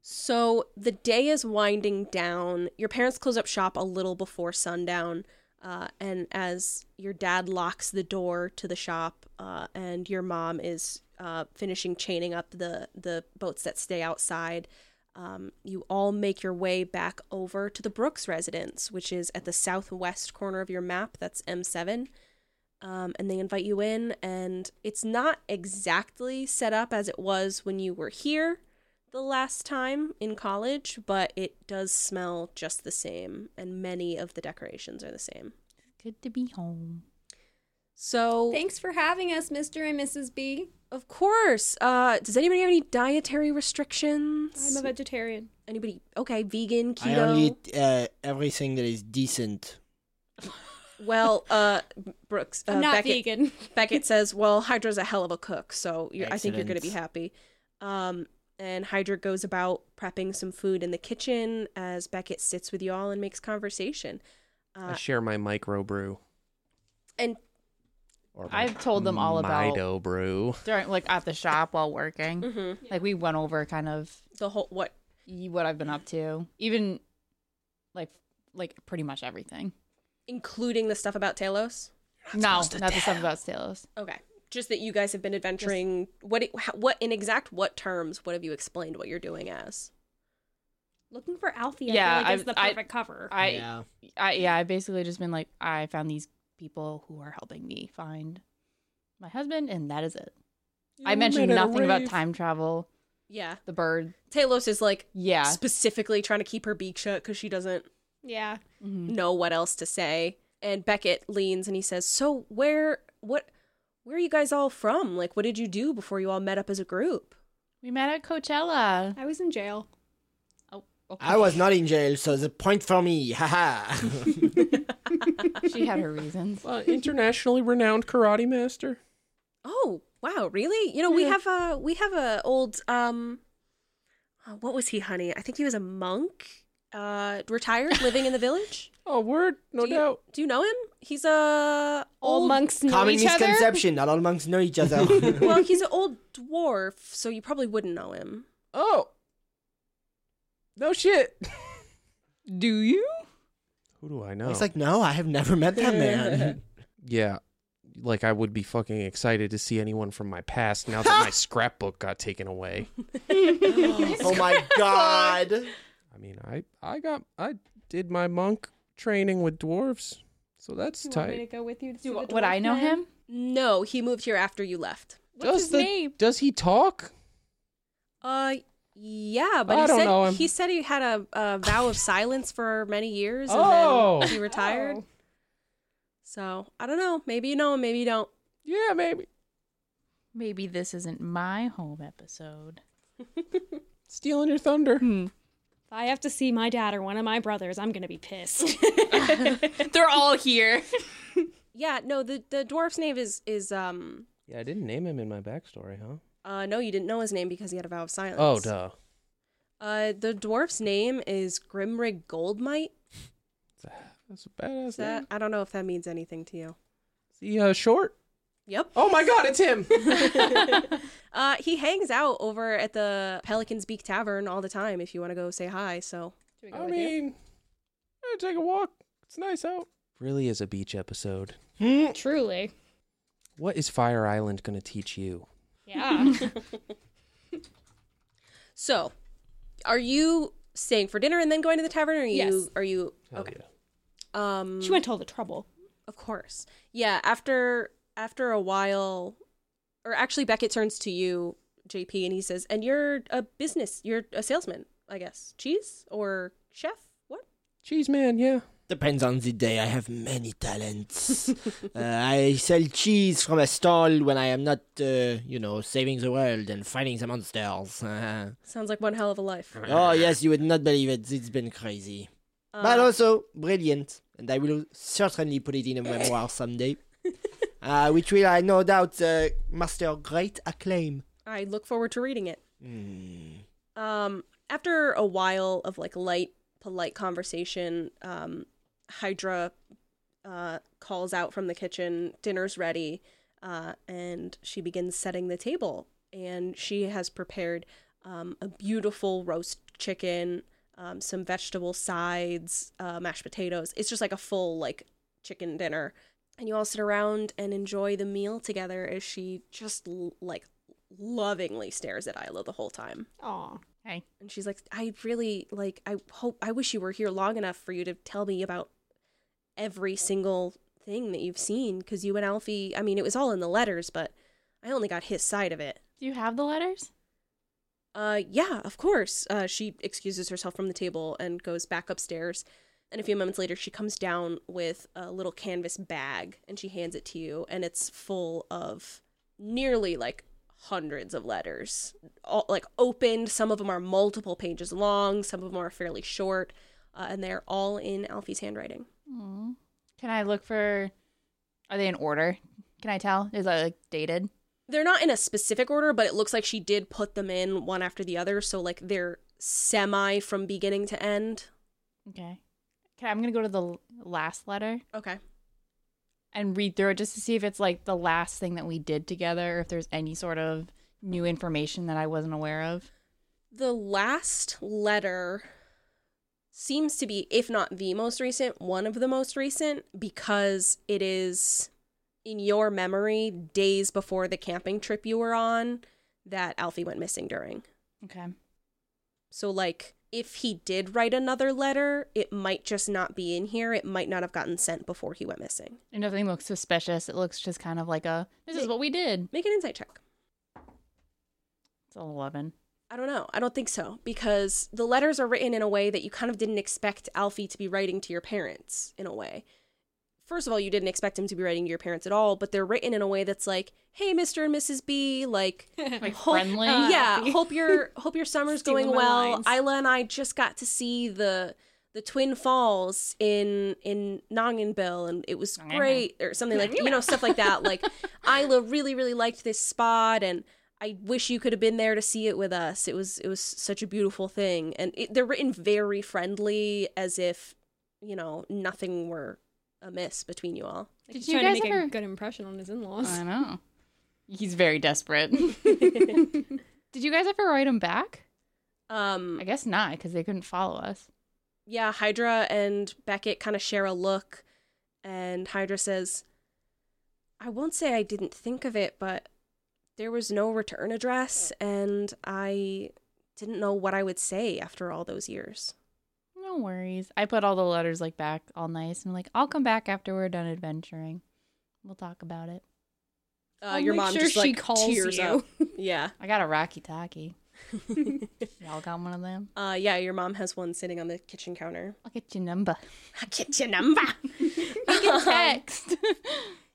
Speaker 2: So the day is winding down. Your parents close up shop a little before sundown. Uh, and as your dad locks the door to the shop, uh, and your mom is uh, finishing chaining up the, the boats that stay outside, um, you all make your way back over to the Brooks residence, which is at the southwest corner of your map. That's M7. Um, and they invite you in, and it's not exactly set up as it was when you were here the last time in college, but it does smell just the same, and many of the decorations are the same.
Speaker 4: Good to be home.
Speaker 2: So,
Speaker 6: Thanks for having us, Mr. and Mrs. B.
Speaker 2: of course, uh, does anybody have any dietary restrictions?
Speaker 6: I'm a vegetarian.
Speaker 2: anybody? Okay, vegan, keto.
Speaker 3: I only eat uh, everything that is decent.
Speaker 2: Well, uh, Brooks, uh,
Speaker 6: I'm not
Speaker 2: Beckett,
Speaker 6: vegan.
Speaker 2: Beckett says, "Well, Hydra's a hell of a cook, so you're, I think you're going to be
Speaker 3: Excellent.
Speaker 2: happy." Um, and Hydra goes about prepping some food in the kitchen as Beckett sits with y'all and makes conversation.
Speaker 5: I
Speaker 2: Uh,
Speaker 5: share my micro brew.
Speaker 2: and
Speaker 5: Or my
Speaker 4: I've told them all about
Speaker 5: Mido brew.
Speaker 4: during like at the shop while working.
Speaker 2: mhm,
Speaker 4: Like we went over kind of
Speaker 2: the whole what?
Speaker 4: y- what I've been up to, even like like pretty much everything.
Speaker 2: including the stuff about Talos.
Speaker 4: No, not the stuff about Stalos.
Speaker 2: Okay, just that you guys have been adventuring. What? It, how, what in exact what terms? What have you explained what you're doing as?
Speaker 6: Looking for Alfie. I
Speaker 4: Yeah,
Speaker 6: feel like is
Speaker 4: I've-
Speaker 6: the
Speaker 4: I-
Speaker 6: perfect cover.
Speaker 4: I,
Speaker 3: yeah.
Speaker 4: I yeah, I basically just been like I found these people who are helping me find my husband, and that is it. I mentioned nothing about time travel,
Speaker 2: Yeah,
Speaker 4: the bird.
Speaker 2: Talos is like
Speaker 4: Yeah,
Speaker 2: specifically trying to keep her beak shut because she doesn't
Speaker 6: yeah.
Speaker 4: Mhm.
Speaker 2: know what Mm-hmm. else to say. and Beckett leans and he says, "So where what where are you guys all from? Like what did you do before you all met up as a group?"
Speaker 4: We met at Coachella.
Speaker 6: I was in jail.
Speaker 4: Oh,
Speaker 3: I was not in jail, so the point for me. Haha.
Speaker 4: She had her reasons.
Speaker 7: Uh, internationally renowned karate master.
Speaker 2: Oh, wow, really? You know, we have a we have a old um uh, what was he, honey? I think he was a monk, uh retired living in the village.
Speaker 7: Oh, word, no
Speaker 2: do you,
Speaker 7: doubt.
Speaker 2: Do you know him? He's a
Speaker 6: All
Speaker 2: old
Speaker 6: monks know
Speaker 3: Common
Speaker 6: each other.
Speaker 3: misconception. Not all monks know each other.
Speaker 2: well, he's an old dwarf, so you probably wouldn't know him.
Speaker 7: Oh, no shit.
Speaker 4: Do you?
Speaker 5: Who do I know?
Speaker 3: It's like, no, I have never met that man.
Speaker 5: yeah, like I would be fucking excited to see anyone from my past now that my scrapbook got taken away.
Speaker 3: oh my god.
Speaker 5: I mean, I I got I did my monk training with dwarves, so that's
Speaker 6: Do you want me to
Speaker 5: tight.
Speaker 6: go with you to see
Speaker 4: Do,
Speaker 6: the
Speaker 4: would I
Speaker 6: dwarf
Speaker 4: know
Speaker 6: man?
Speaker 4: him?
Speaker 2: No, he moved here after you left.
Speaker 6: What's
Speaker 5: does
Speaker 6: his
Speaker 5: the
Speaker 6: name?
Speaker 5: does he talk?
Speaker 2: Uh, yeah, but
Speaker 7: I
Speaker 2: he
Speaker 7: don't
Speaker 2: said
Speaker 7: know him.
Speaker 2: he said he had a, a vow of silence for many years, and
Speaker 7: Oh.
Speaker 2: then he retired.
Speaker 6: Oh.
Speaker 2: So I don't know. Maybe you know him. Maybe you don't.
Speaker 7: Yeah, maybe.
Speaker 4: Maybe this isn't my home episode.
Speaker 7: Stealing your thunder.
Speaker 6: If I have to see my dad or one of my brothers, I'm gonna be pissed.
Speaker 4: They're all here.
Speaker 2: Yeah, no. The the dwarf's name is is um.
Speaker 5: Yeah, I didn't name him in my backstory, huh?
Speaker 2: Uh, no, you didn't know his name because he had a vow of silence.
Speaker 5: Oh, duh.
Speaker 2: Uh, the dwarf's name is Grimrig Goldmite.
Speaker 7: That's a badass
Speaker 2: Is that
Speaker 7: name.
Speaker 2: I don't know if that means anything to you.
Speaker 7: Is he uh, short?
Speaker 2: Yep.
Speaker 7: Oh my god, it's him.
Speaker 2: Uh, he hangs out over at the Pelican's Beak Tavern all the time. If you want to go say hi, so
Speaker 7: I mean, eh, take a walk. It's nice out.
Speaker 5: Really is a beach episode.
Speaker 3: Hmm?
Speaker 6: Truly.
Speaker 5: What is Fire Island gonna teach you?
Speaker 6: Yeah.
Speaker 2: So, are you staying for dinner and then going to the tavern? Or are you?
Speaker 6: Yes.
Speaker 2: Are you? Okay. Um.
Speaker 6: she went to all the trouble.
Speaker 2: Of course. Yeah. After after a while, or actually, Beckett turns to you, JP, and he says, "And you're a business. You're a salesman, I guess. Cheese or chef? What?
Speaker 7: Cheese man, yeah.
Speaker 3: Depends on the day. I have many talents. uh, I sell cheese from a stall when I am not, uh, you know, saving the world and fighting the monsters. Uh-huh.
Speaker 2: Sounds like one hell of a life.
Speaker 3: oh, yes, you would not believe it. It's been crazy.
Speaker 2: Um, Uh-huh.
Speaker 3: but also brilliant. And I will certainly put it in a memoir someday. uh, which will, I no doubt, uh, master great acclaim.
Speaker 2: I look forward to reading it.
Speaker 3: Hmm.
Speaker 2: Um, after a while of like light, polite conversation, um, Hydra uh, calls out from the kitchen, dinner's ready, uh, and she begins setting the table. And she has prepared um, a beautiful roast chicken, um, some vegetable sides, uh, mashed potatoes. It's just like a full like chicken dinner. And you all sit around and enjoy the meal together as she just l- like lovingly stares at Isla the whole time.
Speaker 6: Aw.
Speaker 4: Hey,
Speaker 2: And she's like, I really like I hope I wish you were here long enough for you to tell me about every single thing that you've seen cuz you and Alfie, I mean, it was all in the letters, but I only got his side of it.
Speaker 4: do you have the letters?
Speaker 2: Uh yeah, of course. Uh she excuses herself from the table and goes back upstairs. And a few moments later she comes down with a little canvas bag and she hands it to you and it's full of nearly like hundreds of letters. All like opened, some of them are multiple pages long, some of them are fairly short, uh, and they're all in Alfie's handwriting.
Speaker 4: Mm. Can I look for? Are they in order? Can I tell? Is that like dated?
Speaker 2: They're not in a specific order, but it looks like she did put them in one after the other, so like they're semi from beginning to end.
Speaker 4: Okay. Okay, I'm gonna go to the l- last letter
Speaker 2: Okay.
Speaker 4: and read through it just to see if it's like the last thing that we did together, or if there's any sort of new information that I wasn't aware of.
Speaker 2: the last letter seems to be if not the most recent one of the most recent because it is in your memory days before the camping trip you were on that alfie went missing during
Speaker 4: Okay.
Speaker 2: so like if he did write another letter it might just not be in here it might not have gotten sent before he went missing
Speaker 4: And nothing looks suspicious. It looks just kind of like a this is what we did.
Speaker 2: make an insight check
Speaker 4: It's an eleven.
Speaker 2: I don't know. I don't think so because the letters are written in a way that you kind of didn't expect Alfie to be writing to your parents in a way. first of all, you didn't expect him to be writing to your parents at all, but they're written in a way that's like, "Hey, Mr. and Mrs. B, like,
Speaker 4: Like
Speaker 2: hope-
Speaker 4: friendly.
Speaker 6: uh,
Speaker 2: yeah,
Speaker 6: Ah.
Speaker 2: hope your hope your summer's
Speaker 6: Stealing
Speaker 2: going
Speaker 6: my
Speaker 2: well.
Speaker 6: lines.
Speaker 2: Isla and I just got to see the the Twin Falls in in Nonganville, and it was
Speaker 4: Nonganville.
Speaker 2: great, or something like you know stuff like that. Like Isla really really liked this spot, and I wish you could have been there to see it with us. It was it was such a beautiful thing, and it, they're written very friendly, as if you know nothing were amiss between you all.
Speaker 6: Like,
Speaker 4: Did
Speaker 6: he's
Speaker 4: you
Speaker 6: trying to
Speaker 4: guys
Speaker 6: make
Speaker 4: ever-
Speaker 6: a good impression on his in-laws?
Speaker 4: I know. He's very desperate. Did you guys ever write him back?
Speaker 2: Um,
Speaker 4: I guess not, because they couldn't follow us.
Speaker 2: yeah, Hydra and Beckett kind of share a look, and Hydra says, I won't say I didn't think of it, but there was no return address, and I didn't know what I would say after all those years.
Speaker 4: No worries. I put all the letters like back all nice and like, I'll come back after we're done adventuring. We'll talk about it.
Speaker 2: Uh,
Speaker 6: I'll
Speaker 2: your
Speaker 6: make
Speaker 2: mom
Speaker 6: sure
Speaker 2: just
Speaker 6: she
Speaker 2: like
Speaker 6: calls
Speaker 2: tears
Speaker 6: you.
Speaker 2: up. yeah.
Speaker 4: I got a Rocky Taki. Y'all got one of them?
Speaker 2: uh, yeah, your mom has one sitting on the kitchen counter.
Speaker 4: I'll get your number.
Speaker 2: I get your number.
Speaker 4: Text.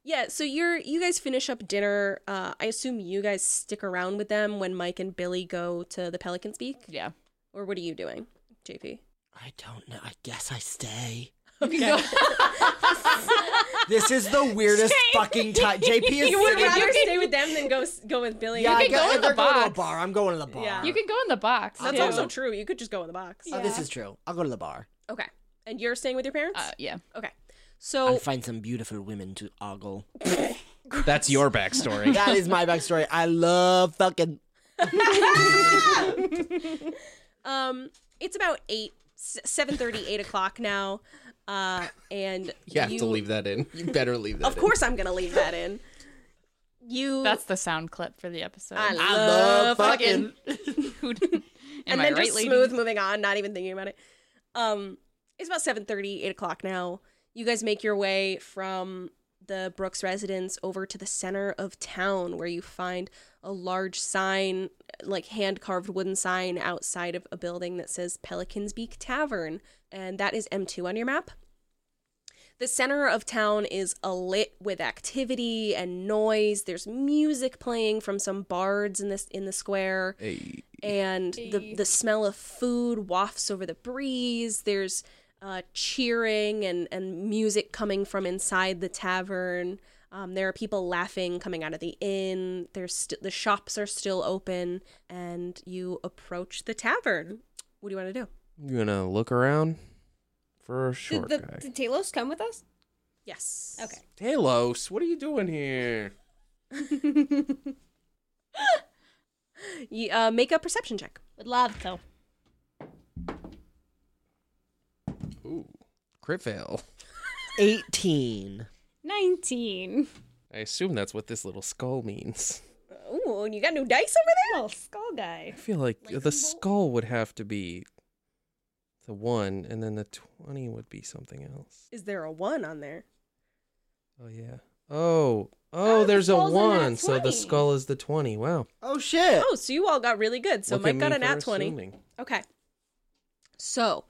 Speaker 2: Yeah, so you're you guys finish up dinner. Uh, I assume you guys stick around with them when Mike and Billy go to the Pelican Speak,
Speaker 4: yeah.
Speaker 2: or what are you doing, JP?
Speaker 3: I don't know. I guess I stay.
Speaker 2: Okay.
Speaker 3: This is the weirdest fucking time. JP is
Speaker 2: you would
Speaker 3: sitting-
Speaker 2: rather stay with them than go go with Billy.
Speaker 3: Yeah, I
Speaker 4: can
Speaker 3: guess-
Speaker 4: go in
Speaker 3: if
Speaker 4: the
Speaker 3: they're going to a
Speaker 4: box.
Speaker 3: bar. I'm going to the bar.
Speaker 2: Yeah.
Speaker 4: You can go in the box.
Speaker 2: that's
Speaker 4: too.
Speaker 2: also true. You could just go in the box.
Speaker 3: Oh, this
Speaker 6: Yeah.
Speaker 3: is true. I'll go to the bar.
Speaker 2: Okay, and you're staying with your parents.
Speaker 4: Uh, yeah.
Speaker 2: okay,
Speaker 3: I'll
Speaker 2: so
Speaker 3: find some beautiful women to ogle.
Speaker 5: That's your backstory.
Speaker 3: That is my backstory. I love fucking.
Speaker 2: um, it's about eight, seven thirty, eight o'clock now, uh, and
Speaker 5: You have to leave that in. You better leave that
Speaker 2: Of
Speaker 5: in.
Speaker 2: course, I'm gonna leave that in. You.
Speaker 4: That's the sound clip for the episode.
Speaker 2: I love,
Speaker 3: I love
Speaker 2: fucking.
Speaker 3: fucking.
Speaker 4: Am
Speaker 2: and
Speaker 4: I
Speaker 2: then
Speaker 4: right,
Speaker 2: just
Speaker 4: ladies?
Speaker 2: smooth moving on, not even thinking about it. Um, it's about 7.30, 8 o'clock now. You guys make your way from the Brooks residence over to the center of town where you find a large sign, like hand carved wooden sign outside of a building that says Pelican's Beak Tavern. And that is M2 on your map. The center of town is alit with activity and noise. There's music playing from some bards in this in the square
Speaker 5: Hey.
Speaker 2: and the
Speaker 6: Hey.
Speaker 2: the smell of food wafts over the breeze. There's uh, cheering and and music coming from inside the tavern. Um, there are people laughing coming out of the inn. There's st- the shops are still open, and you approach the tavern. What do you want to do?
Speaker 5: You gonna look around for a
Speaker 6: Did,
Speaker 5: short
Speaker 6: the,
Speaker 5: guy?
Speaker 6: did Talos come with us?
Speaker 2: Yes.
Speaker 6: Okay.
Speaker 5: Talos, what are you doing here?
Speaker 2: You, uh, make a perception check.
Speaker 6: Would love to.
Speaker 5: Ooh, crit fail.
Speaker 3: 18.
Speaker 6: 19.
Speaker 5: I assume that's what this little skull means.
Speaker 2: Ooh, and you got new dice over there.
Speaker 6: Little skull guy.
Speaker 5: I feel like
Speaker 2: Lightning
Speaker 5: the
Speaker 2: bolt?
Speaker 5: skull would have to be the one, and then the twenty would be something else.
Speaker 2: Is there a one on there?
Speaker 5: Oh yeah. Oh,
Speaker 6: Oh,
Speaker 5: oh,
Speaker 6: the
Speaker 5: there's a
Speaker 6: skull's in that
Speaker 5: one, so the
Speaker 6: 20.
Speaker 5: skull is the twenty. Wow.
Speaker 3: Oh shit.
Speaker 2: Oh, so you all got really good. So
Speaker 5: Look
Speaker 2: Mike
Speaker 5: at
Speaker 2: got
Speaker 5: me
Speaker 2: an at
Speaker 5: for
Speaker 2: twenty.
Speaker 5: assuming.
Speaker 2: Okay. So,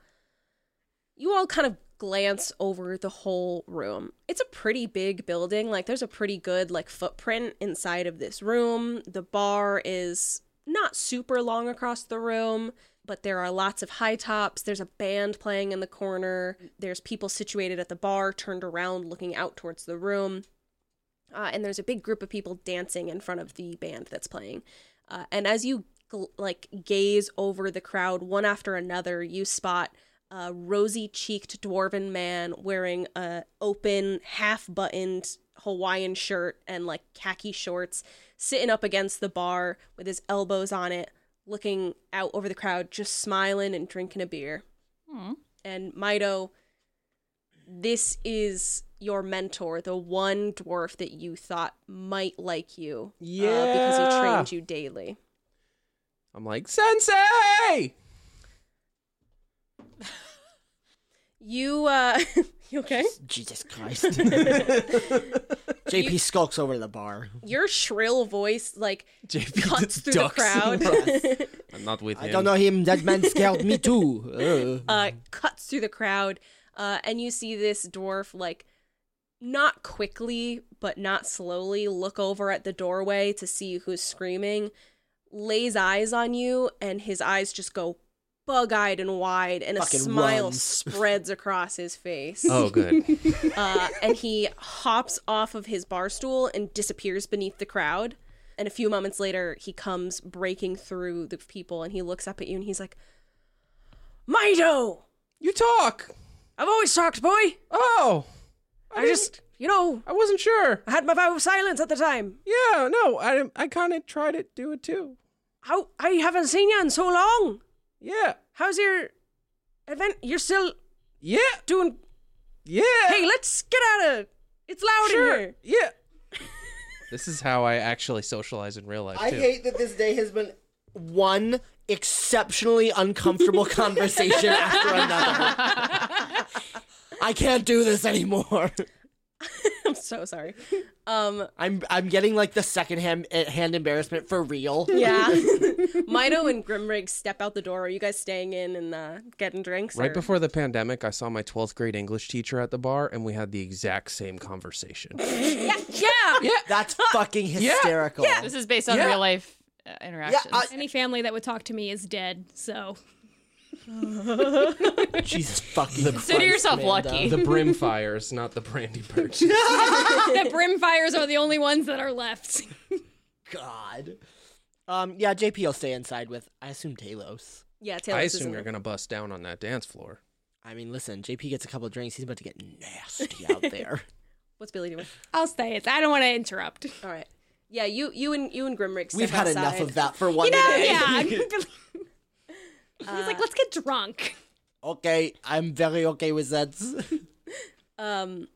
Speaker 2: you all kind of glance over the whole room. It's a pretty big building. Like there's a pretty good like footprint inside of this room. The bar is not super long across the room, but there are lots of high tops. There's a band playing in the corner. There's people situated at the bar turned around looking out towards the room. Uh, and there's a big group of people dancing in front of the band that's playing. Uh, and as you gl- like gaze over the crowd one after another, you spot a rosy-cheeked dwarven man wearing a open half-buttoned Hawaiian shirt and like khaki shorts, sitting up against the bar with his elbows on it, looking out over the crowd, just smiling and drinking a beer.
Speaker 4: Hmm.
Speaker 2: And Mido, this is your mentor, the one dwarf that you thought might like you. uh, because he
Speaker 5: Yeah.
Speaker 2: trained you daily.
Speaker 5: I'm like sensei.
Speaker 2: You uh you okay?
Speaker 3: Jesus Christ. JP skulks over to the bar.
Speaker 2: Your shrill voice like
Speaker 5: JP
Speaker 2: cuts through
Speaker 5: ducks.
Speaker 2: the crowd.
Speaker 5: I'm not with
Speaker 3: I
Speaker 5: him.
Speaker 3: don't know him. That man scared me too. Uh.
Speaker 2: uh cuts through the crowd. Uh and you see this dwarf like not quickly, but not slowly, look over at the doorway to see who's screaming, lays eyes on you, and his eyes just go bug eyed and wide, and
Speaker 3: Fucking
Speaker 2: a smile
Speaker 3: runs.
Speaker 2: spreads across his face.
Speaker 9: Oh, good.
Speaker 2: Uh, and he hops off of his bar stool and disappears beneath the crowd. And a few moments later, he comes breaking through the people and he looks up at you and he's like, Mido!
Speaker 5: You talk.
Speaker 2: I've always talked, boy!
Speaker 5: Oh,
Speaker 2: I,
Speaker 5: didn't-
Speaker 2: just, you know,
Speaker 5: I wasn't sure.
Speaker 2: I had my vow of silence at the time.
Speaker 5: Yeah, no, I I kind of tried to do it too.
Speaker 2: How I haven't seen you in so long.
Speaker 5: Yeah,
Speaker 2: How's your event? You're still
Speaker 5: yeah,
Speaker 2: doing.
Speaker 5: yeah.
Speaker 2: Hey, let's get out of. It's loud
Speaker 5: sure.
Speaker 2: in here.
Speaker 5: Yeah.
Speaker 9: this is how I actually socialize in real life.
Speaker 3: I
Speaker 9: too.
Speaker 3: hate that this day has been one exceptionally uncomfortable conversation after another. I can't do this anymore.
Speaker 2: I'm so sorry. Um,
Speaker 3: I'm I'm getting like the second hand, eh, hand embarrassment for real.
Speaker 2: yeah. Mido and Grimrig step out the door. Are you guys staying in and uh, getting drinks?
Speaker 9: Right
Speaker 2: or-
Speaker 9: before the pandemic, I saw my 12th grade English teacher at the bar, and we had the exact same conversation.
Speaker 2: Yeah.
Speaker 3: That's fucking hysterical.
Speaker 4: This is based on
Speaker 5: Yeah.
Speaker 4: real life uh, interactions.
Speaker 3: I-
Speaker 6: Any family that would talk to me is dead. So
Speaker 3: Jesus fucking.
Speaker 4: Consider
Speaker 3: Christ,
Speaker 4: yourself
Speaker 3: Amanda.
Speaker 4: lucky.
Speaker 9: the brim fires, not the brandy birch.
Speaker 6: the brimfires are the only ones that are left.
Speaker 3: God. Um. Yeah. JP will stay inside with. I assume Talos.
Speaker 2: Yeah. Taylor.
Speaker 9: I assume you're gonna bust down on that dance floor.
Speaker 3: I mean, listen. JP gets a couple of drinks. He's about to get nasty out there.
Speaker 2: What's Billy doing?
Speaker 6: I'll stay. It's, I don't want to interrupt.
Speaker 2: All right. Yeah. You. You and you and Grimrig. Step
Speaker 3: We've had enough
Speaker 2: outside.
Speaker 3: of that for one
Speaker 6: You know,
Speaker 3: day.
Speaker 6: yeah. I'm- He's like, let's get drunk.
Speaker 3: Okay, I'm very okay with that.
Speaker 2: Um,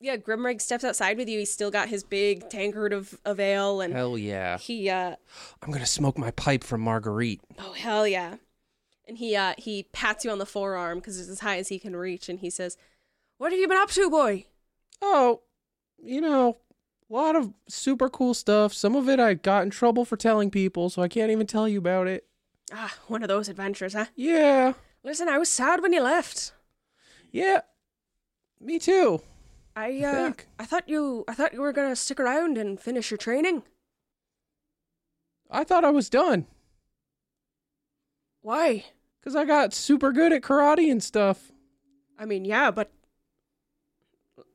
Speaker 2: yeah, Grimrig steps outside with you. He's still got his big tankard of, of ale, and
Speaker 9: Hell yeah!
Speaker 2: he, uh,
Speaker 9: I'm gonna smoke my pipe from Marguerite.
Speaker 2: oh hell yeah, and he, uh, he pats you on the forearm because it's as high as he can reach, and he says, "What have you been up to, boy?"
Speaker 5: Oh, you know, a lot of super cool stuff. Some of it I got in trouble for telling people, so I can't even tell you about it.
Speaker 2: Ah, one of those adventures, huh?
Speaker 5: Yeah,
Speaker 2: Listen, I was sad when you left.
Speaker 5: yeah. Me too.
Speaker 2: I,
Speaker 5: I
Speaker 2: uh,
Speaker 5: think.
Speaker 2: I thought you, I thought you were gonna stick around and finish your training.
Speaker 5: I thought I was done
Speaker 2: Why?
Speaker 5: because I got super good at karate and stuff.
Speaker 2: I mean, yeah, but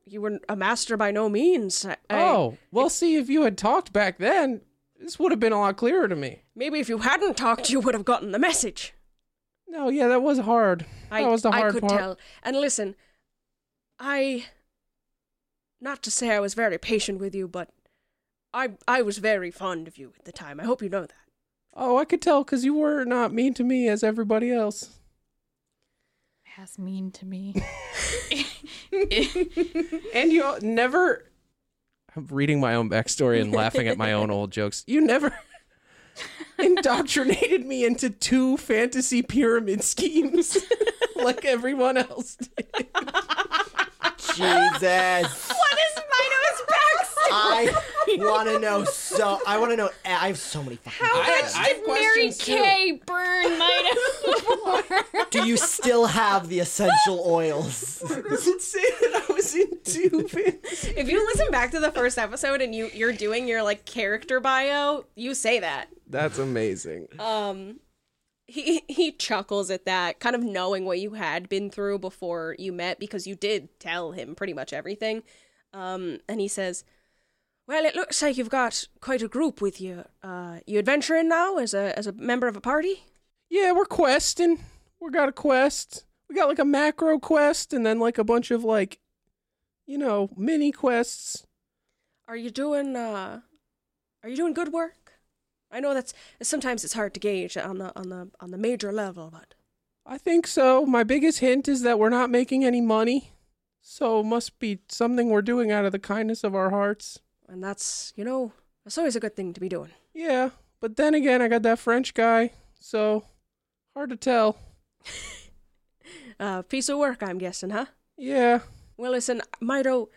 Speaker 2: you were a master by no means. I, I-
Speaker 5: oh, well, see, if you had talked back then, this would have been a lot clearer to me.
Speaker 2: maybe if you hadn't talked, you would have gotten the message.
Speaker 5: No, yeah, that was hard. that was the hard
Speaker 2: I could
Speaker 5: part.
Speaker 2: tell. And listen, I not to say I was very patient with you, but I I was very fond of you at the time. I hope you know that.
Speaker 5: Oh, I could tell because you were not mean to me as everybody else.
Speaker 4: Has mean to me.
Speaker 5: And you all- never. I'm reading my own backstory and laughing at my own old jokes. You never indoctrinated me into two fantasy pyramid schemes like everyone else did.
Speaker 3: Jesus.
Speaker 6: What is Mido's backstory?
Speaker 3: I want to know so. I want to know. I have so many fucking.
Speaker 6: How
Speaker 3: questions.
Speaker 6: much did Mary Kay burn Mido for?
Speaker 3: Do you still have the essential oils?
Speaker 5: Did say that I was in two fantasy.
Speaker 2: If you listen back to the first episode and you you're doing your like character bio, you say that.
Speaker 5: That's amazing.
Speaker 2: Um he he chuckles at that, kind of knowing what you had been through before you met because you did tell him pretty much everything. Um and he says, "Well, it looks like you've got quite a group with you. Uh you adventuring now as a as a member of a party?"
Speaker 5: Yeah, we're questing. We got a quest. We got like a macro quest and then like a bunch of like, you know, mini quests.
Speaker 2: Are you doing uh are you doing good work? I know that's sometimes it's hard to gauge on the on the on the major level, but
Speaker 5: I think so. My biggest hint is that we're not making any money. So must be something we're doing out of the kindness of our hearts.
Speaker 2: and that's, you know, that's always a good thing to be doing.
Speaker 5: Yeah, but then again, I got that French guy, so hard to tell.
Speaker 2: Uh piece of work, I'm guessing, huh?
Speaker 5: Yeah.
Speaker 2: Well, listen, Mido,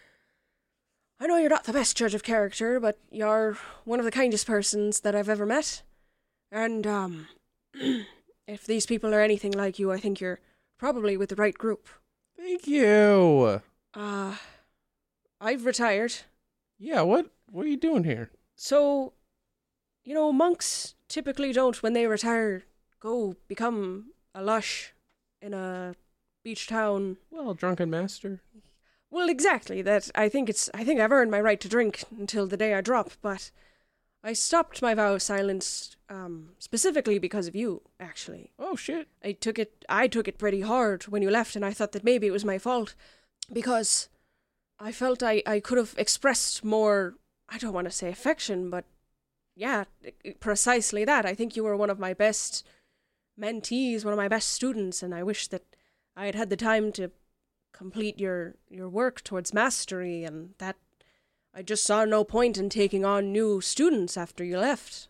Speaker 2: I know you're not the best judge of character, but you're one of the kindest persons that I've ever met. And, um, if these people are anything like you, I think you're probably with the right group.
Speaker 5: Thank you.
Speaker 2: Uh, I've retired.
Speaker 7: Yeah, what what are you doing here?
Speaker 2: So, you know, monks typically don't, when they retire, go become a lush in a beach town.
Speaker 7: Well, drunken master.
Speaker 2: Well, exactly. That I think it's. I think I've earned my right to drink until the day I drop. But I stopped my vow of silence um, specifically because of you. Actually,
Speaker 7: Oh shit.
Speaker 2: I took it. I took it pretty hard when you left, and I thought that maybe it was my fault because I felt I I could have expressed more. I don't want to say affection, but yeah, i- i- precisely that. I think you were one of my best mentees, one of my best students, and I wish that I had had the time to complete your your work towards mastery and that I just saw no point in taking on new students after you left.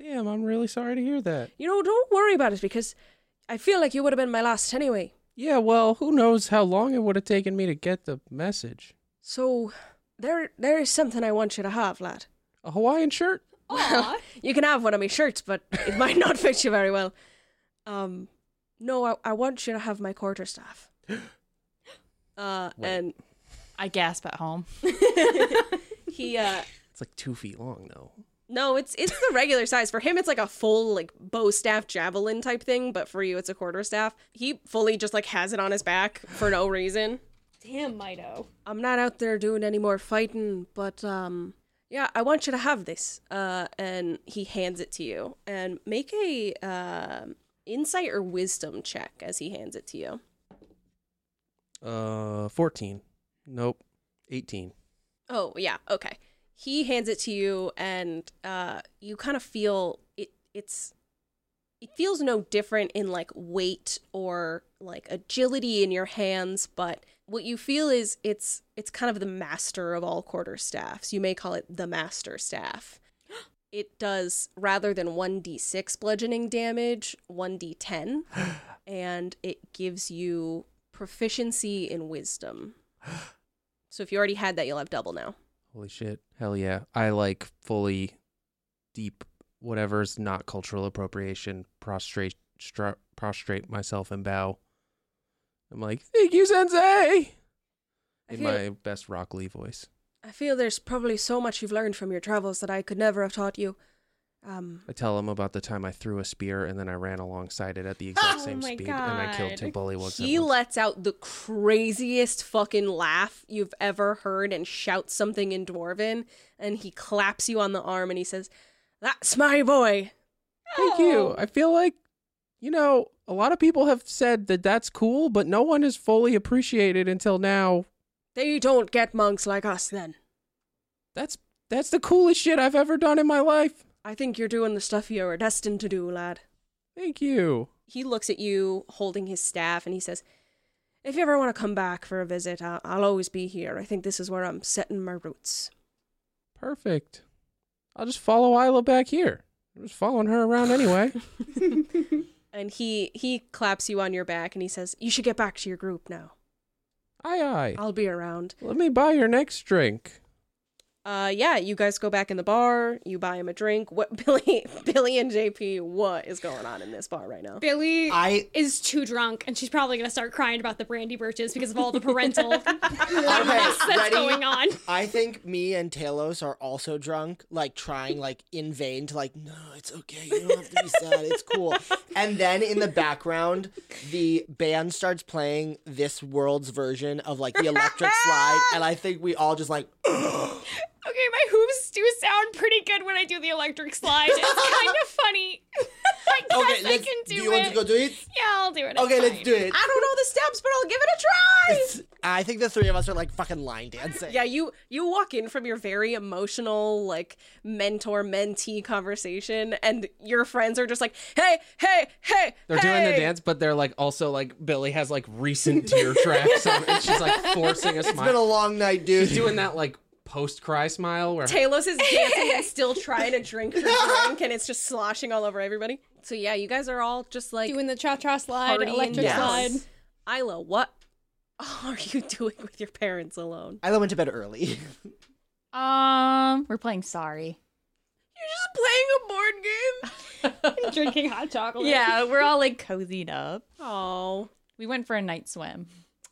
Speaker 7: Damn, I'm really sorry to hear that.
Speaker 2: You know, don't worry about it because I feel like you would have been my last anyway.
Speaker 7: Yeah, well, who knows how long it would have taken me to get the message.
Speaker 2: So there there is something I want you to have, lad.
Speaker 7: A Hawaiian shirt?
Speaker 6: Aw.
Speaker 2: You can have one of my shirts, but it might not fit you very well. Um no, I, I want you to have my quarterstaff. Uh
Speaker 5: Wait.
Speaker 2: and
Speaker 4: I gasp at home.
Speaker 2: he uh
Speaker 5: It's like two feet long though.
Speaker 2: No, it's it's the regular size. For him, it's like a full like bow staff javelin type thing, but for you, it's a quarter staff. He fully just like has it on his back for no reason.
Speaker 6: Damn, Mido.
Speaker 2: I'm not out there doing any more fighting, but um, yeah, I want you to have this. Uh, and he hands it to you, and make a um insight or wisdom check as he hands it to you.
Speaker 5: Uh, fourteen. Nope, eighteen.
Speaker 2: Oh, yeah. Okay. He hands it to you and uh you kind of feel it it's it feels no different in like weight or like agility in your hands, but what you feel is it's it's kind of the master of all quarter staffs. You may call it the master staff. It does rather than 1d6 bludgeoning damage, 1d10, and it gives you proficiency in wisdom. So if you already had that, you'll have double now.
Speaker 5: Holy shit! Hell yeah! I like fully deep whatever's not cultural appropriation. Prostrate, stra- prostrate myself and bow. I'm like, thank you, sensei.
Speaker 2: I
Speaker 5: In
Speaker 2: feel-
Speaker 5: my best Rock Lee voice.
Speaker 2: I feel there's probably so much you've learned from your travels that I could never have taught you. Um,
Speaker 5: I tell him about the time I threw a spear and then I ran alongside it at the exact
Speaker 6: Oh
Speaker 5: same
Speaker 6: my
Speaker 5: speed and I killed
Speaker 6: God.
Speaker 5: two bullywugs. at
Speaker 2: he
Speaker 5: once.
Speaker 2: lets out the craziest fucking laugh you've ever heard and shouts something in Dwarven, and he claps you on the arm and he says, That's my boy.
Speaker 7: Thank
Speaker 3: Oh.
Speaker 7: you. I feel like, you know, a lot of people have said that that's cool, but no one has fully appreciated until now.
Speaker 2: They don't get monks like us then.
Speaker 7: That's that's the coolest shit I've ever done in my life.
Speaker 2: I think you're doing the stuff you were destined to do, lad.
Speaker 7: Thank you.
Speaker 2: He looks at you holding his staff and he says, If you ever want to come back for a visit, I'll, I'll always be here. I think this is where I'm setting my roots.
Speaker 7: Perfect. I'll just follow Isla back here. I'm just following her around anyway.
Speaker 2: and he he claps you on your back and he says you should get back to your group now
Speaker 7: aye aye.
Speaker 2: i'll be around
Speaker 7: Let me buy your next drink.
Speaker 2: uh yeah you guys go back in the bar you buy him a drink what billy billy and jp what is going on in this bar right now
Speaker 6: Billy
Speaker 3: I
Speaker 6: is too drunk, and she's probably gonna start crying about the brandy birches because of all the parental that's
Speaker 3: ready?
Speaker 6: going on.
Speaker 3: I think me and Talos are also drunk, like trying like in vain to like, no, it's okay, you don't have to be sad, it's cool. And then in the background, the band starts playing this world's version of like the electric slide, and I think we all just like
Speaker 6: Okay, my hooves do sound pretty good when I do the electric slide. It's kind of funny. I guess
Speaker 3: Okay,
Speaker 6: I
Speaker 3: let's,
Speaker 6: can do,
Speaker 3: do you
Speaker 6: it.
Speaker 3: want to go do it?
Speaker 6: yeah, I'll do it. it's
Speaker 3: Okay, let's
Speaker 6: fine.
Speaker 3: do it.
Speaker 2: i don't know the steps but i'll give it a try
Speaker 3: It's- I think the three of us are like fucking line dancing.
Speaker 2: yeah you you walk in from your very emotional like mentor mentee conversation and your friends are just like hey hey hey
Speaker 5: They're doing the
Speaker 2: hey!"
Speaker 5: dance, but they're like also like Billy has like recent tear tracks on, and she's like forcing a
Speaker 3: It's been a
Speaker 5: smile.
Speaker 3: long night, dude.
Speaker 5: She's doing that like post cry smile where
Speaker 2: Talos is dancing and still trying to drink her drink, and it's just sloshing all over everybody. So yeah, you guys are all just like
Speaker 6: Doing the cha cha slide,
Speaker 2: partying
Speaker 6: electric
Speaker 2: down.
Speaker 6: slide.
Speaker 2: Isla, what are you doing with your parents alone?
Speaker 3: I went to bed early.
Speaker 4: Um, we're playing Sorry.
Speaker 2: You're just playing a board game.
Speaker 6: Drinking hot chocolate.
Speaker 4: Yeah, we're all like cozied up.
Speaker 2: oh,
Speaker 4: We went for a night swim.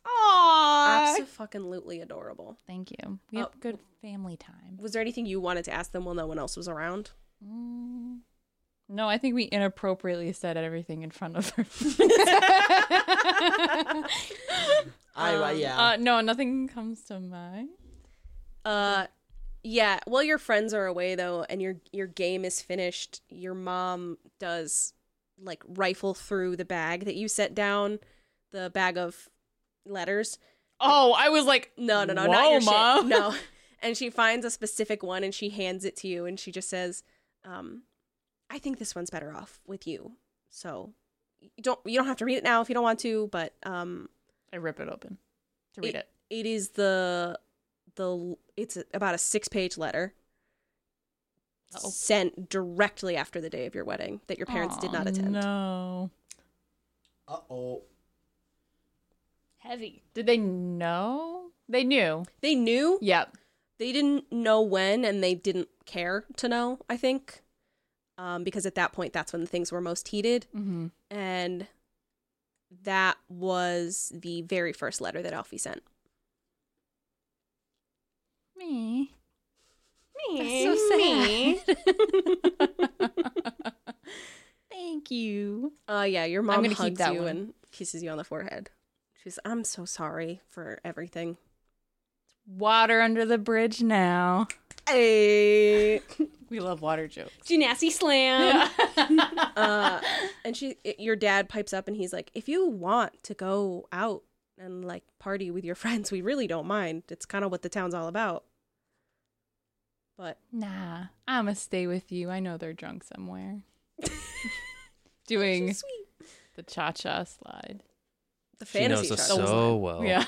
Speaker 6: Aww.
Speaker 2: Absolutely adorable.
Speaker 4: Thank you. We have
Speaker 2: Oh.
Speaker 4: good family time.
Speaker 2: Was there anything you wanted to ask them while no one else was around?
Speaker 4: Mm. No, I think we inappropriately said everything in front of her.
Speaker 3: I, uh,
Speaker 6: Um,
Speaker 3: yeah.
Speaker 4: Uh, no, nothing comes to mind.
Speaker 2: Uh, yeah. While your friends are away though, and your your game is finished, your mom does like rifle through the bag that you set down, the bag of letters.
Speaker 4: Oh, I was like,
Speaker 2: No, no, no, not
Speaker 4: Whoa,
Speaker 2: your shit.
Speaker 4: Mom.
Speaker 2: No. And she finds a specific one and she hands it to you, and she just says, um, "I think this one's better off with you. So you don't you don't have to read it now if you don't want to, but um,
Speaker 4: I rip it open to read it.
Speaker 2: it is the the it's about a six page letter
Speaker 4: Uh-oh.
Speaker 2: sent directly after the day of your wedding that your parents did
Speaker 4: Aw,
Speaker 2: not attend
Speaker 4: No.
Speaker 3: Uh oh.
Speaker 6: Heavy.
Speaker 4: Did they know? They knew.
Speaker 2: they knew
Speaker 4: Yep.
Speaker 2: they didn't know when and they didn't care to know i think um, because at that point that's when things were most heated
Speaker 4: Mm-hmm.
Speaker 2: and that was the very first letter that alfie sent
Speaker 4: Me.
Speaker 6: Me.
Speaker 4: so
Speaker 6: Me.
Speaker 4: Thank you.
Speaker 2: uh yeah your mom
Speaker 4: gonna keep
Speaker 2: hugs
Speaker 4: that
Speaker 2: you
Speaker 4: one.
Speaker 2: and kisses you on the forehead she's i'm so sorry for everything
Speaker 4: Water under the bridge now.
Speaker 2: hey
Speaker 4: We love water jokes.
Speaker 6: Genasi slam.
Speaker 2: uh, and she, it- your dad pipes up and he's like, if you want to go out and like party with your friends, we really don't mind. It's kind of what the town's all about. But
Speaker 4: Nah, I'ma stay with you. I know they're drunk somewhere. Doing
Speaker 2: sweet.
Speaker 4: the cha cha slide.
Speaker 2: The
Speaker 5: She
Speaker 2: fantasy
Speaker 5: knows us
Speaker 2: chart.
Speaker 5: so
Speaker 3: Oh,
Speaker 5: well.
Speaker 4: Yeah.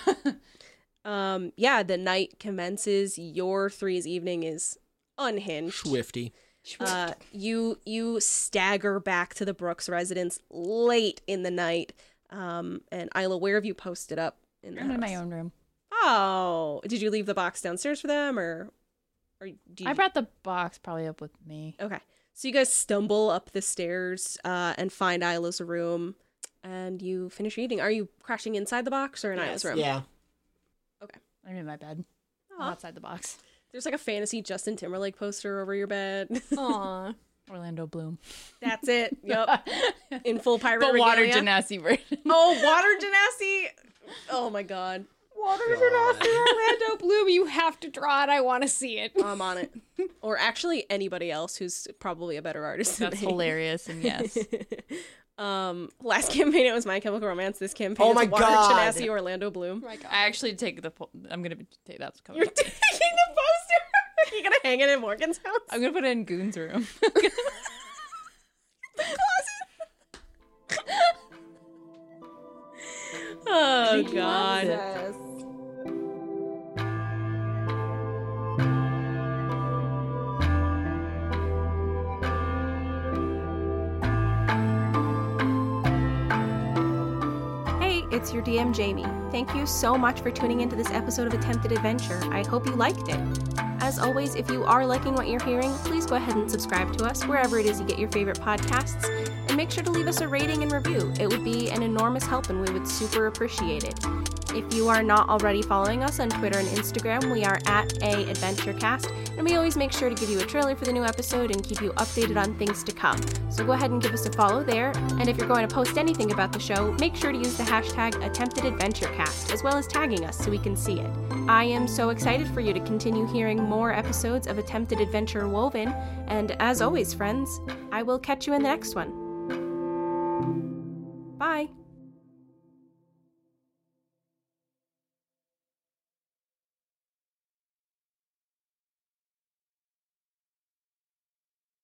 Speaker 2: Um, yeah, the night commences. Your threes evening is unhinged.
Speaker 3: Swifty.
Speaker 2: Uh, you you stagger back to the Brooks residence late in the night. Um, and Isla, where have you posted up? In the
Speaker 4: I'm in
Speaker 2: house?
Speaker 4: my own room.
Speaker 2: Oh, did you leave the box downstairs for them, or, or do you?
Speaker 4: I brought the box probably up with me.
Speaker 2: Okay, so you guys stumble up the stairs uh, and find Isla's room, and you finish eating. Are you crashing inside the box or in Isla's room?
Speaker 3: Yeah.
Speaker 4: I'm in my bed. I'm
Speaker 2: Aw.
Speaker 4: outside the box.
Speaker 2: There's like a fantasy Justin Timberlake poster over your bed.
Speaker 4: Oh.
Speaker 6: Aw.
Speaker 4: Orlando Bloom.
Speaker 2: That's it. Yep. In full pirate
Speaker 4: the water
Speaker 2: regalia.
Speaker 4: genasi version.
Speaker 2: oh, water genasi. Oh my god,
Speaker 6: Orlando Bloom, you have to draw it. I want to see it.
Speaker 2: I'm on it. Or actually, anybody else who's probably a better artist. than
Speaker 4: That's
Speaker 2: me.
Speaker 4: hilarious. And yes,
Speaker 2: Um, last campaign it was My Chemical Romance. This campaign,
Speaker 3: Oh
Speaker 2: it's
Speaker 3: my
Speaker 2: Water
Speaker 3: God.
Speaker 2: Genasi, Orlando Bloom.
Speaker 6: my god.
Speaker 4: I actually take the. Po- I'm gonna take that's coming.
Speaker 2: You're
Speaker 4: up.
Speaker 2: taking the poster. You're gonna hang it in Morgan's house.
Speaker 4: I'm gonna put it in Goon's room.
Speaker 2: Oh God.
Speaker 1: Hey, it's your DM Jamie. Thank you so much for tuning into this episode of Attempted Adventure. I hope you liked it. As always, if you are liking what you're hearing, please go ahead and subscribe to us wherever it is you get your favorite podcasts, and make sure to leave us a rating and review. It would be an enormous help and we would super appreciate it. If you are not already following us on Twitter and Instagram, we are at A AAdventurecast, and we always make sure to give you a trailer for the new episode and keep you updated on things to come. So go ahead and give us a follow there, and if you're going to post anything about the show, make sure to use the hashtag AttemptedAdventurecast, as well as tagging us so we can see it. I am so excited for you to continue hearing more episodes of Attempted Adventure Woven, and as always, friends, I will catch you in the next one.